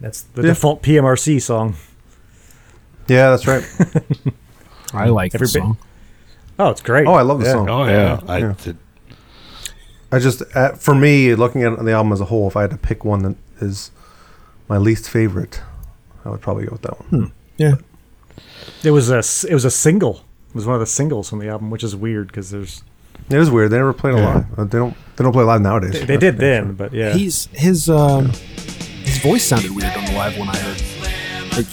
That's the
Yeah.
default PMRC song.
Yeah, that's right.
I like the
Every bit-
song.
Oh, it's great.
Oh, I love the
Yeah.
song.
oh yeah. I,
Yeah.
did-
I just, uh, for me, looking at the album as a whole, if I had to pick one that is my least favorite, I would probably go with that
Hmm.
one.
Yeah,
It was a s- it was a single. It was one of the singles from the album, which is weird because there's
It is weird. They never played a
Yeah.
live. Uh, They don't. They don't play live nowadays.
they did then, but yeah,
he's his um his voice sounded weird on the live one I heard. Like,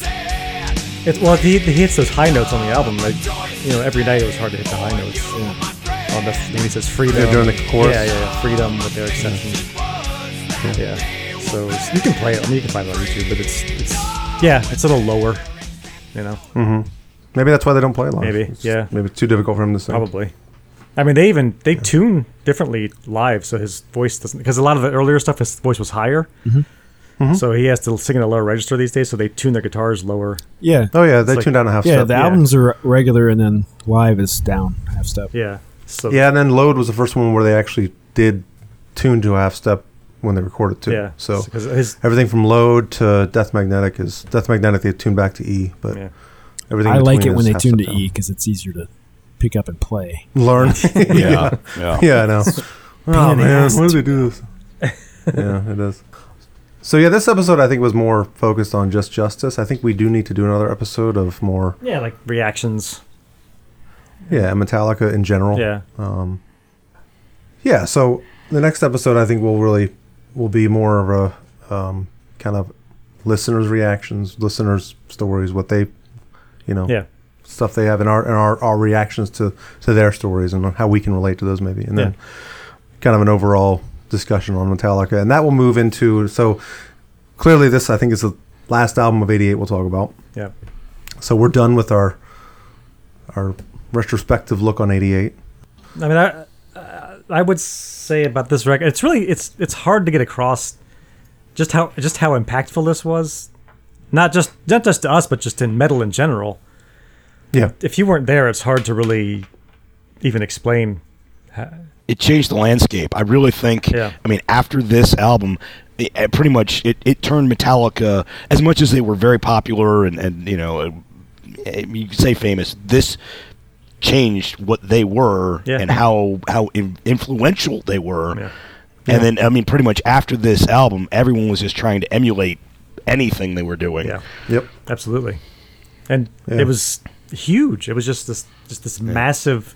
it's well he, he hits those high notes on the album. Like you know, every night it was hard to hit the high notes. Oh, that's when he says freedom
Yeah, during the chorus.
Yeah, yeah, yeah, freedom with their exception. Yeah. So it's- you can play it. I mean, you can find it on YouTube, but it's it's yeah, it's a little lower. You know,
Maybe that's why they don't play live.
Maybe,
It's just-
yeah.
Maybe it's too difficult for him to sing.
Probably. I mean, they even they tune differently live, so his voice doesn't because a lot of the earlier stuff his voice was higher,
Mm-hmm.
so he has to sing in a lower register these days. So they tune their guitars lower.
yeah,
Oh yeah, they
like-
tuned down a half
yeah.
step.
The albums are regular, and then live is down half step.
Yeah. So
Yeah, and then Load was the first one where they actually did tune to a half step when they record it too.
Yeah,
So
'cause his-
everything from load to Death Magnetic is Death Magnetic. They tune back to E, but
Yeah.
everything
I like
between
it when
is
they
half
tune to
step down.
E because it's easier to pick up and play.
Learn.
Yeah,
yeah.
Oh.
yeah.
I know.
in
Oh
the
man,
ass
why do
to
they do this? yeah, it is. So yeah, this episode I think was more focused on just justice. I think we do need to do another episode of more
Yeah, like reactions.
yeah Metallica in general.
Yeah.
Yeah, so the next episode I think will really will be more of a um, kind of listeners' reactions, listeners' stories, what they you know
Yeah.
stuff they have in our in our, our reactions to, to their stories and how we can relate to those maybe. And then kind of an overall discussion on Metallica. And that will move into so clearly this I think is the last album of eighty eight we'll talk about.
Yeah.
So we're done with our our retrospective look on eighty eight.
I mean, I I would say about this record, it's really it's it's hard to get across just how just how impactful this was, not just not just to us, but just in metal in general.
Yeah.
If you weren't there, it's hard to really even explain.
it changed the landscape. I really think.
Yeah.
I mean, after this album, it, it pretty much it, it turned Metallica as much as they were very popular and and you know, uh, you could say famous. This changed what they were
Yeah.
and how how in, influential they were.
Yeah.
And then I mean, pretty much after this album, everyone was just trying to emulate anything they were doing.
Yeah,
Yep.
absolutely. And
Yeah.
it was huge. It was just this just this massive.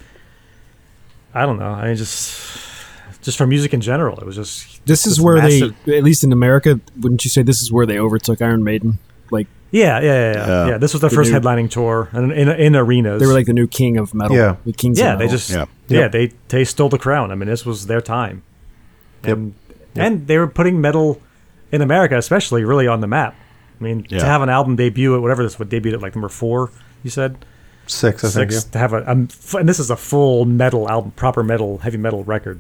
I don't know. I mean, just just for music in general, it was just
This is
this
where
massive-
they, at least in America, wouldn't you say this is where they overtook Iron Maiden? Like
Yeah, yeah, yeah, yeah.
Yeah.
yeah this was their first
new-
headlining tour and in, in arenas.
they were like the new king of metal.
Yeah.
the kings.
yeah,
of
they
metal.
just, yeah,
Yeah.
they they stole the crown. I mean, this was their time,
Yep.
and and they were putting metal in America, especially, really on the map. I mean, to
Yeah.
have an album debut at whatever this would debut at like number four, you said
Six, I think.
six.
yeah.
To have a um, f- and this is a full metal album, proper metal, heavy metal record,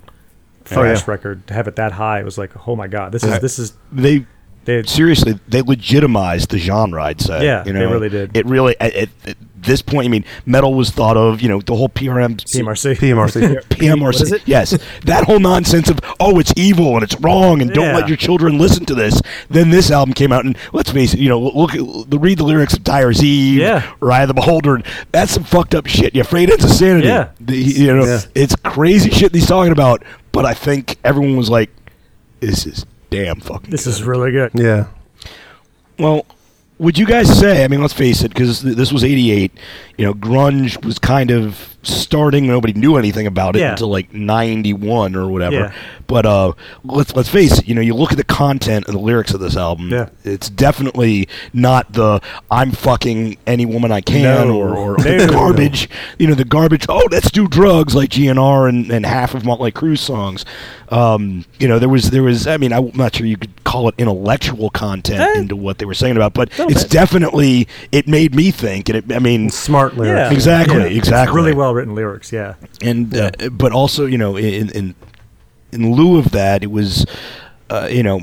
Oh, yeah.
thrash record. To have it that high, it was like, oh my god, this is
Right.
this is
They
they.
seriously, they legitimized the genre. I'd say.
Yeah, they really did.
It really at, at, at this point. I mean, metal was thought of. You know, the whole PRM,
PMRC.
PMRC.
PMRC. Yes, that whole nonsense of oh, it's evil and it's wrong and don't
Yeah.
let your children listen to this. Then this album came out, and let's face it, you know, look, at- the read the lyrics of Dyer's Eve,
Yeah.
Rye of the Beholder. And that's some fucked up shit. You're afraid it's insanity.
Yeah.
The- you know,
Yeah.
it's crazy shit that he's talking about. But I think everyone was like, "This is damn fucking."
This is really good.
yeah.
Well, would you guys say? I mean, let's face it, because th- this was '88. You know, grunge was kind of starting. Nobody knew anything about it
Yeah.
until like '91 or whatever.
Yeah.
But uh, let's let's face it. You know, you look at the content and the lyrics of this album.
Yeah.
It's definitely not the "I'm fucking any woman I can"
No.
or, or
No.
garbage. You know, the garbage. Oh, let's do drugs like GNR and, and half of Motley Crue's songs. Um, you know, there was there was. I mean, I'm not sure you could call it intellectual content
Eh.
into what they were saying about, but
Little
it's
bit.
definitely it made me think, and it, I mean,
Smart lyrics.
Yeah.
Exactly,
Yeah. It's
exactly.
really well written lyrics. Yeah.
and uh, but also you know in in in lieu of that, it was uh, you know.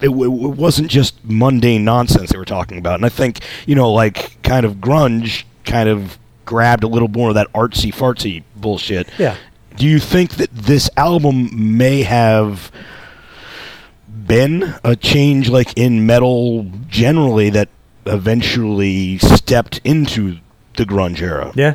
It, w- it wasn't just mundane nonsense they were talking about, and I think you know, like kind of grunge, kind of grabbed a little more of that artsy fartsy bullshit.
Yeah.
Do you think that this album may have been a change, like in metal generally, that eventually stepped into the grunge era?
Yeah.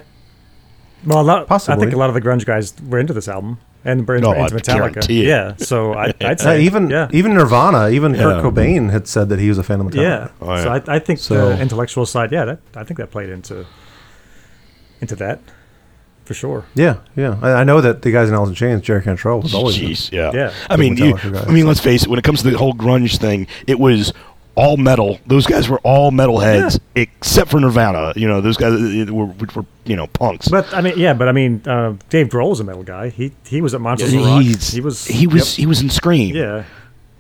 Well, a lot, I
Possibly.
think a lot of the grunge guys were into this album and were into,
No,
into
I
Metallica.
guarantee it.
Yeah, so I, I'd
Yeah,
say
Uh, even
yeah,
even Nirvana, even Kurt
Yeah.
Cobain had said that he was a fan of Metallica.
yeah.
Oh, yeah.
So I, I think
So-
the intellectual side, yeah, that I think that played into into that for sure.
yeah, yeah. I, I know that the guys in Alice in Chains, Jerry Cantrell, was always.
Jeez, yeah.
Yeah.
I mean,
Big
you,
Metallica guys.
I mean, let's face it. When it comes to the whole grunge thing, it was all metal. Those guys were all metalheads, except for Nirvana. You know, those guys uh, were, were you know punks.
But I mean, yeah, but I mean, uh, Dave Grohl was a metal guy. He he was at Monsters of Rock.
He's-
He was
he was he was in Scream.
yeah.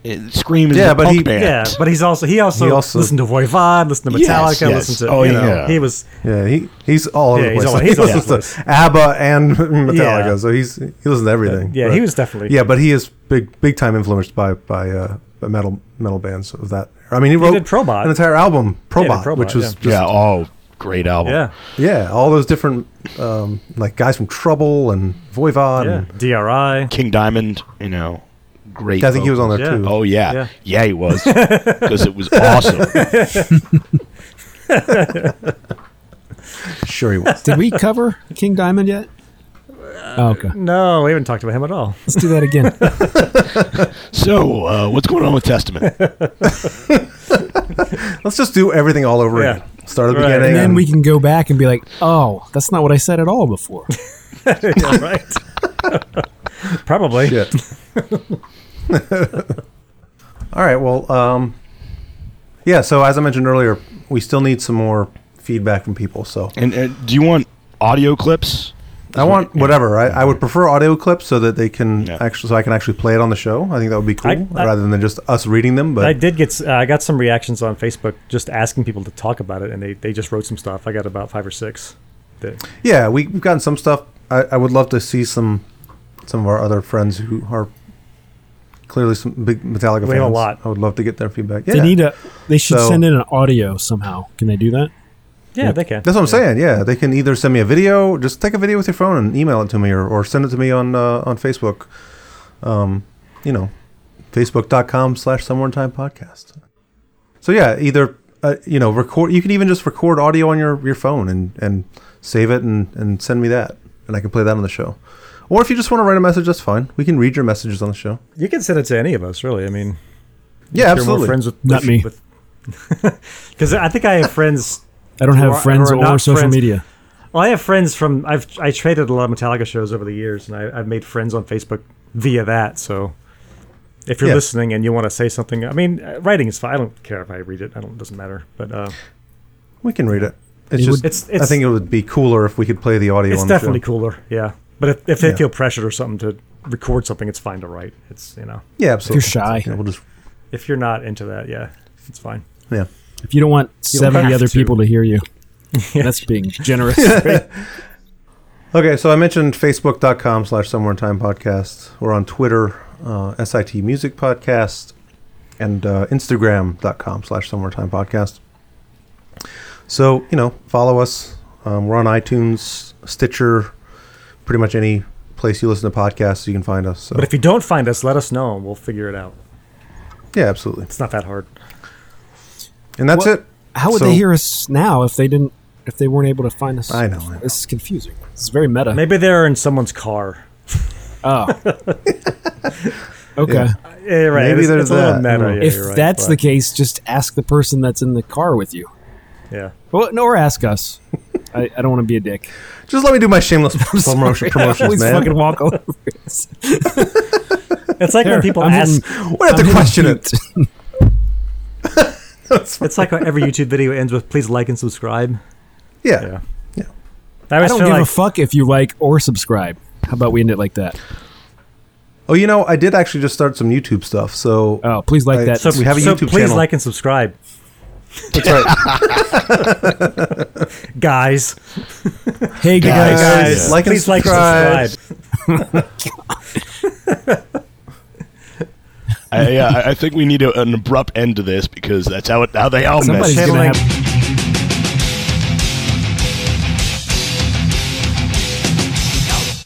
Uh, Scream is
Yeah,
a
but
punk
he-
band.
Yeah, but he's also he also,
He also-
listened to Voivod, listened to
Yes,
Metallica,
yes.
listened to
Oh,
you know,
yeah.
he was
Yeah, he he's all over
Yeah,
the
he's
place.
all-
he
he's all over
listens
the
to ABBA and Metallica,
Yeah.
so he's he listens to everything.
Yeah,
but-
he was definitely-
Yeah, but he is big big time influenced by by uh, by metal metal bands of that. I mean, he wrote
did Probot.
an entire album, Probot,
did Probot,
which was
yeah.
just
yeah. Oh, great album.
yeah
yeah, all those different um, like guys from Trouble and Voivod.
yeah
And,
DRI
King Diamond. You know, great.
I think he was on there
vocals.
too.
Oh yeah.
Yeah.
yeah, he was because it was awesome.
Sure, he was.
Did we cover King Diamond yet? Oh, okay.
No, we haven't talked about him at all.
Let's do that again.
So uh, what's going on with Testament?
Let's just do everything all over
Yeah.
again. Start at the
Right.
beginning.
And then we can go back and be like, oh, that's not what I said at all before.
yeah, right. Probably.
Shit. All right. Well, um, yeah. So as I mentioned earlier, we still need some more feedback from people. So
And uh, do you want audio clips?
I want whatever. I, I would prefer audio clips so that they can
Yeah.
actually, so I can actually play it on the show. I think that would be cool
I- I-
rather than just us reading them.
I
But
did get s- uh, I got some reactions on Facebook just asking people to talk about it, and they, they just wrote some stuff. I got about five or six. That,
yeah, we, we've gotten some stuff. I, I would love to see some some of our other friends who are clearly some big Metallica fans.
We have a lot.
I would love to get their feedback. Yeah.
They need a. They should
So-
send in an audio somehow. Can they do that?
yeah, they can.
That's what I'm saying. Yeah, they can either send me a video, just take a video with your phone and email it to me, or, or send it to me on uh, on Facebook. Um, you know, Facebook.com/slash Somewhere in Time Podcast. So yeah, either uh, you know record. You can even just record audio on your, your phone and and save it and and send me that, and I can play that on the show. Or if you just want to write a message, that's fine. We can read your messages on the show.
You can send it to any of us, really. I mean,
Yeah,
you're more
absolutely.
friends with
Not me.
Because I think I have friends.
I don't
Or-
have friends
or
or,
not
social
friends.
media.
Well, I have friends from I've I traded a lot of Metallica shows over the years, and I, I've made friends on Facebook via that. So, if you're
Yeah.
listening and you want to say something, I mean, uh, writing is fine. I don't care if I read it. I don't. It doesn't matter. But uh,
we can read it. It's
It
just.
would-
It's- it's-
I think it would be cooler if we could play the audio.
it's
on
definitely
the show.
cooler. Yeah. But if, if they
Yeah.
feel pressured or something to record something, it's fine to write. It's you know,
Yeah, absolutely.
If you're shy.
Yeah, we'll just.
if you're not into that, yeah, it's fine.
Yeah.
If you don't want seventy
have
other
to.
people to hear you, that's being generous.
Okay, so I mentioned facebook.com slash somewhere in time podcast. We're on Twitter, uh, SIT Music Podcast, and uh, Instagram.com slash somewhere in time podcast. So, you know, follow us. Um, we're on iTunes, Stitcher, pretty much any place you listen to podcasts, you can find us. So,
But if you don't find us, let us know, and we'll figure it out.
yeah, absolutely.
It's not that hard.
And that's
What-
it.
How would
So-
they hear us now if they didn't? If they weren't able to find us?
I know, I know.
This is confusing. This is very meta.
Maybe they're in someone's car.
Oh. okay.
Yeah.
Yeah, you're right.
Maybe
it's,
there's
it's a little
that.
meta.
Yeah.
Yeah,
if
you're right,
that's the
but-
case, just ask the person that's in the car with you.
yeah.
Well, no, or ask us. I, I don't want to be a dick.
Just let me do my shameless promotion,
I
promotions,
always fucking
man.
walk all over us.
It's like when people
I'm
ask.
hitting-
We don't have
I'm
to
hitting
question it.
mute.
It's like how every YouTube video ends with "Please like and subscribe."
Yeah.
Yeah.
Yeah.
I
I
always
don't
feel
give
like
a fuck if you like or subscribe. How about we end it like that?
Oh, you know, I did actually just start some YouTube stuff. So,
Oh, please like
I-
that.
so- we have a
so
YouTube
please
channel.
like and subscribe,
that's right.
guys.
hey guys,
guys,
like and
please like and
subscribe.
subscribe.
I, yeah, I- I think we need a, an abrupt end to this because that's how it, how they all mess.
somebody's gonna
Channeling-
have